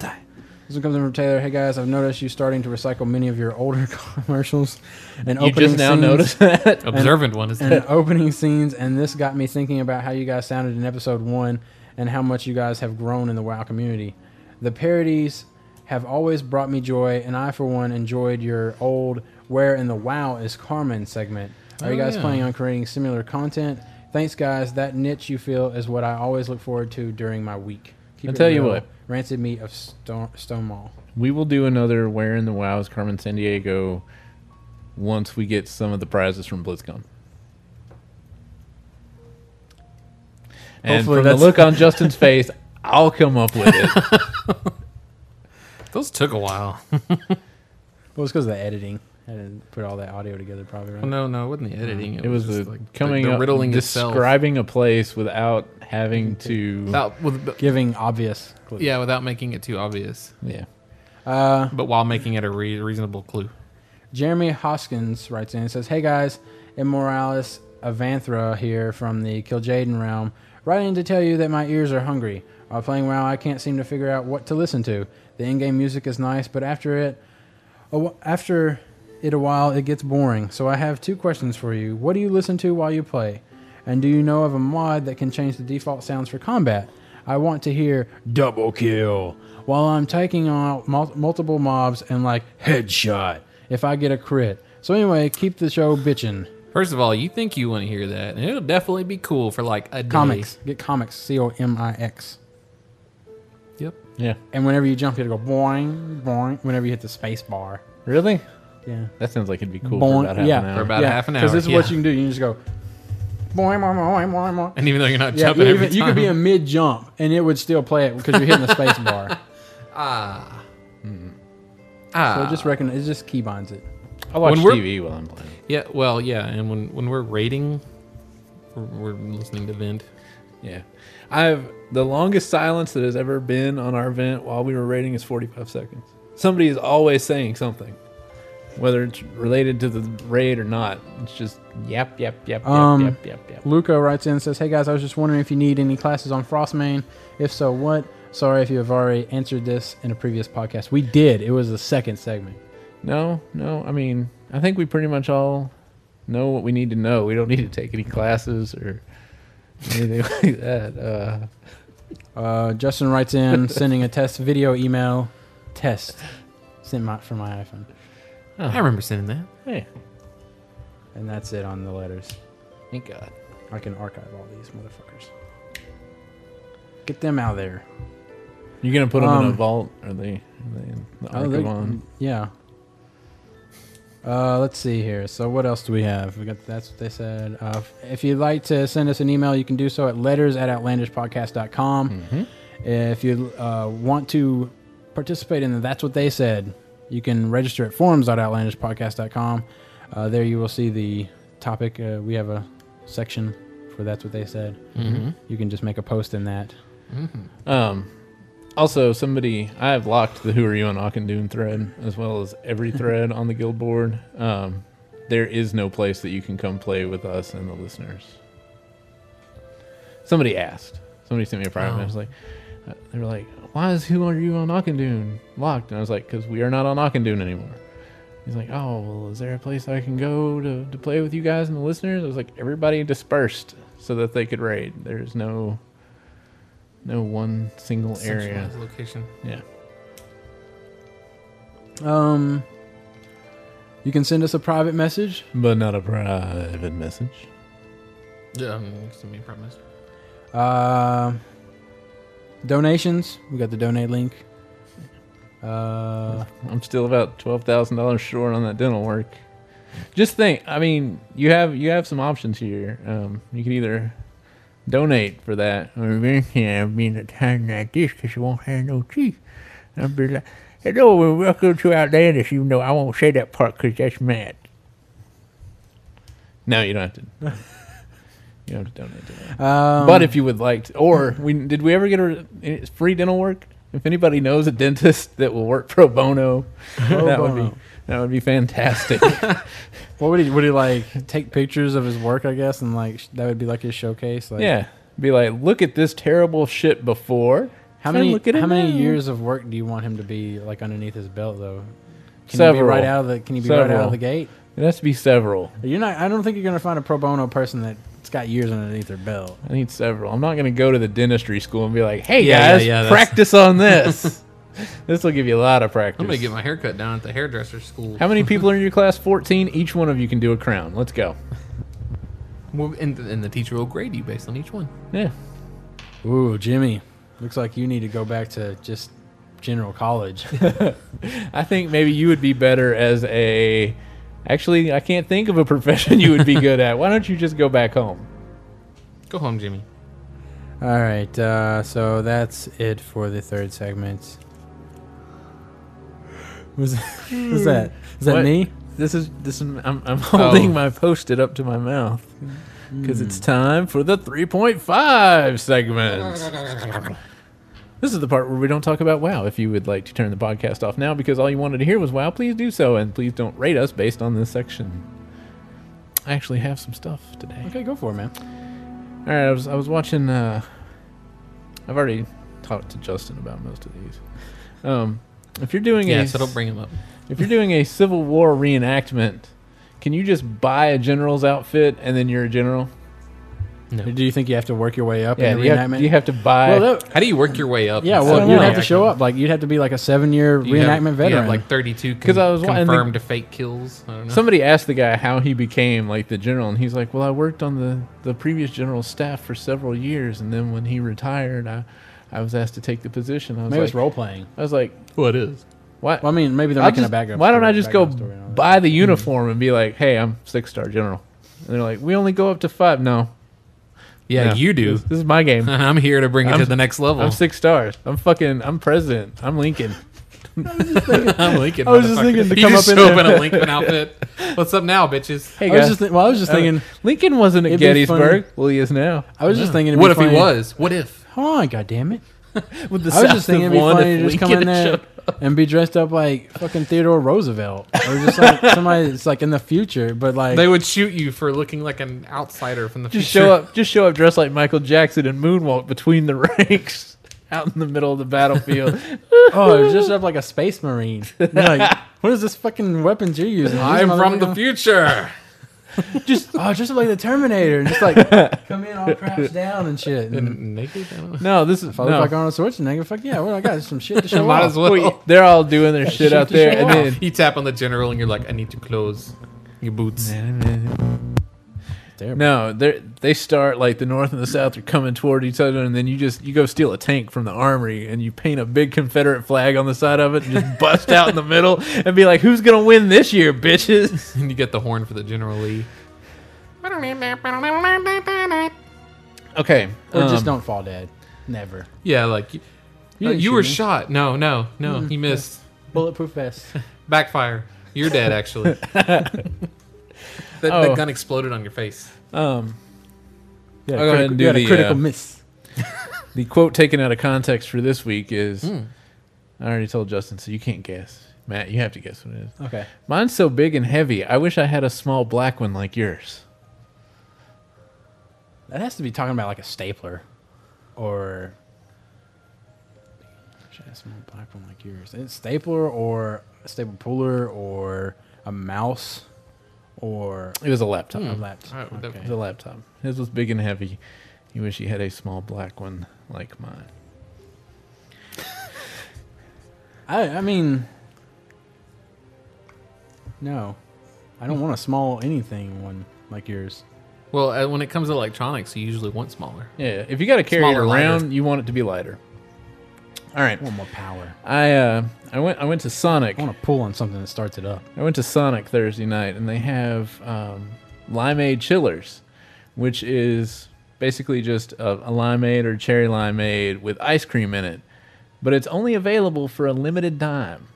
This one comes in from Taylor. Hey guys, I've noticed you starting to recycle many of your older commercials and
You just now
scenes.
noticed that.
Observant one is
and opening scenes, and this got me thinking about how you guys sounded in episode one and how much you guys have grown in the WoW community. The parodies have always brought me joy, and I, for one, enjoyed your old Where in the WoW is Carmen segment. Are you
Oh,
guys
yeah.
planning on creating similar content? Thanks, guys. That niche you feel is what I always look forward to during my week. Keep
I'll
it
tell you
real.
what.
Rancid Meat of Stone, Stone Mall.
We will do another Where in the Wows Carmen San Diego once we get some of the prizes from BlizzCon. And
Hopefully
from the
that's-
look on Justin's face, I'll come up with it.
Those took a while.
Well, it's because of the editing. I didn't put all that audio together, probably, right?
no, no, it wasn't the editing. It,
It was
just,
the
like,
coming
the, the
up,
riddling itself.
describing a place without having to.
Without, with,
Giving obvious clues.
yeah, without making it too obvious,
Yeah,
Uh,
but while making it a re- reasonable clue.
Jeremy Hoskins writes in and says, Hey guys, Immoralis Avanthra here from the Kil'jaeden realm, writing to tell you that my ears are hungry. While playing WoW, I can't seem to figure out what to listen to. The in-game music is nice, but after it, a wh- after it a while, it gets boring. So I have two questions for you. What do you listen to while you play? And do you know of a mod that can change the default sounds for combat? I want to hear double kill while I'm taking on mul- multiple mobs and like headshot if I get a crit. So anyway, keep the show bitchin'.
First of all, you think you want to hear that, and it'll definitely be cool for like a day.
Comics, get comics, C O M I X.
Yep.
yeah.
And whenever you jump, it'll go boing boing. Whenever you hit the space bar,
Really?
yeah,
That sounds like it'd be cool
Boing,
for about half
yeah.
an hour.
For about
yeah,
half an hour.
Because this is what
yeah.
you can do. You can just go boing boing boing boing boing.
And even though you're not
Yeah,
jumping,
you,
every
even- you
time,
could be in mid jump and it would still play it because you're hitting the space bar. So
hmm. ah,
just reckon it just keybinds it.
I watch
When we're-
TV while I'm playing.
yeah, well, yeah, and when when we're rating, we're, we're listening to Vent.
Yeah, I've the longest silence that has ever been on our event while we were rating is 45 seconds. Somebody is always saying something, whether it's related to the raid or not. It's just yap yap yap yap
Um,
yap yap yap.
Luca writes in and says, "Hey guys, I was just wondering if you need any classes on Frostmain. If so, what? Sorry if you have already answered this in a previous podcast. We did. It was the second segment.
No, no. I mean, I think we pretty much all know what we need to know. We don't need to take any classes or anything like that. Uh,
Uh, Justin writes in, sending a test video email. Test sent my from my iPhone,
I remember sending that.
hey,
and that's it on the letters.
thank God.
I can archive all these motherfuckers. Get them out of there.
You gonna put them in a
Um,
vault? Are Oh, they? Are they in the
Oh, they-
Archivon?
yeah. Uh, let's see here. So what else do we have? We got that's what they said. Uh, if you'd like to send us an email, you can do so at letters at outlandishpodcast.com.
Hmm.
If you uh, want to participate in the That's What They Said, you can register at forums.outlandishpodcast.com. Uh, there you will see the topic. Uh, we have a section for That's What They Said. Mm-hmm. You can just make a post in that.
Mm-hmm.
Um, also, somebody I have locked the Who Are You on Akhendoon thread as well as every thread on the guild board. Um, there is no place that you can come play with us and the listeners. Somebody asked. Somebody sent me a private. and I was like, uh, they were like, "Why is Who Are You on Akhendoon locked?" And I was like, "Cause we are not on Akhendoon anymore." He's like, "Oh, well, is there a place I can go to, to play with you guys and the listeners?" I was like, "Everybody dispersed so that they could raid. There's no." No one single area.
Centralized location.
Yeah.
Um, you can send us a private message.
But not a private message.
Yeah, um, it's gonna be a problem.
Uh, donations. We got the donate link. Uh,
I'm still about twelve thousand dollars short on that dental work. Just think, I mean, you have you have some options here. Um, you can either donate for that, or you can be in a time like this because you won't have no teeth. And I'll be like, hello and welcome to Outlandish, even though I won't say that part because that's mad. No, you don't have to. you don't have to donate to that.
um,
but if you would like, to, or we did we ever get a it's free dental work? If anybody knows a dentist that will work pro bono, that would
bono.
be that would be fantastic.
what would he would he like take pictures of his work? I guess and like sh- that would be like his showcase. Like,
yeah, be like, look at this terrible shit before.
How
Come
many
look at it
how many
now."
years of work do you want him to be like underneath his belt though? Can you
Several.
be right out of the Can you be right out
Several.
of the gate?
It has to be several.
You're not. I don't think you're gonna find a pro bono person that's got years underneath their belt.
I need several. I'm not going to go to the dentistry school and be like, hey
Yeah, yeah,
guys,
yeah, that's-
practice on this. this will give you a lot of practice.
I'm gonna get my haircut down at the hairdresser school.
How many people are in your class? 14. Each one of you can do a crown. Let's go.
Well, and, and the teacher will grade you based on each one.
Yeah.
Ooh, Jimmy, looks like you need to go back to just general college.
I think maybe you would be better as a. Actually, I can't think of a profession you would be good at. Why don't you just go back home?
Go home, Jimmy.
All right, uh, so that's it for the third segment. Was is that is that
What?
me?
This is this. Is, I'm I'm holding my post-it up to my mouth because it's time for the 3.5 segment. this is the part where we don't talk about WoW. If you would like to turn the podcast off now because all you wanted to hear was WoW, please do so, and please don't rate us based on this section. I actually have some stuff today.
Okay, go for it, man.
All right, I was I was watching. Uh, I've already talked to Justin about most of these. Um, if you're doing
Yeah,
a
so don't bring him up.
if you're doing a Civil War reenactment, can you just buy a general's outfit and then you're a general?
Do you think you have to work your way up
Yeah,
in
do
the
you, have,
reenactment?
do you have to buy.
well, that,
How do you work your way up?
yeah,
in
well,
Civil
you'd
War?
have to show up like you'd have to be like a seven-year
You have-
reenactment
you
veteran.
have like 32
'Cause
con-
I was wa- and the-
confirmed fake kills. I don't know.
Somebody asked the guy how he became like the general, and he's like, "Well, I worked on the the previous general's staff for several years, and then when he retired, I." I was asked to take the position. I was
maybe
like,
it's role playing.
I was like,
well, it is.
"What?
Well, I mean, maybe they're
I'll
making
just-
a backup.
Why don't
story-
I just go
background story and all that.
buy the uniform and be like, hey, I'm six star general? And they're like, we only go up to five. No,
Yeah,
no.
you do.
This, this is my game.
I'm here to bring it to
I'm-
the next level.
I'm
I'm,
six stars. I'm fucking. I'm president. I'm Lincoln.
Lincoln.
I was just thinking to
you
come
just
up in
show
there-
up in a Lincoln outfit. What's up now, bitches?
Hey
I was
guys,
just think, well, I was just thinking.
Lincoln wasn't at
It'd be
Gettysburg. Well, he is now.
I was just thinking. it'd be
What if he
funny-
was? What if?
Hold on, goddamn it.
With the
I was
South
just thinking
of
it'd be
one,
funny
if
to just come
Lincoln
in
had
there
showed-
and be dressed up like fucking Theodore Roosevelt or just like somebody that's like in the future, but like oh,
They would shoot you for looking like an outsider from the
Just
future.
show up. Just show up dressed like Michael Jackson and moonwalk between the ranks. Out in the middle of the battlefield,
oh, they're dressed up like a space marine. You're like, what is this fucking weapons you're using?
I'm
These
from the
motherfuckers-
future.
just oh, just like the Terminator, and just like come in all crouched down and shit. And
Naked? I don't know.
no, this is
if I look
no.
like Arnold Schwarzenegger, fuck yeah, well I got some shit to show
Might
off.
as well.
Wait, they're all doing their shit out
to show
there, and
off.
then
You tap on the general and you're like, I need to close your boots.
And
Terrible.
No, they they start like the north and the south are coming toward each other, and then you just you go steal a tank from the armory and you paint a big Confederate flag on the side of it and just bust out in the middle and be like, "Who's gonna win this year, bitches?"
and you get the horn for the General Lee.
Okay,
Or just
um,
don't fall dead. Never.
Yeah, like you, uh,
didn't
you
shoot
were
me.
shot. No, no, no. He missed.
Bulletproof vest.
Backfire. You're dead, actually. the, the
Oh.
gun exploded on your face.
Um,
Yeah,
I'll go ahead and do
you had
the,
a critical
uh,
miss.
the quote taken out of context for this week is,
Hmm.
I already told Justin, so you can't guess. Matt, you have to guess what it is.
Okay.
Mine's so big and heavy. I wish I had a small black one like yours.
That has to be talking about like a stapler, or should I have some black one like yours? It's stapler or a staple puller or a mouse or
It was a laptop.
a laptop.
Alright, well, that-
Okay.
It was a laptop. His was big and heavy. You wish he had a small black one like mine.
I, I mean, no, I don't want a small anything one like yours.
Well, uh, when it comes to electronics, you usually want smaller.
Yeah, if you got to carry
Smaller,
it
lighter.
around, you want it to be lighter. All right,
I want more power.
I uh, I went I went to Sonic.
I want to pull on something that starts it up.
I went to Sonic Thursday night, and they have um, limeade chillers, which is basically just a, a limeade or cherry limeade with ice cream in it, but it's only available for a limited time.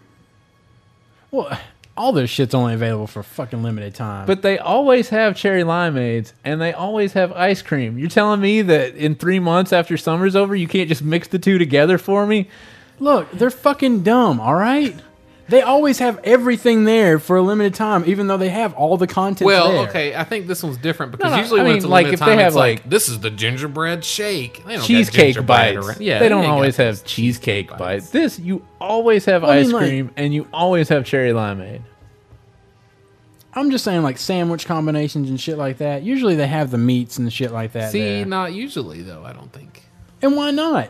Well, all this shit's only available for fucking limited time.
But they always have cherry limeades and they always have ice cream. You're telling me that in three months after summer's over, you can't just mix the two together for me?
Look, they're fucking dumb, all right? They always have everything there for a limited time, even though they have all the content
Well,
there.
okay, I think this one's different because
No, no,
usually
I
when
mean,
it's a
like,
limited
if they
time,
have,
it's like,
like,
this is the gingerbread shake. They don't got
cheesecake
gingerbread
bites.
around-
Yeah, they don't
ain't got
always
that
have
shit.
cheesecake bites.
bites.
This, you always have
I mean,
ice
like-
cream and you always have cherry limeade.
I'm just saying, like, sandwich combinations and shit like that. Usually they have the meats and shit like that.
See,
there.
not usually though. I don't think.
And why not?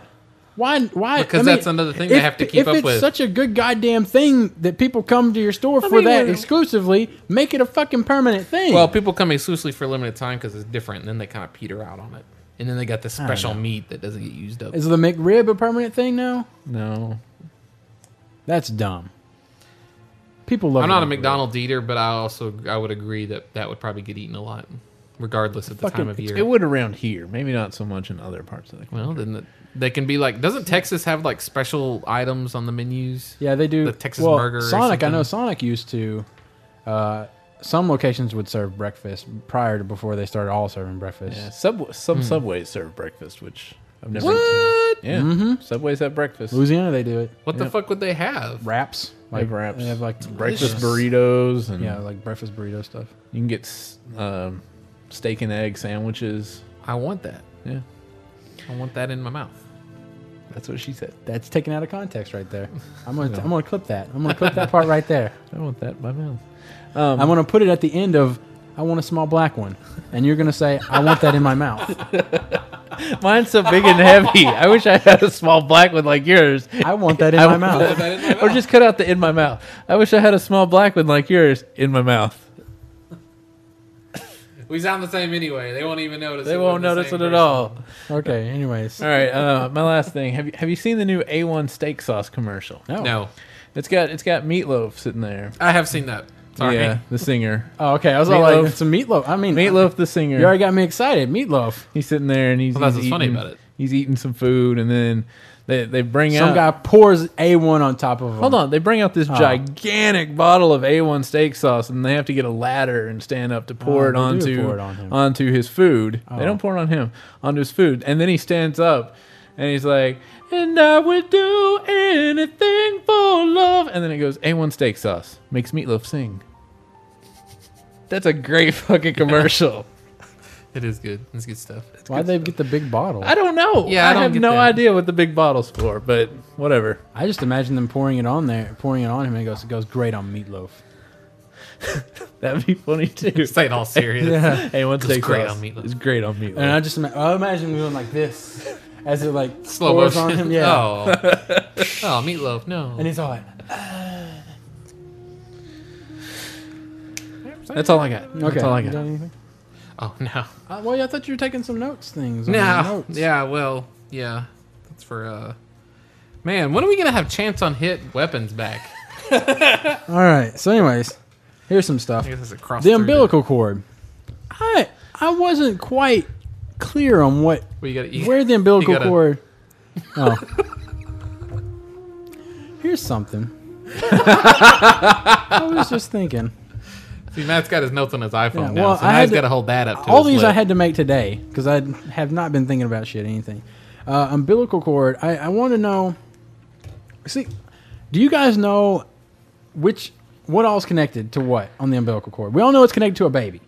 Why? Why?
Because that's another thing they have to keep
if
up
it's
with.
such a good goddamn thing that people come to your store for
mean,
that
when-
exclusively, make it a fucking permanent thing.
Well, people come exclusively for a limited time because it's different, and then they kind of peter out on it. And then they got this special meat that doesn't get used up.
is the McRib a permanent thing now?
No.
That's dumb. People love.
I'm not a
the McRib.
McDonald's eater, but I also I would agree that that would probably get eaten a lot, regardless of the time
Fucking-
of year.
It would around here. Maybe not so much in other parts of the country.
well, then the, they can be like, doesn't Texas have like special items on the menus?
Yeah, they do
The Texas
well,
burger or
Sonic, I know
something.
Sonic used to. Uh, some locations would serve breakfast prior to before they started all serving breakfast.
Yeah, sub, some subways serve breakfast, which I've never. Yeah,
Mm-hmm.
subways have breakfast.
Louisiana, they do it.
What the fuck would they have?
Wraps,
They have wraps.
They have like
breakfast burritos and
Yeah, like breakfast burrito stuff.
You can get s- um, steak and egg sandwiches.
I want that.
Yeah,
I want that in my mouth.
that's what she said.
That's taken out of context right there. I'm gonna I'm gonna clip that. I'm gonna clip that part right there.
I want that in my mouth.
I'm gonna put it at the end of. I want a small black one, and you're gonna say, "I want that in my mouth."
Mine's so big and heavy. I wish I had a small black one like yours.
I want that in
I
my
want
mouth.
Or just cut out the in my mouth. I wish I had a small black one like yours in my mouth.
We sound the same anyway. They won't even notice.
They won't notice it at all.
Okay. Anyways,
All right, uh, my last thing. Have you have you seen the new A1 steak sauce commercial?
No,
It's got it's got meatloaf sitting there.
I have seen that. Sorry.
Yeah, the singer.
Oh, okay. I was all
Meatloaf.
like, "It's a meatloaf." I mean,
Meatloaf the singer.
You already got me excited. Meatloaf.
He's sitting there and he's,
Well, that's
he's
what's funny
eating-
about it.
He's eating some food and then they, they bring
Some
out
guy pours A1 on top of him.
Hold on, they bring out this gigantic bottle of A1 steak sauce and they have to get a ladder and stand up to pour
Oh,
it
they do
onto
pour it on him.
onto his food. They
Oh.
don't pour it on him, onto his food. And then he stands up and he's like, "And I would do anything for love." And then it goes A1 steak sauce makes meatloaf sing. That's a great fucking commercial.
It is good. It's good stuff.
Why'd they get the big bottle?
I
I,
don't know.
Yeah, I
I,
don't
have
get
no
that.
idea what the big bottle's for, but whatever.
just imagine them pouring it on there, pouring it on him, and it goes, it goes great on meatloaf.
That'd be funny too.
Say it all serious.
Hey, one steak
great
sauce
on meatloaf.
is great on meatloaf.
And I just ima- I imagine him going like this as it like
Slow
pours
motion.
on him. Yeah.
Oh. oh, meatloaf. No.
And he's all like,
That's all I got.
okay.
That's all I
You
got.
done anything?
Oh no.
Uh, well, yeah, I thought you were taking some notes things. on your
No.
notes.
Yeah. Well. Yeah. That's for. uh Man, when are we gonna have chance on hit weapons back?
All right. So, anyways, here's some stuff.
I guess it's a cross
The
through
umbilical cord. I I wasn't quite clear on what
there. Well, you gotta, you,
where the umbilical
gotta-
cord. Oh. Here's something. I was just thinking.
See, Matt's got his notes on his iPhone
Yeah,
now,
well,
so
I
now
had
he's
to-
got to hold that up. To
All
his
these I
lip.
had to make today because I have not been thinking about shit anything. Uh, umbilical cord. I, I want to know. See, do you guys know which what all's connected to what on the umbilical cord? We all know it's connected to a baby.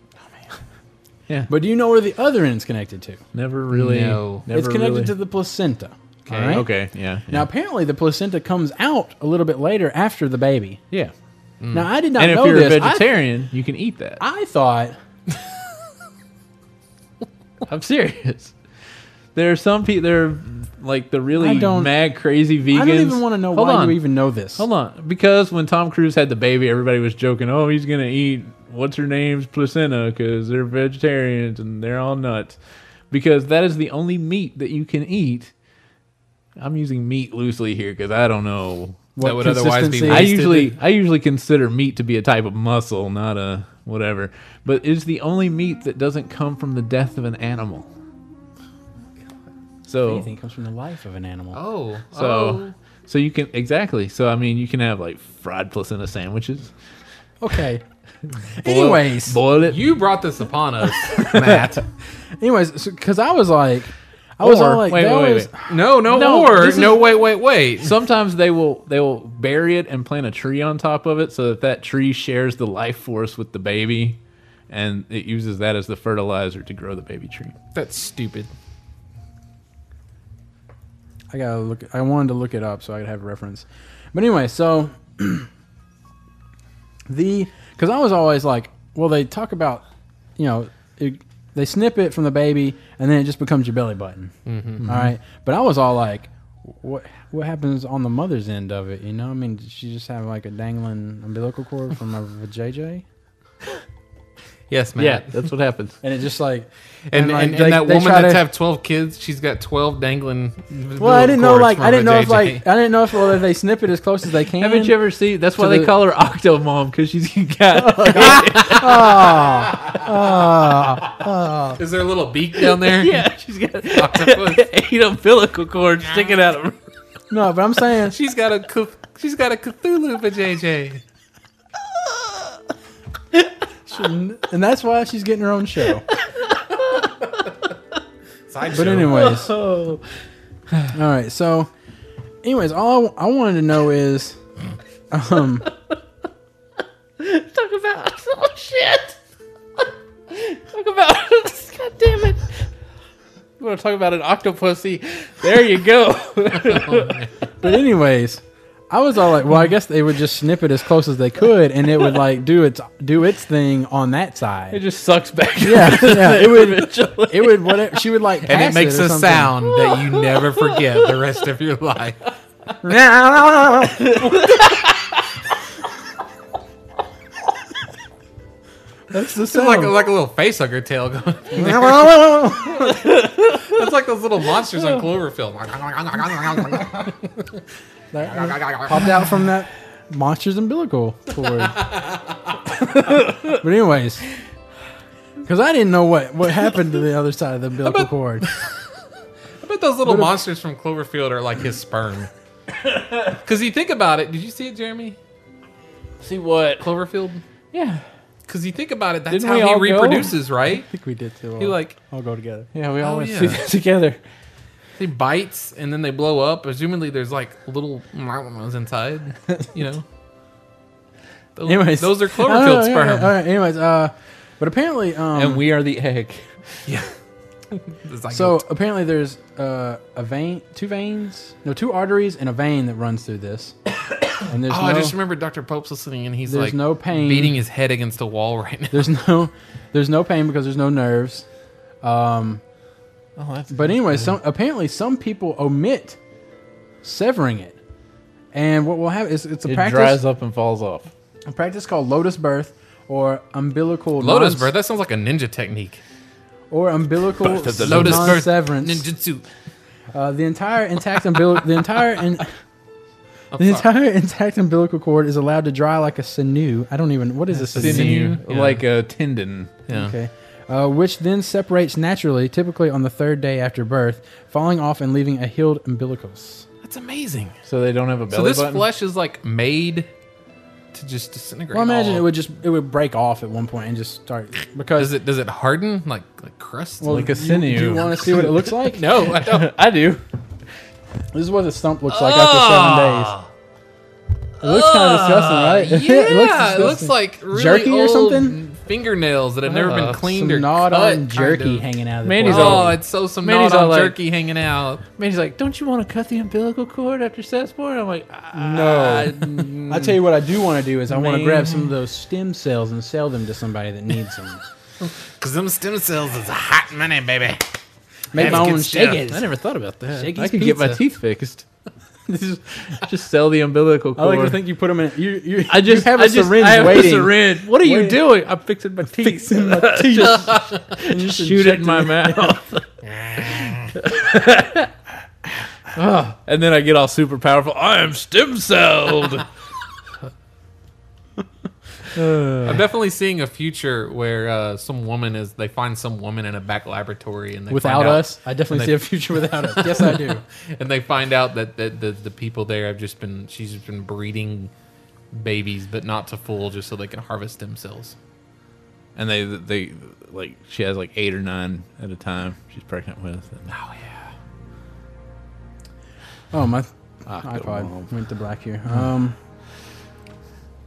Yeah.
But do you know where the other end's connected to?
Never really.
No.
Never
it's connected
really-
to the placenta. Okay.
Okay. Yeah. yeah.
Now apparently the placenta comes out a little bit later after the baby.
yeah.
Now I did not
Hmm. And if
know
you're
this.
a
I-
vegetarian, you can eat that.
I, thought
I'm serious. There are some people. There are like the
I
really
don't-
mad, crazy vegans.
I don't even want to know
Hold
why
on.
you even know this.
Hold on, because when Tom Cruise had the baby, everybody was joking. Oh, he's gonna eat what's her name's placenta because they're vegetarians and they're all nuts. Because that is the only meat that you can eat. I'm using meat loosely here because I don't know.
that would otherwise be.
consistency?
I
Tasted
usually I usually consider meat to be a type of muscle, not a whatever. But it's the only meat that doesn't come from the death of an animal. So
Anything comes from the life of an animal.
Oh,
so so you can exactly. So I mean, you can have like fried placenta sandwiches.
Okay.
Boil-
anyways,
boil
oh.
it.
you brought this upon us, Matt.
anyways, because I was like, I was
Or-
all like,
wait,
they
wait, wait,
always-
wait.
No, no,
No,
or
this is-
no. Wait, wait, wait.
Sometimes they will they will bury it and plant a tree on top of it so that that tree shares the life force with the baby, and it uses that as the fertilizer to grow the baby tree.
That's stupid.
I gotta look. I wanted to look it up so I could have a reference. But anyway, so the because I was always like, well, they talk about, you know, it, they snip it from the baby and then it just becomes your belly button.
Mm-hmm.
All right, but I was all like, what what happens on the mother's end of it? You know, I mean, did she just have like a dangling umbilical cord from a vajayjay?
Yes, Matt.
Yeah, that's what happens.
And it just like
And, and,
like,
and,
they-
that
they
woman
try
that's
to-
have twelve kids, she's got twelve dangling.
Well, I didn't know
cords
like
from
I didn't
her
know if
JJ.
like I didn't know if whether they snip it as close as they can.
Haven't you ever seen? That's why
to
they
the-
call her Octo Mom because she's got.
Oh, Is there a little beak down there?
yeah, she's got
Octopus.
eight umbilical cords sticking out of her.
No, but I'm saying
She's got a Cth- she's got a Cthulhu for JJ.
and that's why she's getting her own show.
Sideshow.
But anyways, all
Oh.
right. So, anyways, all I, I wanted to know is, um,
Talk about oh shit. Talk about god damn it.
You want to talk about an octopussy? There you go.
but anyways, I was all like, well, I guess they would just snip it as close as they could, and it would like do its do its thing on that
it
side.
just sucks back.
Yeah, yeah. It would.
Eventually.
It would. Whatever. She would like,
and
pass
it makes
or
a
something.
sound that you never forget the rest of your life.
That's the
It's like a,
sound.
like a little face hugger tail going. It's like those little monsters on Cloverfield.
popped out from that monster's umbilical cord. but anyways, because I didn't know what what happened to the other side of the umbilical cord.
I bet those little monsters from Cloverfield are like his sperm. Because you think about it, did you see it, Jeremy?
See what?
Cloverfield.
Yeah.
Because you think about it, that's
Didn't we
how
all
he
go?
reproduces, right?
I think we did too.
He like
all go together.
Yeah, we always
yeah.
see that together.
he bites and then they blow up. Presumably, there's like little mountains inside. You know. Those,
Anyways,
those are
I don't know,
Cloverfield
yeah,
sperm.
All right. Anyways, uh, but apparently, um,
and we are the egg.
It's like-
So apparently, there's uh, a vein, two veins, no, two arteries, and a vein that runs through this. And there's
oh,
no,
I just remember Doctor Pope's listening, and he's
there's
like
no pain.
beating his head against a wall right now.
there's no, there's no pain because there's no nerves. Um,
Oh, that's
but anyway, some apparently some people omit severing it, and what will happen is it's a
it
practice,
dries up and falls off.
a practice called lotus birth or umbilical
Lotus
non-
birth. That sounds like a ninja technique.
or umbilical
Birth of the
non
Lotus
birth
severance.
ninjutsu.
Uh, the entire intact umbilical, the entire in, the entire intact umbilical cord is allowed to dry like a sinew. I don't even what is a sinew?
Sinew,
yeah.
like a tendon.
Yeah.
Okay. Uh, which then separates naturally, typically on the third day after birth, falling off and leaving a healed umbilicus.
That's amazing.
So they don't have a belly
So this
button.
flesh is like made to just disintegrate.
Well, imagine
all.
it would just it would break off at one point and just start because
Does it does it harden like like crust?
well,
like a
you-
sinew.
Do you want to see what it looks like?
no, I don't.
I do.
This is what the stump looks like
Ah.
after seven days. It looks kind of disgusting, right?
Yeah, it looks,
disgusting.
like really
Jerky or
old
something?
Fingernails that have never been cleaned or
Some gnawed
cut,
on
kind
jerky
of.
hanging out of the
Man,
corner.
he's
Oh, it's so some
Man, he's
gnawed on
all like-
jerky hanging out.
Man, he's like, "Don't you want to cut the umbilical cord after Sasborn?" I'm like, ah,
Oh. Uh,
No. I tell you what I do want to do is I want to
Man.
grab some of
Mm-hmm.
those stem cells and sell them to somebody that needs them.
Cause them stem cells is hot money, baby.
Make
That's
my
good
own
stuff.
shakers.
I
never thought about that.
Shakey's
I could get my
Pizza.
teeth fixed. just, just sell the umbilical
I
cord.
like to think you put them in. You, you,
I just
you have a
I just,
syringe
I have a
waiting.
syringe. What are you
Waiting.
doing? I'm fixing my teeth.
Fixing my teeth. And you
Shoot it in my mouth. Ah, and then I get all super powerful. I am stem celled.
I'm definitely seeing a future where uh, some woman is they find some woman in a back laboratory and they
Without
find out-
us, I definitely
they-
see a future without us. Yes, I do.
and they find out that, that the, the people there have just been she's just been breeding babies but not to full just so they can harvest stem cells
and they they like she has like eight or nine at a time. She's pregnant with. And
Oh my
Ah, good
iPod
lord.
went to black here. Um,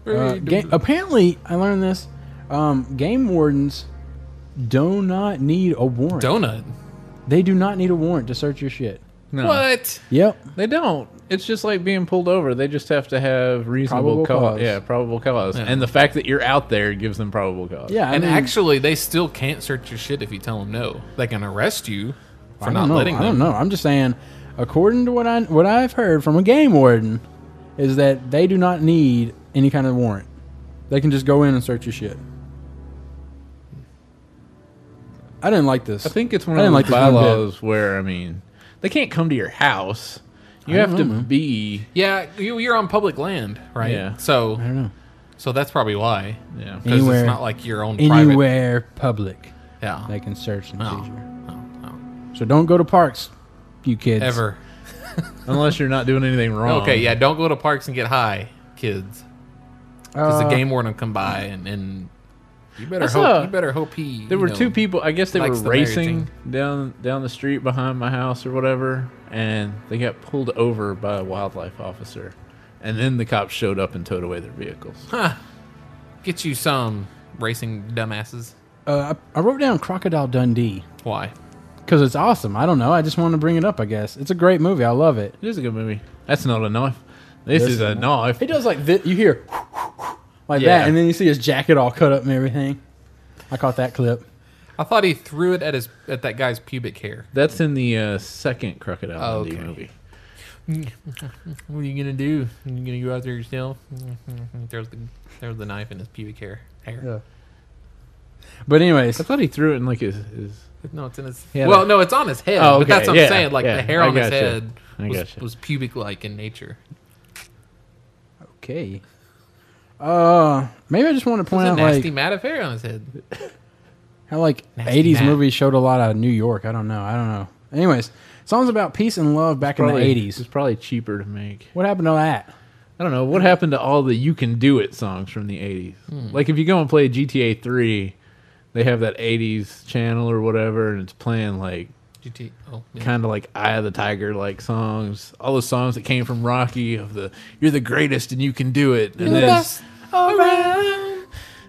uh, ga- apparently, I learned this. Um, game wardens do not need a warrant.
donut
They do not need a warrant to search your shit.
No,
what
Yep.
they don't. It's just like being pulled over. They just have to have
Probable
reasonable
cause.
cause. Yeah, probable cause. And the fact that you're out there gives them probable cause.
Yeah. I
and
mean,
actually they still can't search your shit if you tell them no they can arrest you for
I
not
don't know.
letting
I don't
them
know. I'm just saying, according to what I what I've heard from a game warden, is that they do not need any kind of warrant. They can just go in and search your shit. I didn't like this.
I think it's one
I
of
didn't
those
like this one bit.
bylaws where I mean, they can't come to your house. You have to be.
yeah you, you're on public land right
Yeah.
so
I don't know.
so that's probably why
Yeah.
because
Anywhere.
it's not like your own private
Anywhere public,
yeah
they can search and
Oh.
seizure.
Oh, oh.
So don't go to parks, you kids.
ever
Unless you're not doing anything
um,
wrong.
okay yeah don't go to parks and get high kids because
Uh,
the game warden will come by and, and you better
That's
hope
a-
you better hope he. you
There were
know,
two people. I guess they were
likes the marriage
racing down down the street behind my house or whatever, and they got pulled over by a wildlife officer, and then the cops showed up and towed away their vehicles.
Get you some racing dumbasses.
Uh, I I wrote down Crocodile Dundee
Why?
because it's awesome. I don't know. I just want to bring it up. I guess it's a great movie. I love it.
It is a good movie. That's not a knife. This, is a knife.
He does like this. You hear like
Yeah.
that, and then you see his jacket all cut up and everything. I caught that clip.
I thought he threw it at his at that guy's pubic hair.
That's in the uh, second Crocodile
Oh,
Dundee
okay.
movie.
What are you gonna do? You gonna go out there yourself? Mm-hmm. There's the there's the knife in his pubic hair. Hair.
But anyways,
I thought he threw it in like his. his
No, it's in his.
Yeah,
well,
that-
no, it's on his head.
Oh,
But that's what
okay,
I'm
yeah,
saying. Like
yeah,
the hair
I
on his
gotcha.
head
I
was,
gotcha.
was pubic like in nature.
okay. Uh, maybe I just want to point
It's a
out
nasty
like
mat of hair on his head.
how like
Nasty
'80s
Matt.
movies showed a lot of New York. I don't know. I don't know. Anyways, songs about peace and love back in the
It's
'80s.
probably cheaper to make.
What happened to that?
I don't know what happened to all the "You Can Do It" songs from the '80s.
Hmm.
Like if you go and play GTA 3, they have that '80s channel or whatever, and it's playing like
GT. Oh, yeah.
kind of like "Eye of the Tiger" like songs. All those songs that came from Rocky of the "You're the greatest and you can do it," and then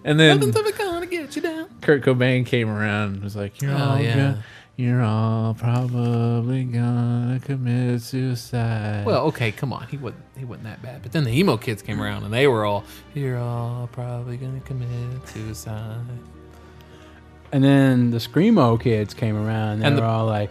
and then
Nothing's ever gonna get you down.
Kurt Cobain came around and was like, "You're
Oh,
all
yeah.
go- you're all probably gonna commit suicide."
Well, okay, come on. He wasn't he wasn't that bad. But then the emo kids came around and they were all you're all probably gonna commit suicide.
And then the screamo kids came around, and they
And
were
the-
all like,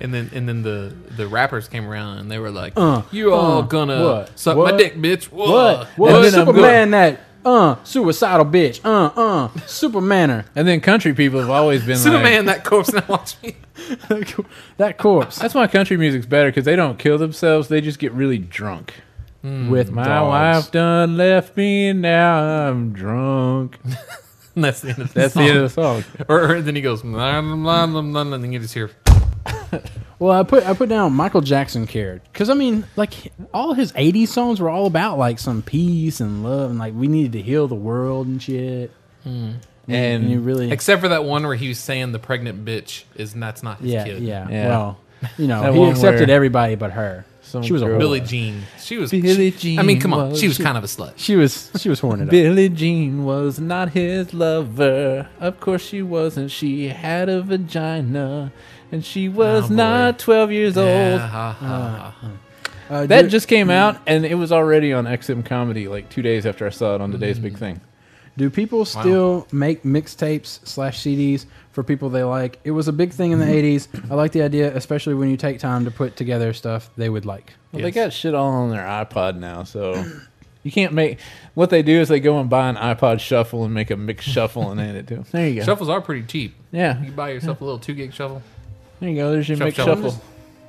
And then and then the the rappers came around and they were like
Uh,
you all
uh,
gonna
what,
suck my
what,
dick, bitch. Whoa.
"What? What?
then I'm
Superman that uh, suicidal bitch, uh, uh, supermanner.
And then country people have always been like,
Superman, that corpse now watch me.
that corpse
that's why country music's better because they don't kill themselves; they just get really drunk.
with
My
dogs.
wife done left me, and now I'm drunk.
And that's the end of the
That's the
song.
end of the song.
Or, or then he goes, "Nah, nah, nah, nah, nah," and then you just hear,
Well, I put I put down Michael Jackson cared because I mean, like all his '80s songs were all about like some peace and love and like we needed to heal the world and shit. And, you
Mm. And
really,
except for that one where he was saying the pregnant bitch is that's not his
yeah,
kid.
yeah,
Yeah.
Well, you know,
That
he
one
accepted
where-
everybody but her.
Some
She was a
girl-
whore.
Billie Jean. She was.
Billie
she- I mean,
Jean
come on.
was-
She was kind of a slut.
She was she was horned up.
Billie Jean was not his lover. Of course she wasn't. She had a vagina, and she was
Ah, boy.
not 12 years
Yeah,
old.
ha, ha, ha.
Uh,
That
Ju-
just came out, and it was already on XM Comedy like two days after I saw it on today's
Mm.
big thing.
Do people still make mixtapes slash CDs for people they like? It was a big thing in
Mm-hmm.
the '80s. I like the idea, especially when you take time to put together stuff they would like.
Well, They got shit all on their iPod now, so you can't make. What they do is they go and buy an iPod Shuffle and make a mix shuffle and add it to. 'em. There you go.
Shuffles are pretty cheap.
Yeah,
You buy yourself a little two gig shuffle.
there you go. There's your
Shuffle,
mix
shuffle.
shuffle.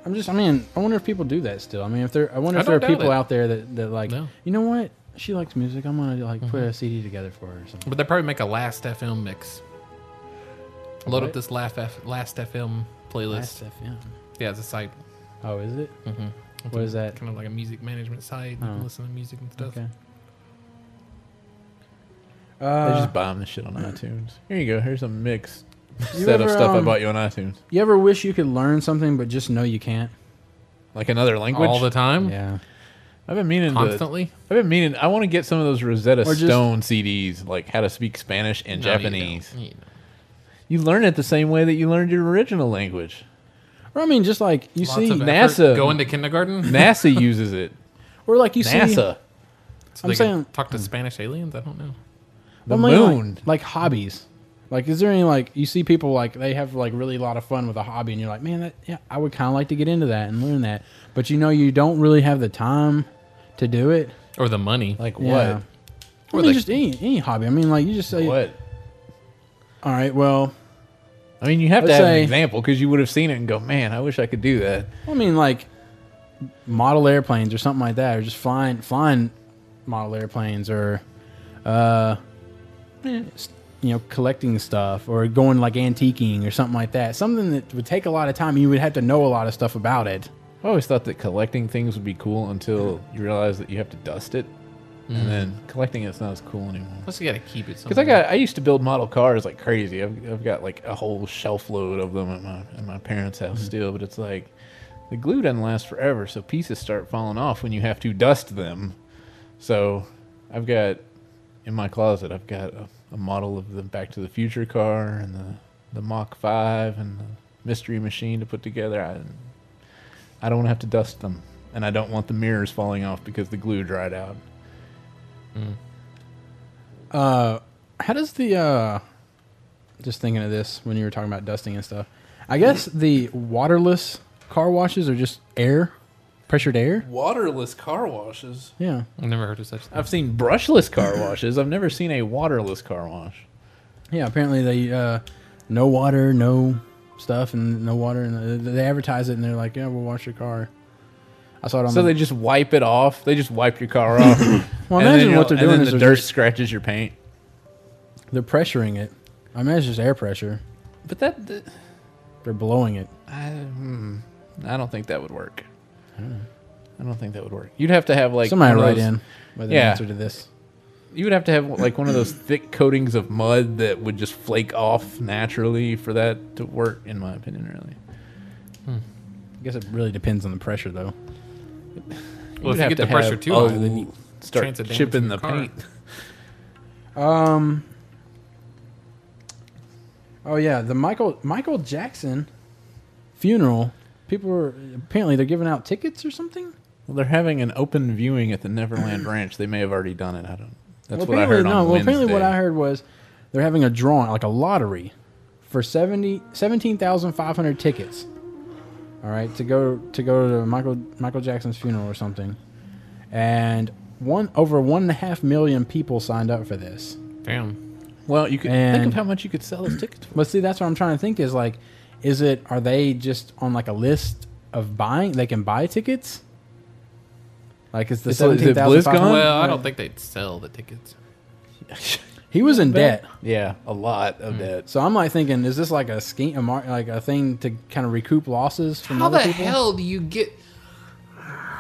I'm just. I mean, I wonder if people do that still. I mean, if there, I
I
wonder if there are
don't doubt
people
it.
out there that that like,
No. Mm-hmm.
you know what? She likes music. I'm gonna like put a CD together for her or something.
But they probably make a Last FM mix. Load up this Laugh F- Last FM playlist.
FM.
Yeah, it's a site,
Oh, is it? Mm-hmm. What is that?
kind of like a music management site. You
Oh.
can listen to music and stuff.
Okay.
They
Uh,
just buy 'em the shit on iTunes. Here you go. Here's a mix
You
set of
ever,
stuff I
um,
bought you on iTunes.
you ever wish you could learn something but just know you can't?
Like another language.
All the time,
Yeah.
I've been meaning to.
constantly.
I've been meaning. I want to get some of those Rosetta
Or just-
Stone CDs, like how to speak Spanish and
No, you
Japanese.
don't. You don't.
You, learn it the same way that you learned your original language.
Or I mean, just like you
Lots
see
of effort.
NASA.
Go into kindergarten.
NASA uses it.
or like you see, oh
NASA.
So
I'm
they can
saying- Hmm.
talk to Spanish aliens. I don't know.
The
I mean, like-
moon.
like, hobbies. Like, is there any like you see people like they have like really a lot of fun with a hobby, and you're like, man, that yeah, I would kind of like to get into that and learn that, but you know, you don't really have the time to do it.
Or the money.
Like
Yeah.
what?
I mean, just any any hobby. I mean, like you just say,
What?
all right, well,
I mean, you have to
Let's
have an
say-
example because you would have seen it and go, "Man, I wish I could do that."
I mean, like model airplanes or something like that, or just flying flying model airplanes, or uh, eh, s- you know, collecting stuff, or going like antiquing or something like that. Something that would take a lot of time. and You would have to know a lot of stuff about it.
I always thought that collecting things would be cool until you realize that you have to dust it, and then collecting it's not as cool anymore.
Plus, you got to keep it.
Because I got, I used to build model cars like crazy. I've, I've got like a whole shelf load of them at my at my parents' house still. But it's like the glue doesn't last forever, so pieces start falling off when you have to dust them. So I've got in my closet, I've got a, a model of the Back to the Future car and the the Mach Five and the Mystery Machine to put together. I I don't want to have to dust them, and I don't want the mirrors falling off because the glue dried out.
Uh, how does the uh, just thinking of this when you were talking about dusting and stuff? I guess the waterless car washes are just air, pressured air.
Waterless car washes.
Yeah,
I've never heard of such. Thing.
I've seen brushless car washes. I've never seen a waterless car wash.
yeah. Apparently they uh, no water, no stuff, and no water, and they advertise it, and they're like, yeah, we'll wash your car. I saw it on.
So
the,
they just wipe it off. They just wipe your car off.
well,
And then
imagine
you
what
know-
they're doing
And
is
then the
they're,
dirt
just-
scratches your paint.
they're pressuring it. I imagine it's just air pressure.
But that, th-
They're blowing it.
I, hmm, I don't think that would work. I don't think that would work. You'd have to have like
Somebody
one of
write
those-
in with an
Yeah.
answer to this.
You would have to have like one of those thick coatings of mud that would just flake off naturally for that to work, in my opinion. Really,
I guess it really depends on the pressure, though.
Well, if
You'd
you
have
get
to
the pressure
have
too
a
high, then you
l- start
chance of damage
chipping
in
the
your car.
paint.
Um. Oh yeah, the Michael Michael Jackson funeral. People were apparently they're giving out tickets or something.
Well, they're having an open viewing at the Neverland Ranch. They may have already done it. I don't. That's
Well,
what I
apparently-
heard on
well,
Wednesday.
apparently what I heard was they're having a drawing, like a lottery, for 70 17,500 tickets. All right, to go to go to Michael Michael Jackson's funeral or something, and one over one and a half million people signed up for this.
Damn.
Well, you could think
And-
of how much you could sell those tickets for.
But see, that's what I'm trying to think is like, is it are they just on like a list of buying? They can buy tickets. Like it's the
Is it- is
seventeen
it
thousand.
BlizzCon?
Well, I don't think they'd sell the tickets.
He was in debt,
Yeah, a lot of that.
so I'm like thinking, is this like a scheme, a mar- like a thing to kind of recoup losses from
How
other
the
people?
hell do you get?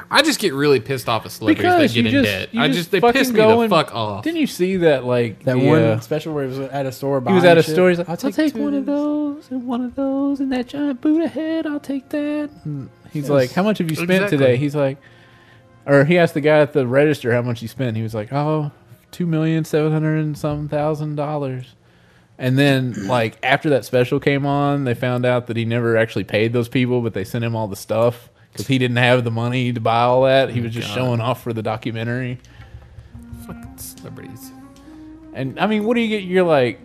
I just get really pissed off at celebrities that get in debt.
you
I just, they
fucking
piss me
go
the
and-
fuck off.
Didn't you see that like
That
the, uh,
one special where he was at a store buying.
He was at a
shit?
store. He's like, I'll
take
take,
two
one
of
of those and one of those and that giant Buddha head. I'll take that. And Hmm. he's like, how much have you spent
Exactly.
today? He's like, or he asked the guy at the register how much he spent. He was like, oh, two million seven hundred and some thousand dollars. And then, like after that special came on, they found out that he never actually paid those people, but they sent him all the stuff because he didn't have the money to buy all that. He was just showing off for the documentary.
Fucking celebrities.
And I mean, what do you get? You're like,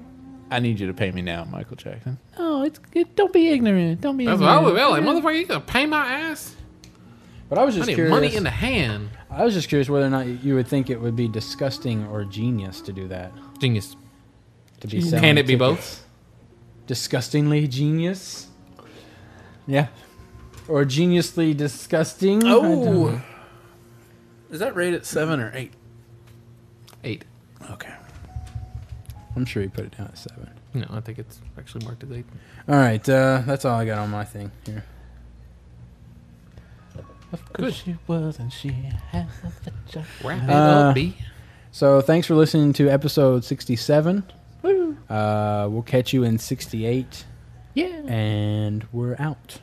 I need you to pay me now, Michael Jackson. Oh, it's good. Don't be ignorant. Don't be
That's what I would be like. Motherfucker, you gonna pay my ass?
But I was
I
just
need
curious.
money in the hand.
I was just curious whether or not you would think it would be disgusting or genius to do that.
Genius.
To be selling
Can it be
tickets.
both?
Disgustingly genius.
yeah.
or geniusly disgusting. I don't know.
Oh, is that rated seven or eight?
Eight.
Okay.
I'm sure you put it down at seven.
No, I think it's actually marked as eight.
All right, uh, that's all I got on my thing here.
Of course she was, and she had a vagina.
Wrap it
Uh,
up, B.
So thanks for listening to episode 67. Uh, we'll catch you in 68,
Yeah.
and we're out.